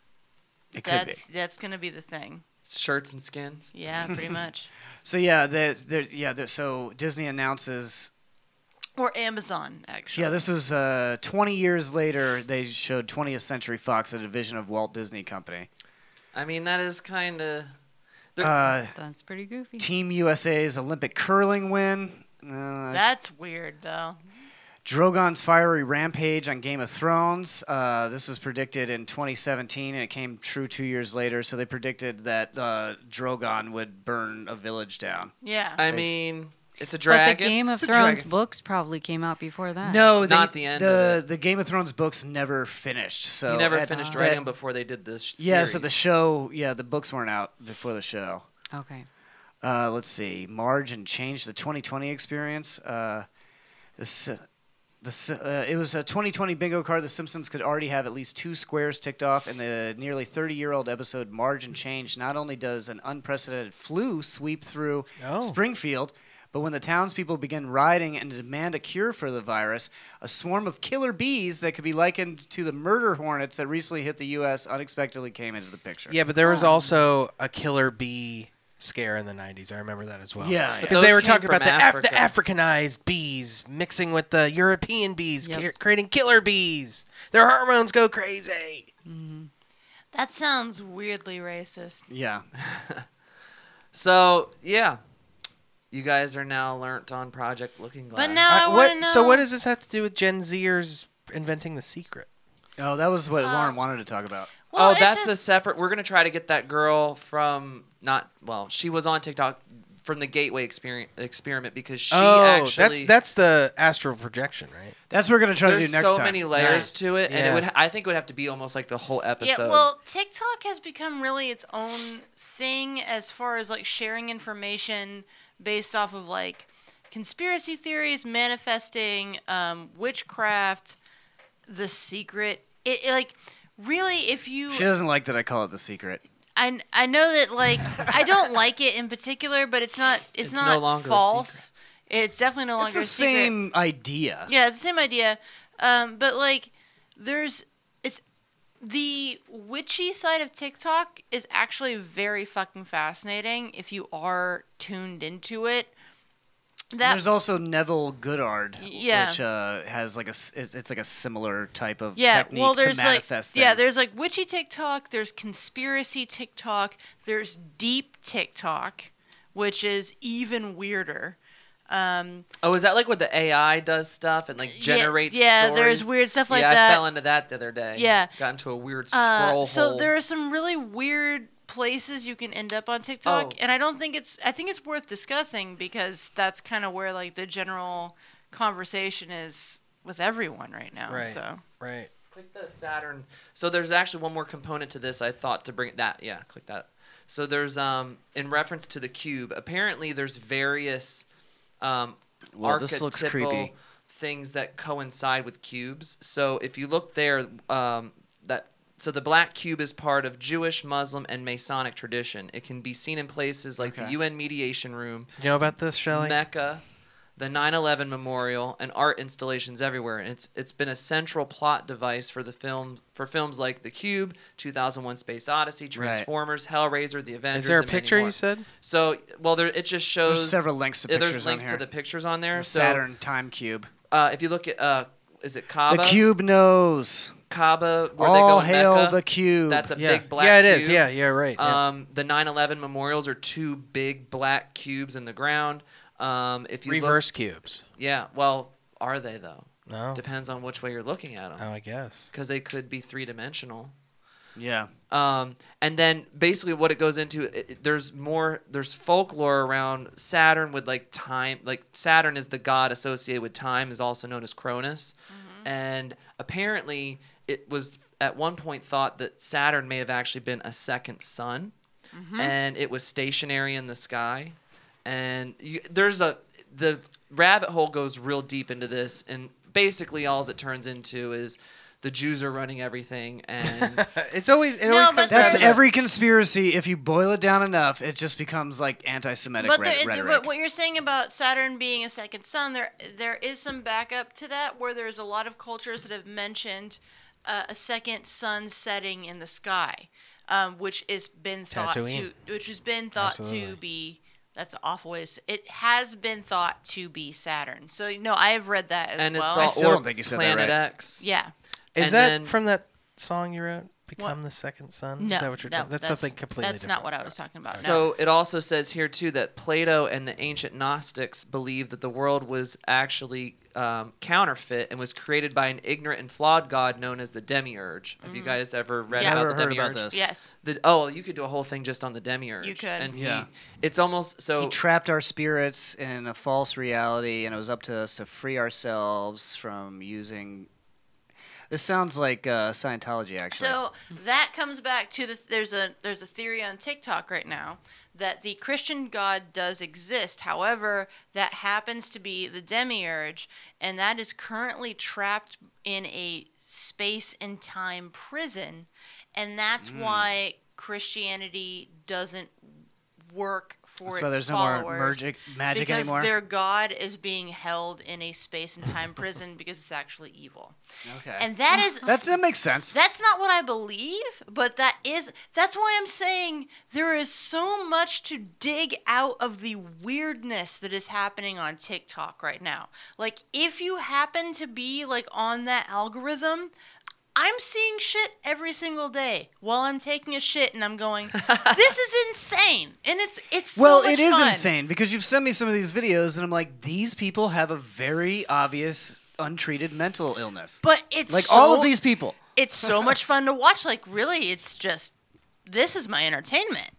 S9: It could be.
S8: that's that's gonna be the thing.
S7: Shirts and skins.
S8: Yeah, pretty much.
S9: So, yeah, the, the, yeah the, so Disney announces
S8: Or Amazon, actually.
S9: Yeah, this was uh, 20 years later. They showed 20th Century Fox, a division of Walt Disney Company.
S7: I mean, that is kind of.
S9: Uh,
S6: That's pretty goofy.
S9: Team USA's Olympic curling win. Uh,
S8: That's weird though.
S9: Drogon's fiery rampage on Game of Thrones. Uh, this was predicted in 2017, and it came true two years later. So they predicted that uh, Drogon would burn a village down.
S8: Yeah.
S7: I
S9: They-
S7: mean, It's a
S6: But the Game of
S7: It's a
S6: Thrones
S7: dragon.
S6: books probably came out before that.
S9: No, they-
S7: Not the end
S9: The,
S7: of
S9: the Game of Thrones books never finished. So
S7: He never
S9: at-
S7: finished
S9: that-
S7: writing 'em before they did this
S9: Yeah, so
S7: series.
S9: the show. Yeah, the books weren't out before the show.
S6: Okay.
S9: Uh, let's see. Marge and Change, the 2020 experience. Uh, this. uh, The, S- uh, it was a 2020 bingo card. The Simpsons could already have at least two squares ticked off in the nearly 30 year old episode Marge and Change. Not only does an unprecedented flu sweep through
S11: Oh.
S9: Springfield, but when the townspeople begin rioting and demand a cure for the virus, a swarm of killer bees that could be likened to the murder hornets that recently hit the U.S. unexpectedly came into the picture.
S11: Yeah, but there
S9: Oh.
S11: was also a killer bee scare in the 90s. I remember that as well.
S9: Yeah, yeah.
S11: Because
S9: Those
S11: they were
S9: came
S11: talking
S9: from
S11: about the, Af- the
S9: Africa.
S11: Africanized bees mixing with the European bees,
S8: Yep.
S11: cre- creating killer bees. Their hormones go crazy.
S8: That sounds weirdly racist.
S9: Yeah.
S7: so yeah, you guys are now learnt on Project Looking Glass.
S11: Uh, what, So what does this have to do with Gen Zers inventing the secret?
S9: Oh, that was what
S7: Uh,
S9: Lauren wanted to talk about.
S7: oh, that's a separate. We're gonna try to get that girl from not well. She was on TikTok from the Gateway experiment, experiment because she
S11: oh,
S7: actually
S11: that's that's the astral projection, right?
S9: That's what we're gonna try
S7: There's so many layers to it, and it
S11: Yeah.
S7: would. I think it would have to be almost like the whole episode.
S8: Yeah, well, TikTok has become really its own thing as far as like sharing information based off of like conspiracy theories, manifesting, um, witchcraft, the secret. It, it, like really, if you
S9: She doesn't like that I call it the secret.
S8: I, I know that like I don't like it in particular, but it's not it's,
S9: It's no
S8: not
S9: longer a
S8: false. It's definitely no longer
S9: it's the
S8: a secret.
S9: same idea.
S8: Yeah, it's the same idea. Um, but like, there's it's the witchy side of TikTok is actually very fucking fascinating if you are tuned into it.
S9: And
S8: That
S9: There's also Neville Goodard,
S8: Yeah.
S9: which uh, has like a s- it's, it's like a similar type of
S8: yeah,
S9: technique
S8: well, there's
S9: to
S8: like
S9: manifest
S8: yeah,
S9: things.
S8: there's like witchy TikTok, there's conspiracy TikTok, there's deep TikTok, which is even weirder. Um,
S7: oh, is that like what the AI does stuff and like generates?
S8: yeah,
S7: stories?
S8: there's weird stuff like
S7: yeah,
S8: that.
S7: I fell into that the other day.
S8: Yeah.
S7: got into a weird
S8: Uh,
S7: scroll
S8: so
S7: hole.
S8: there are some really weird places you can end up on TikTok,
S7: Oh.
S8: and I don't think it's. I think it's worth discussing because that's kind of where like the general conversation is with everyone right now.
S7: Right.
S8: So
S11: right.
S7: Click the Saturn. So there's actually one more component to this. I thought to bring that. Yeah, click that. So there's um in reference to the cube. Apparently there's various um
S15: Well, this
S7: archetypal
S15: looks creepy.
S7: things that coincide with cubes. So if you look there, um that so the black cube is part of Jewish, Muslim, and Masonic tradition. It can be seen in places like the
S11: Okay.
S7: UN Mediation Room,
S11: You know about this, Shelley?
S7: Mecca, the 9/11 memorial, and art installations everywhere. And it's it's been a central plot device for the film for films like The Cube, 2001: Space Odyssey, Transformers, Hellraiser, The Avengers.
S11: Is there a
S7: and many
S11: picture
S7: more.
S11: you said?
S7: So well, there it just shows
S9: There's several links to
S7: yeah,
S9: pictures
S7: There's
S9: on
S7: links
S9: here.
S7: to the pictures on there.
S9: The
S7: so,
S9: Saturn time cube.
S7: Uh, if you look at uh, is it Kaba?
S9: the cube knows.
S7: Kaaba, where they go
S9: All
S7: in
S9: hail
S7: Mecca.
S9: the cube.
S7: That's a
S11: Yeah.
S7: big black.
S11: Yeah, it is.
S7: cube.
S11: Yeah, yeah, right, yeah.
S7: Um, the 9/11 memorials are two big black cubes in the ground. Um, if you look-
S11: Reverse cubes.
S7: Yeah. Well, are they though?
S11: No.
S7: Depends on which way you're looking at them.
S11: Oh, I guess.
S7: Because they could be three dimensional.
S9: Yeah.
S7: Um, and then basically what it goes into, it, it- there's more, there's folklore around Saturn with like time, like Saturn is the god associated with time, is also known as Cronus, and apparently it was at one point thought that Saturn may have actually been a second sun,
S17: Mhm.
S7: and it was stationary in the sky, and you, there's a the rabbit hole goes real deep into this, and basically all it turns into is. The Jews are running everything, and
S11: it's always it
S7: always
S9: That's
S7: comes down to-
S9: every conspiracy. If you boil it down enough, it just becomes like anti-Semitic
S8: But
S9: re-
S8: there,
S9: rhetoric.
S8: what, what you're saying about Saturn being a second sun, there there is some backup to that, where there's a lot of cultures that have mentioned uh, a second sun setting in the sky, um, which is been thought
S11: Tatooine.
S8: to, which has been thought
S11: Absolutely.
S8: to be. That's an awful way. to s- It has been thought to be Saturn. So no, I have read that as
S7: and
S8: well.
S7: it's all or Planet X.
S8: Yeah.
S11: Is
S7: And
S11: that
S7: then-
S11: from that song you wrote?
S8: become the second son? Is that what you're talking? That's, something completely
S6: That's
S8: different.
S6: not what I was talking about. no.
S7: So it also says here too that Plato and the ancient Gnostics believed that the world was actually um, counterfeit and was created by an ignorant and flawed god known as the Demiurge. Have you
S6: Mhm.
S7: guys ever read
S6: Yeah.
S7: about
S6: Never
S7: the
S6: heard about
S7: Demiurge?
S6: this. Yes.
S7: The, oh, you could do a whole thing just on the Demiurge.
S6: You could.
S7: And he-
S9: Yeah.
S7: it's almost so.
S9: he trapped our spirits in a false reality, and it was up to us to free ourselves from using. This sounds like uh, Scientology, actually.
S6: So that comes back to the there's a there's a theory on TikTok right now that the Christian God does exist. However, that happens to be the demiurge, and that is currently trapped in a space and time prison, and that's
S9: Mm.
S6: why Christianity doesn't work for
S9: That's
S6: its
S9: why there's no more
S6: followers.
S9: magic- magic
S6: because
S9: anymore?
S6: their God is being held in a space and time prison because it's actually evil.
S9: Okay.
S6: And that is
S18: That's, that makes sense.
S6: that's not what I believe, but that is that's why I'm saying there is so much to dig out of the weirdness that is happening on TikTok right now. Like if you happen to be like on that algorithm, I'm seeing shit every single day while I'm taking a shit and I'm going, this is insane. And it's it's
S18: well,
S6: so much
S18: it is
S6: fun.
S18: insane because you've sent me some of these videos, and I'm like, these people have a very obvious untreated mental illness.
S6: But it's
S18: like all
S6: so-
S18: of these people.
S6: It's so much fun to watch. Like really, it's just this is my entertainment.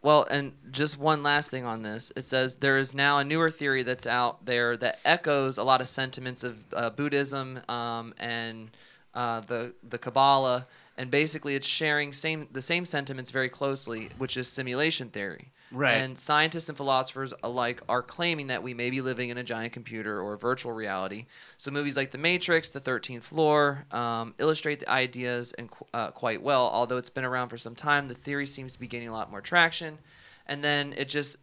S7: Well, and just one last thing on this. It says there is now a newer theory that's out there that echoes a lot of sentiments of uh, Buddhism um, and uh, the the Kabbalah, and basically it's sharing same the same sentiments very closely, which is simulation theory.
S18: Right.
S7: And scientists and philosophers alike are claiming that we may be living in a giant computer or virtual reality. So movies like The Matrix, The Thirteenth Floor, um, illustrate the ideas and qu- uh, quite well. Although it's been around for some time, the theory seems to be gaining a lot more traction. And then it just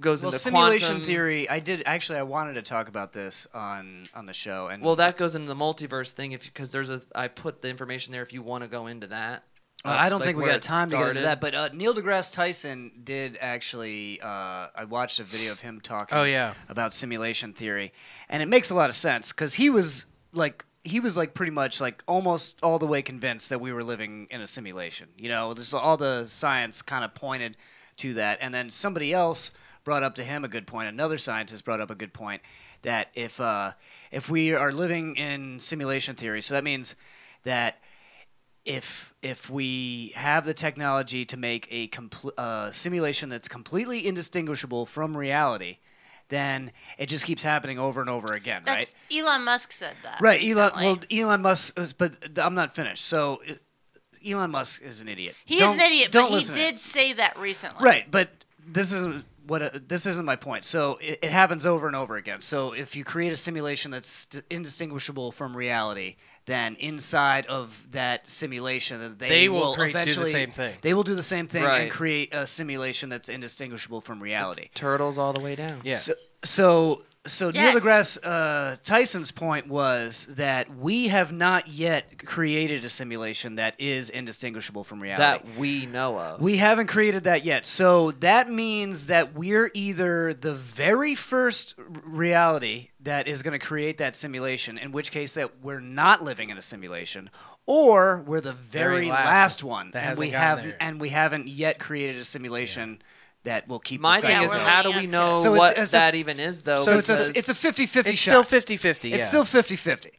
S7: goes
S18: well,
S7: into
S18: simulation
S7: quantum
S18: theory. I did actually. I wanted to talk about this on on the show, and
S7: Well, that goes into the multiverse thing, if because there's a I put the information there if you want to go into that.
S9: Uh,
S7: Uh,
S9: I don't
S7: like
S9: think we
S7: where
S9: got
S7: it
S9: time to get into
S7: started.
S9: that, but uh, Neil deGrasse Tyson did actually. Uh, I watched a video of him talking.
S8: Oh, yeah.
S9: about simulation theory, and it makes a lot of sense because he was like he was like pretty much like almost all the way convinced that we were living in a simulation. You know, just all the science kind of pointed to that, and then somebody else brought up to him a good point. Another scientist brought up a good point that if uh, if we are living in simulation theory, so that means that if if we have the technology to make a compl- uh, simulation that's completely indistinguishable from reality, then it just keeps happening over and over again,
S6: That's Elon Musk said that.
S9: right? Right.
S6: recently.
S9: Elon. Well, Elon Musk. is- But th- I'm not finished. So uh, Elon Musk is an idiot.
S6: He is
S9: Don't-
S6: an idiot,
S9: don't
S6: but he
S9: listen to him.
S6: did say that recently.
S9: Right, but this isn't what uh, this isn't my point. So it, it happens over and over again. So if you create a simulation that's st- indistinguishable from reality, then inside of that simulation, they,
S8: They will create- do the
S9: eventually
S8: same thing.
S9: They will do the same thing
S8: Right.
S9: and create a simulation that's indistinguishable from reality.
S7: turtles all the way down.
S9: So, so, so Neil deGrasse uh, Tyson's point was that we have not yet created a simulation that is indistinguishable from reality.
S7: that we know of.
S9: We haven't created that yet. So that means that we're either the very first r- reality that is going to create that simulation, in which case that we're not living in a simulation, or we're the very, last, one
S8: that
S9: and
S8: hasn't
S9: we
S8: gotten
S9: have
S8: there.
S9: and we haven't yet created a simulation that will keep.
S7: My
S9: the
S7: thing
S9: cycle
S7: is,
S9: going.
S7: how do we know
S9: So it's-
S7: what
S9: it's a-
S7: that even is, though?
S9: So it's a,
S7: because-
S9: it's a 50-50
S8: It's
S9: shot.
S8: still 50-50,
S9: It's
S8: yeah.
S9: still 50-50.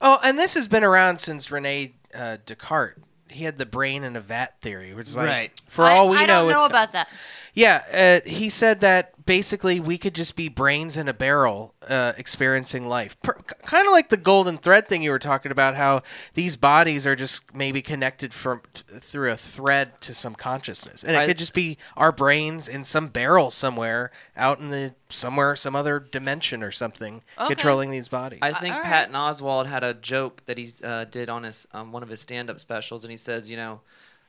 S8: Oh, and this has been around since Rene uh, Descartes. He had the brain in a vat theory, which is like,
S9: Right.
S8: for
S6: I-
S8: all we
S6: I
S8: know,
S6: don't
S8: it's
S6: know about that.
S8: Yeah, uh, he said that basically we could just be brains in a barrel uh, experiencing life. Per- kind of like the golden thread thing you were talking about, how these bodies are just maybe connected from t- through a thread to some consciousness. And it
S7: I-
S8: could just be our brains in some barrel somewhere out in the somewhere, some other dimension or something,
S7: Okay.
S8: controlling these bodies.
S7: I think Patton Oswald had a joke that he uh, did on his um, one of his stand-up specials, and he says, you know,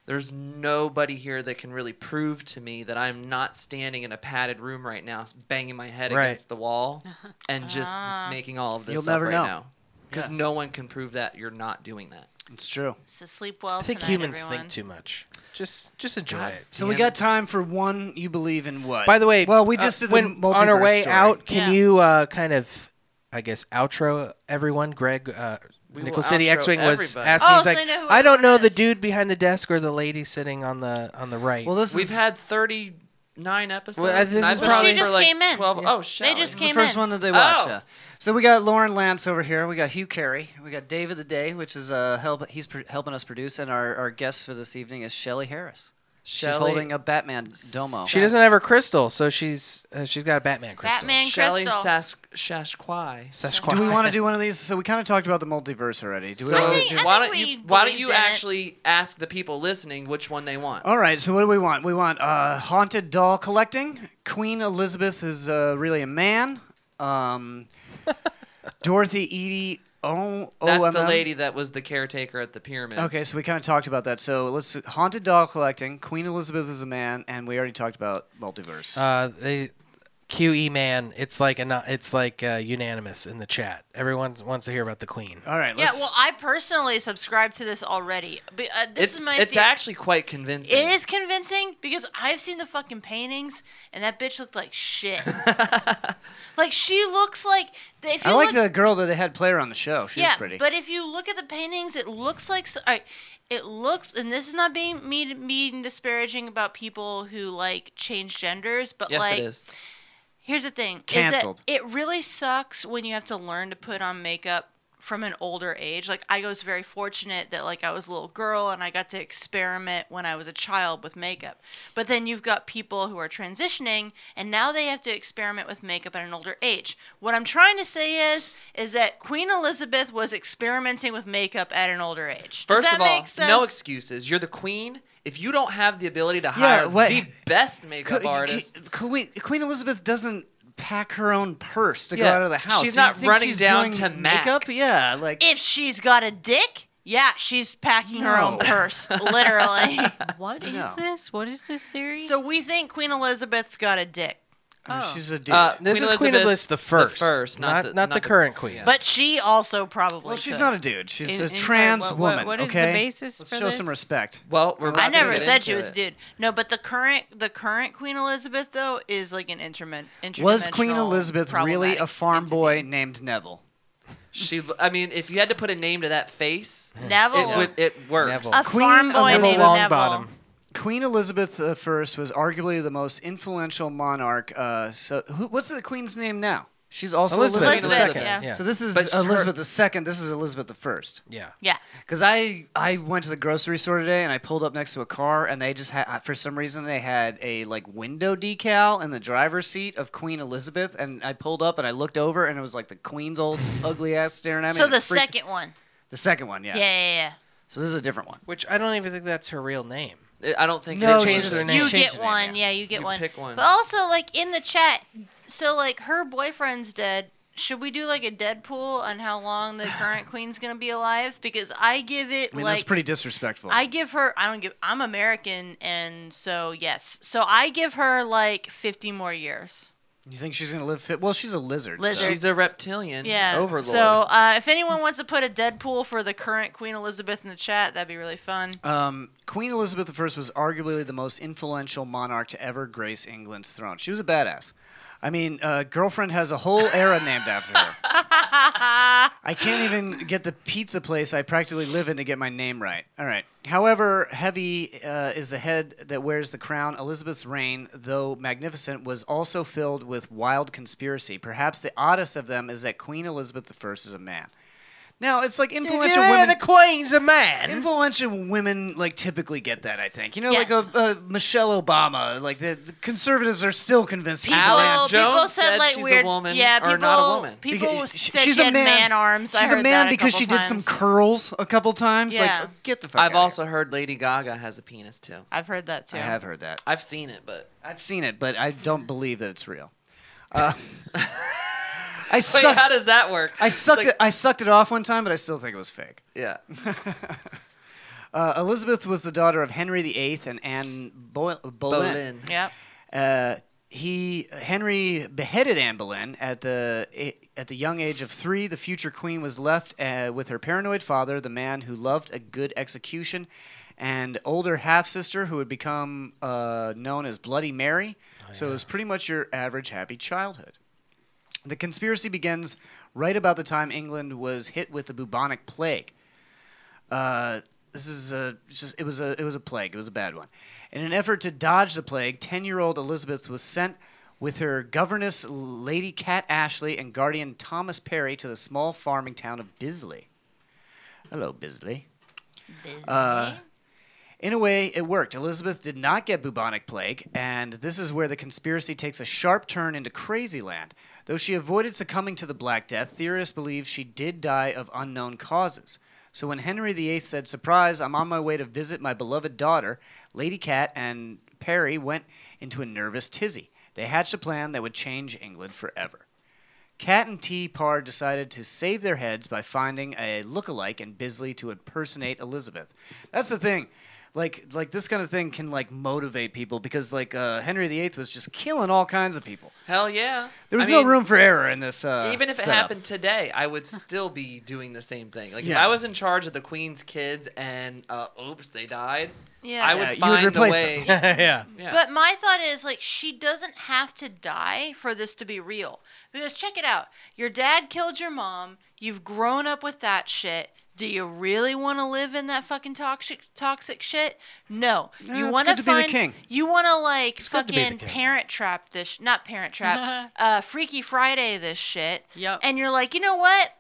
S7: there's nobody here that can really prove to me that I'm not standing in a padded room right now, s- banging my head
S8: Right.
S7: against the wall,
S11: Uh-huh.
S7: and just
S11: Ah.
S7: making all of this
S8: You'll
S7: up
S8: never
S7: right
S8: know.
S7: now, because
S8: Yeah.
S7: no one can prove that you're not doing that.
S9: It's true.
S6: So sleep well.
S8: I think
S6: tonight,
S8: humans
S6: everyone.
S8: think too much. Just just enjoy it.
S9: So we got time for one. You believe in what?
S8: By the way,
S9: well, we
S8: uh,
S9: just did the
S8: when on our
S9: multiverse
S8: way
S9: story.
S8: out. Can you uh, kind of, I guess, outro everyone? Greg, uh,
S7: We will
S11: Nickel City
S7: outro
S11: X Wing was
S7: everybody.
S11: asking,
S7: Oh,
S11: he's
S7: so
S11: like,
S7: I know who
S11: I don't know the dude behind the desk or the lady sitting on the on the right.
S15: Well, this
S7: We've had 39 episodes.
S11: Well, uh, this
S7: and I've
S11: is
S7: been
S11: probably-
S7: for,
S11: She just
S7: like,
S11: came in.
S7: 12 Oh, Shelley.
S15: This is the first one that they watch.
S7: Oh.
S15: Yeah. So we got Lauren Lance over here. We got Hugh Carey. We got David the Day, which is uh, help. He's pr- helping us produce, and our, our guest for this evening is Shelly Harris. She's
S7: Shelley-
S15: holding a Batman domo.
S11: She doesn't have her crystal, so she's uh, she's got a Batman crystal.
S7: Shelley Sask- Shashquai.
S11: Sasquatch.
S9: Do we want to do one of these? So we kind of talked about the multiverse already. Do
S7: So
S9: we wanna do-
S7: why don't you why don't
S8: believed
S7: you
S8: in it.
S7: actually ask the people listening which one they want?
S9: All right, so what do we want? We want uh, haunted doll collecting. Queen Elizabeth is uh, really a man. Um, Dorothy Edie O.
S7: That's the
S9: OMM.
S7: lady that was the caretaker at the pyramid.
S9: Okay, so we kind of talked about that. So let's haunted doll collecting. Queen Elizabeth is a man, and we already talked about multiverse.
S11: Uh, they, QE man, it's like a, it's like uh, unanimous in the chat. Everyone wants to hear about the Queen.
S9: All right,
S8: Yeah, well, I personally subscribe to this already. But, uh, this
S7: it's
S8: is my.
S7: it's
S8: the-
S7: actually quite convincing.
S8: It is convincing because I've seen the fucking paintings, and that bitch looked like shit. like she looks like if you
S9: I like
S8: look,
S9: the girl that they had play her on the show. She
S8: yeah,
S9: was pretty.
S8: but if you look at the paintings, it looks like so- all right, it looks, and this is not being mean, mean disparaging about people who like change genders, but
S7: yes,
S8: like
S7: it is.
S8: Here's the thing:
S7: Canceled.
S8: is that it really sucks when you have to learn to put on makeup from an older age. Like I was very fortunate that like I was a little girl and I got to experiment when I was a child with makeup. But then you've got people who are transitioning and now they have to experiment with makeup at an older age. What I'm trying to say is is that Queen Elizabeth was experimenting with makeup at an older age. Does
S7: First
S8: that
S7: of all,
S8: make sense?
S7: no excuses. You're the queen. If you don't have the ability to
S9: Yeah,
S7: hire
S9: what-
S7: the best makeup artist,
S9: Queen, Queen Elizabeth doesn't pack her own purse to go
S7: Yeah,
S9: out of the house.
S7: she's
S9: You
S7: not
S9: think
S7: running
S9: she's
S7: down
S9: doing
S7: to Mac.
S9: makeup. Yeah, like
S8: if she's got a dick, yeah, she's packing her own
S9: No.
S8: purse, literally.
S6: What is
S8: No.
S6: this? What is this theory?
S8: So we think Queen Elizabeth's got a dick.
S9: Oh, she's a dude.
S7: Uh,
S11: this
S7: Queen
S11: is Queen
S7: Elizabeth
S11: Elizabeth the first,
S7: first, not the- not
S11: the,
S7: the-
S11: current queen.
S8: But she also probably.
S9: Well, she's
S8: could.
S9: not a dude. She's
S8: In-
S9: a
S8: inside,
S9: trans
S8: what- what-
S9: woman.
S8: what is the
S9: okay?
S8: basis
S9: Let's
S8: for
S9: show some
S8: this?
S9: respect.
S7: Well, we're
S8: I never said she was a dude. No, but the current the current Queen Elizabeth though is like an interment.
S9: Was Queen Elizabeth really a farm boy named Neville?
S7: she. I mean, if you had to put a name to that face,
S8: Neville.
S7: it, would, it works.
S9: Queen Elizabeth I was arguably the most influential monarch. Uh, so, who, what's the queen's name now? She's also
S15: Elizabeth
S9: Elizabeth,
S15: Elizabeth,
S9: II.
S15: yeah. yeah.
S9: So this is
S15: But her-
S9: Elizabeth II. This is Elizabeth I.
S11: Yeah.
S8: Yeah.
S15: Because I I went to the grocery store today and I pulled up next to a car and they just had for some reason they had a like window decal in the driver's seat of Queen Elizabeth and I pulled up and I looked over and it was like the Queen's old ugly ass staring at me.
S8: so
S15: and it
S8: the
S15: freaked-
S8: second one.
S15: the second one, yeah.
S8: Yeah, yeah, yeah.
S15: So this is a different one.
S11: Which I don't even think that's her real name.
S7: I don't think
S15: No,
S11: they
S15: she
S11: changed
S15: just-
S11: their name.
S15: you
S8: You get one. yeah. you get
S7: You
S8: one.
S7: pick one.
S8: But also, like in the chat, so like her boyfriend's dead. Should we do like a Deadpool on how long the current queen's gonna be alive? Because I give it
S9: I mean, that's
S8: like
S9: pretty disrespectful.
S8: I give her. I don't give. I'm American, and so yes. So I give her like 50 more years.
S9: you think she's gonna live fit? Well, she's a lizard.
S8: Lizard.
S7: She's a reptilian
S8: Yeah.
S7: overlord.
S8: So uh, if anyone wants to put a Deadpool for the current Queen Elizabeth in the chat, that'd be really fun.
S9: Um, Queen Elizabeth I was arguably the most influential monarch to ever grace England's throne. She was a badass. I mean, uh, girlfriend has a whole era named after her. I can't even get the pizza place I practically live in to get my name right. All right. However, heavy uh, is the head that wears the crown. Elizabeth's reign, though magnificent, was also filled with wild conspiracy. Perhaps the oddest of them is that Queen Elizabeth I is a man. Now it's like influential
S11: hear
S9: women.
S11: the Queen's a man.
S9: Influential women like typically get that. I think you know,
S8: Yes.
S9: like a, a Michelle Obama. Like the, the conservatives are still convinced. he's a
S8: People,
S9: man.
S8: people said, like weird. yeah, people, People
S9: Because she-
S8: said she had man arms. I
S9: She's
S8: heard
S9: a man
S8: that
S9: because
S8: couple
S9: she did
S8: times.
S9: some curls a couple times.
S8: Yeah.
S9: Like, get the fuck.
S7: I've also heard Lady Gaga has a penis too.
S8: I've heard that too.
S9: I have heard that.
S7: I've seen it, but
S9: I've seen it, but I don't believe that it's real. Uh, I
S7: Wait,
S9: sucked.
S7: how does that work?
S9: I
S7: It's
S9: sucked.
S7: like-
S9: it, I sucked it off one time, but I still think it was fake.
S7: Yeah.
S9: Uh, Elizabeth was the daughter of Henry VIII and Anne Boy- Boleyn.
S7: Boleyn.
S8: Yep.
S9: Uh, he Henry beheaded Anne Boleyn at the at the young age of three. The future queen was left uh, with her paranoid father, the man who loved a good execution, and older half sister who would become uh, known as Bloody Mary. So it was pretty much your average happy childhood. The conspiracy begins right about the time England was hit with the bubonic plague. Uh, this is a, it's just, it was a it was a plague. It was a bad one. In an effort to dodge the plague, ten-year-old Elizabeth was sent with her governess Lady Cat Ashley and guardian Thomas Perry to the small farming town of Bisley. Hello, Bisley. Uh, in a way, it worked. Elizabeth did not get bubonic plague, and this is where the conspiracy takes a sharp turn into crazy land. Though she avoided succumbing to the Black Death, theorists believe she did die of unknown causes. So when Henry VIII said, Surprise, I'm on my way to visit my beloved daughter, Lady Cat and Perry went into a nervous tizzy. They hatched a plan that would change England forever. Cat and T. Parr decided to save their heads by finding a lookalike in Bisley to impersonate Elizabeth. That's the thing. Like, like this kind of thing can like motivate people because like uh, Henry VIII was just killing all kinds of people.
S7: Hell yeah.
S9: There was
S7: I
S9: no
S7: mean,
S9: room for error in this. Uh,
S7: Even if it
S9: setup.
S7: happened today, I would still be doing the same thing. Like if
S9: Yeah.
S7: I was in charge of the Queen's kids and uh, oops, they died.
S8: Yeah.
S7: I
S11: Yeah,
S7: would
S11: you would
S7: find
S11: replace
S7: a way.
S11: them. Yeah.
S8: But my thought is like she doesn't have to die for this to be real. Because check it out. Your dad killed your mom. You've grown up with that shit. Do you really want to live in that fucking toxic toxic shit? No.
S9: Yeah,
S8: you
S9: it's
S8: want
S9: good to be the
S8: find
S9: king.
S8: you want to like
S9: good to be the
S8: fucking
S9: king.
S8: parent trap this sh- not parent trap. uh Freaky Friday this shit. Yep. And you're like, "You know what?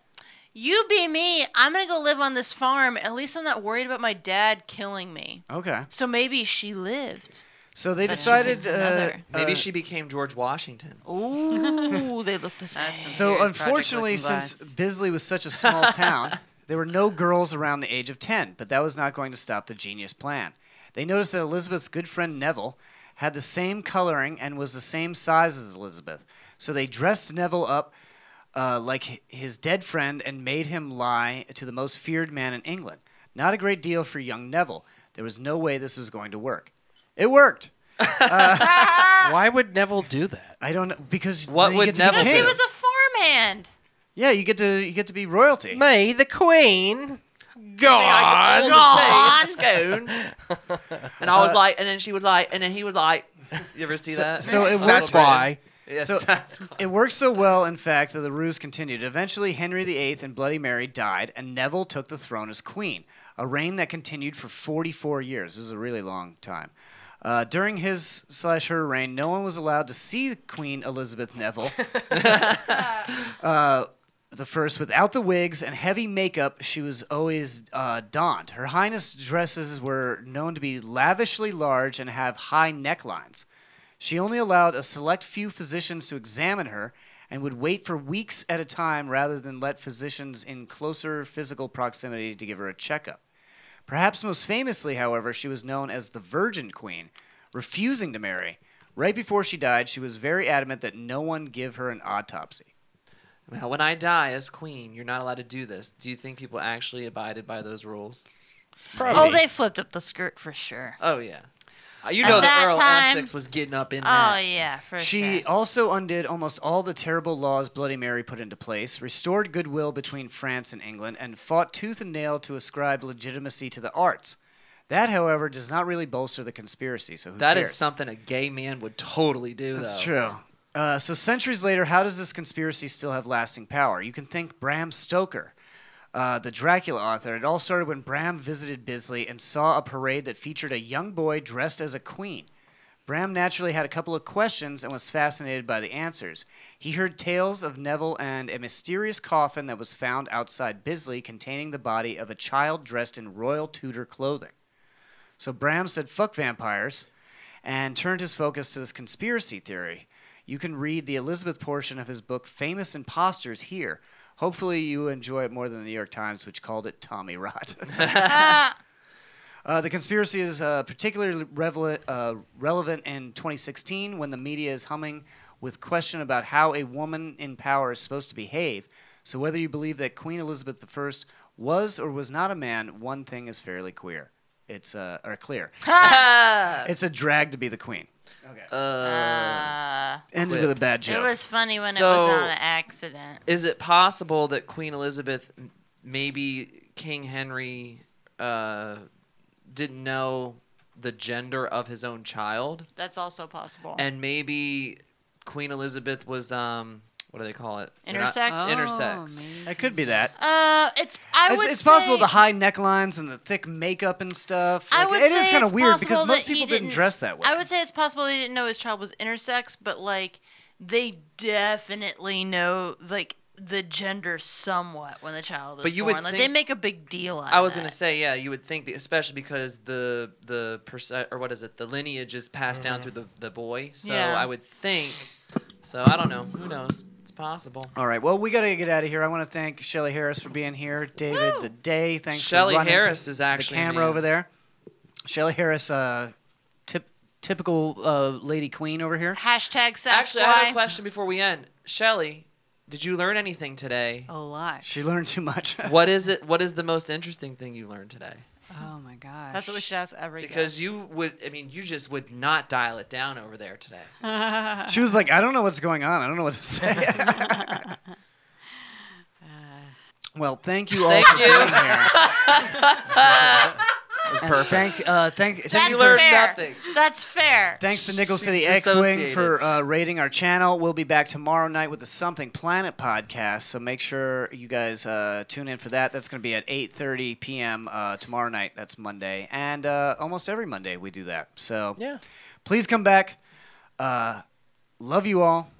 S8: You be me. I'm going to go live on this farm. At least I'm not worried about my dad killing me."
S9: Okay.
S8: So maybe she lived.
S9: So they
S8: But she
S9: decided.
S8: did
S9: Uh,
S8: another.
S7: Maybe
S9: uh,
S7: she became George Washington.
S8: Ooh, they look the same.
S9: So unfortunately, since Bisley was such a small town, there were no girls around the age of ten. But that was not going to stop the genius plan. They noticed that Elizabeth's good friend Neville had the same coloring and was the same size as Elizabeth. So they dressed Neville up uh, like h- his dead friend and made him lie to the most feared man in England. Not a great deal for young Neville. There was no way this was going to work. It worked. Uh,
S11: Why would Neville do that?
S9: I don't know because
S11: What
S9: then you
S11: would
S9: get to be
S11: Neville
S9: king.
S11: do?
S8: he was a farmhand.
S9: Yeah, you get to you get to be royalty.
S11: May the Queen.
S7: I
S11: God.
S7: mean, I could pull the tape, scones. And I was
S9: Uh,
S7: like, and then she was like, and then he was like, you ever see
S9: So-
S7: that?
S9: So it
S7: Little
S9: worked.
S7: Britain. Yes.
S9: So it worked so well, in fact, that the ruse continued. Eventually, Henry VIII and Bloody Mary died, and Neville took the throne as queen. A reign that continued for 44 years. This is a really long time. Uh, during his slash her reign, no one was allowed to see Queen Elizabeth Neville. uh, the first without the wigs and heavy makeup she was always uh, donned. Her Highness dresses were known to be lavishly large and have high necklines. She only allowed a select few physicians to examine her and would wait for weeks at a time rather than let physicians in closer physical proximity to give her a checkup. Perhaps most famously, however, she was known as the Virgin Queen, refusing to marry. Right before she died, she was very adamant that no one give her an autopsy.
S7: Now, when I die as queen, you're not allowed to do this. Do you think people actually abided by those rules?
S8: Oh, they flipped up the skirt for sure.
S7: Oh yeah. Uh, You
S8: At
S7: know
S8: that
S7: that Earl
S8: time-
S7: Essex was getting up in
S8: Oh
S7: that.
S8: yeah, for sure.
S9: she also undid almost all the terrible laws Bloody Mary put into place, restored goodwill between France and England, and fought tooth and nail to ascribe legitimacy to the arts. That, however, does not really bolster the conspiracy. So who
S7: That
S9: cares?
S7: is something a gay man would totally do.
S9: That's
S7: though.
S9: true. Uh, so centuries later, how does this conspiracy still have lasting power? You can thank Bram Stoker, uh, the Dracula author. It all started when Bram visited Bisley and saw a parade that featured a young boy dressed as a queen. Bram naturally had a couple of questions and was fascinated by the answers. He heard tales of Neville and a mysterious coffin that was found outside Bisley containing the body of a child dressed in royal Tudor clothing. So Bram said, fuck vampires, and turned his focus to this conspiracy theory. You can read the Elizabeth portion of his book, Famous Imposters, here. Hopefully, you enjoy it more than the New York Times, which called it Tommy Rot. Uh, the conspiracy is uh, particularly revel- uh, relevant in 2016 when the media is humming with question about how a woman in power is supposed to behave. So whether you believe that Queen Elizabeth I was or was not a man, one thing is fairly queer. It's uh, or clear. it's a drag to be the queen. Okay.
S8: Uh,
S9: Ended with a bad joke.
S8: It was funny when it was
S7: So-
S8: on an accident.
S7: Is it possible that Queen Elizabeth, m- maybe King Henry, uh, didn't know the gender of his own child?
S8: That's also possible.
S7: And maybe Queen Elizabeth was um, what do they call it? They're not-
S6: Intersex? Oh,
S7: intersex.
S9: It could be that.
S6: Uh, it's I
S9: it's
S6: would
S9: it's
S6: say
S9: possible the high necklines and the thick makeup and stuff.
S6: I
S9: Like,
S6: would
S9: it
S6: say
S9: is kind
S6: it's
S9: of weird
S6: possible
S9: because
S6: that
S9: most
S6: he
S9: people didn't, dress that way.
S6: I would say it's possible they didn't know his child was intersex, but like they definitely know like the gender somewhat when the child is
S7: But you would
S6: born. like they
S7: think-
S6: make a big deal out
S7: I
S6: of
S7: was
S6: that.
S7: gonna say, yeah, you would think, be- especially because the the perce- or what is it, the lineage is passed down
S9: Mhm.
S7: through the the boy. So
S9: Yeah.
S7: I would think. So I don't know. Who knows? It's possible.
S9: All right. Well, we got to get out of here. I want to thank Shelly Harris for being here. David the day. Thanks
S7: Shelly
S9: for running
S7: Harris is actually
S9: the camera
S7: man.
S9: over there. Shelly Harris, uh, tip, typical uh, lady queen over here.
S6: Hashtag Sasquatch.
S7: Actually, I have a question before we end. Shelly, did you learn anything today?
S19: A lot.
S9: She learned too much.
S7: what is it? What is the most interesting thing you learned today?
S19: Oh my gosh.
S6: That's what we should ask every
S7: Because you would, I mean, you just would not dial it down over there today.
S19: guest.
S9: She was like, I don't know what's going on. I don't know what to say. well, thank you all
S7: Thank
S9: for
S7: you.
S9: being here.
S7: was
S9: And
S7: perfect.
S9: Thank, uh, thank, thank
S6: That's fair. That's fair.
S9: Thanks to Nickel
S6: She's
S9: City X Wing
S6: dissociated.
S9: for uh, rating our channel. We'll be back tomorrow night with the Something Planet podcast, so make sure you guys uh, tune in for that. That's going to be at 8:30 p.m. Uh, tomorrow night. That's Monday, and uh, almost every Monday we do that. So yeah, please come back. Uh, love you all.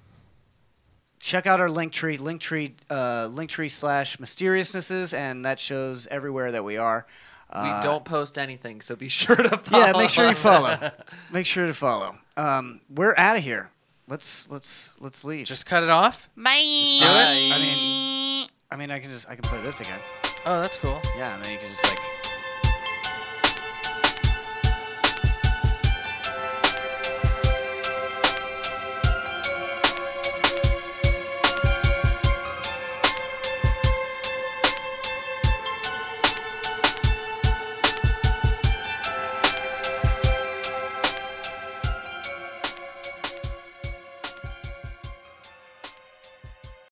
S9: Check out our Linktree, Linktree, uh, Linktree slash mysteriousnesses, and that shows everywhere that we are.
S7: we
S9: Uh,
S7: don't post anything, so be sure to follow.
S9: yeah, make sure you
S7: us.
S9: follow. make sure to follow. Um, we're out of here. Let's let's let's leave. Just
S20: cut it off.
S6: Bye.
S9: do it. I mean, I mean, I can just I can play this again.
S20: Oh, that's cool.
S9: Yeah, and then you can just like.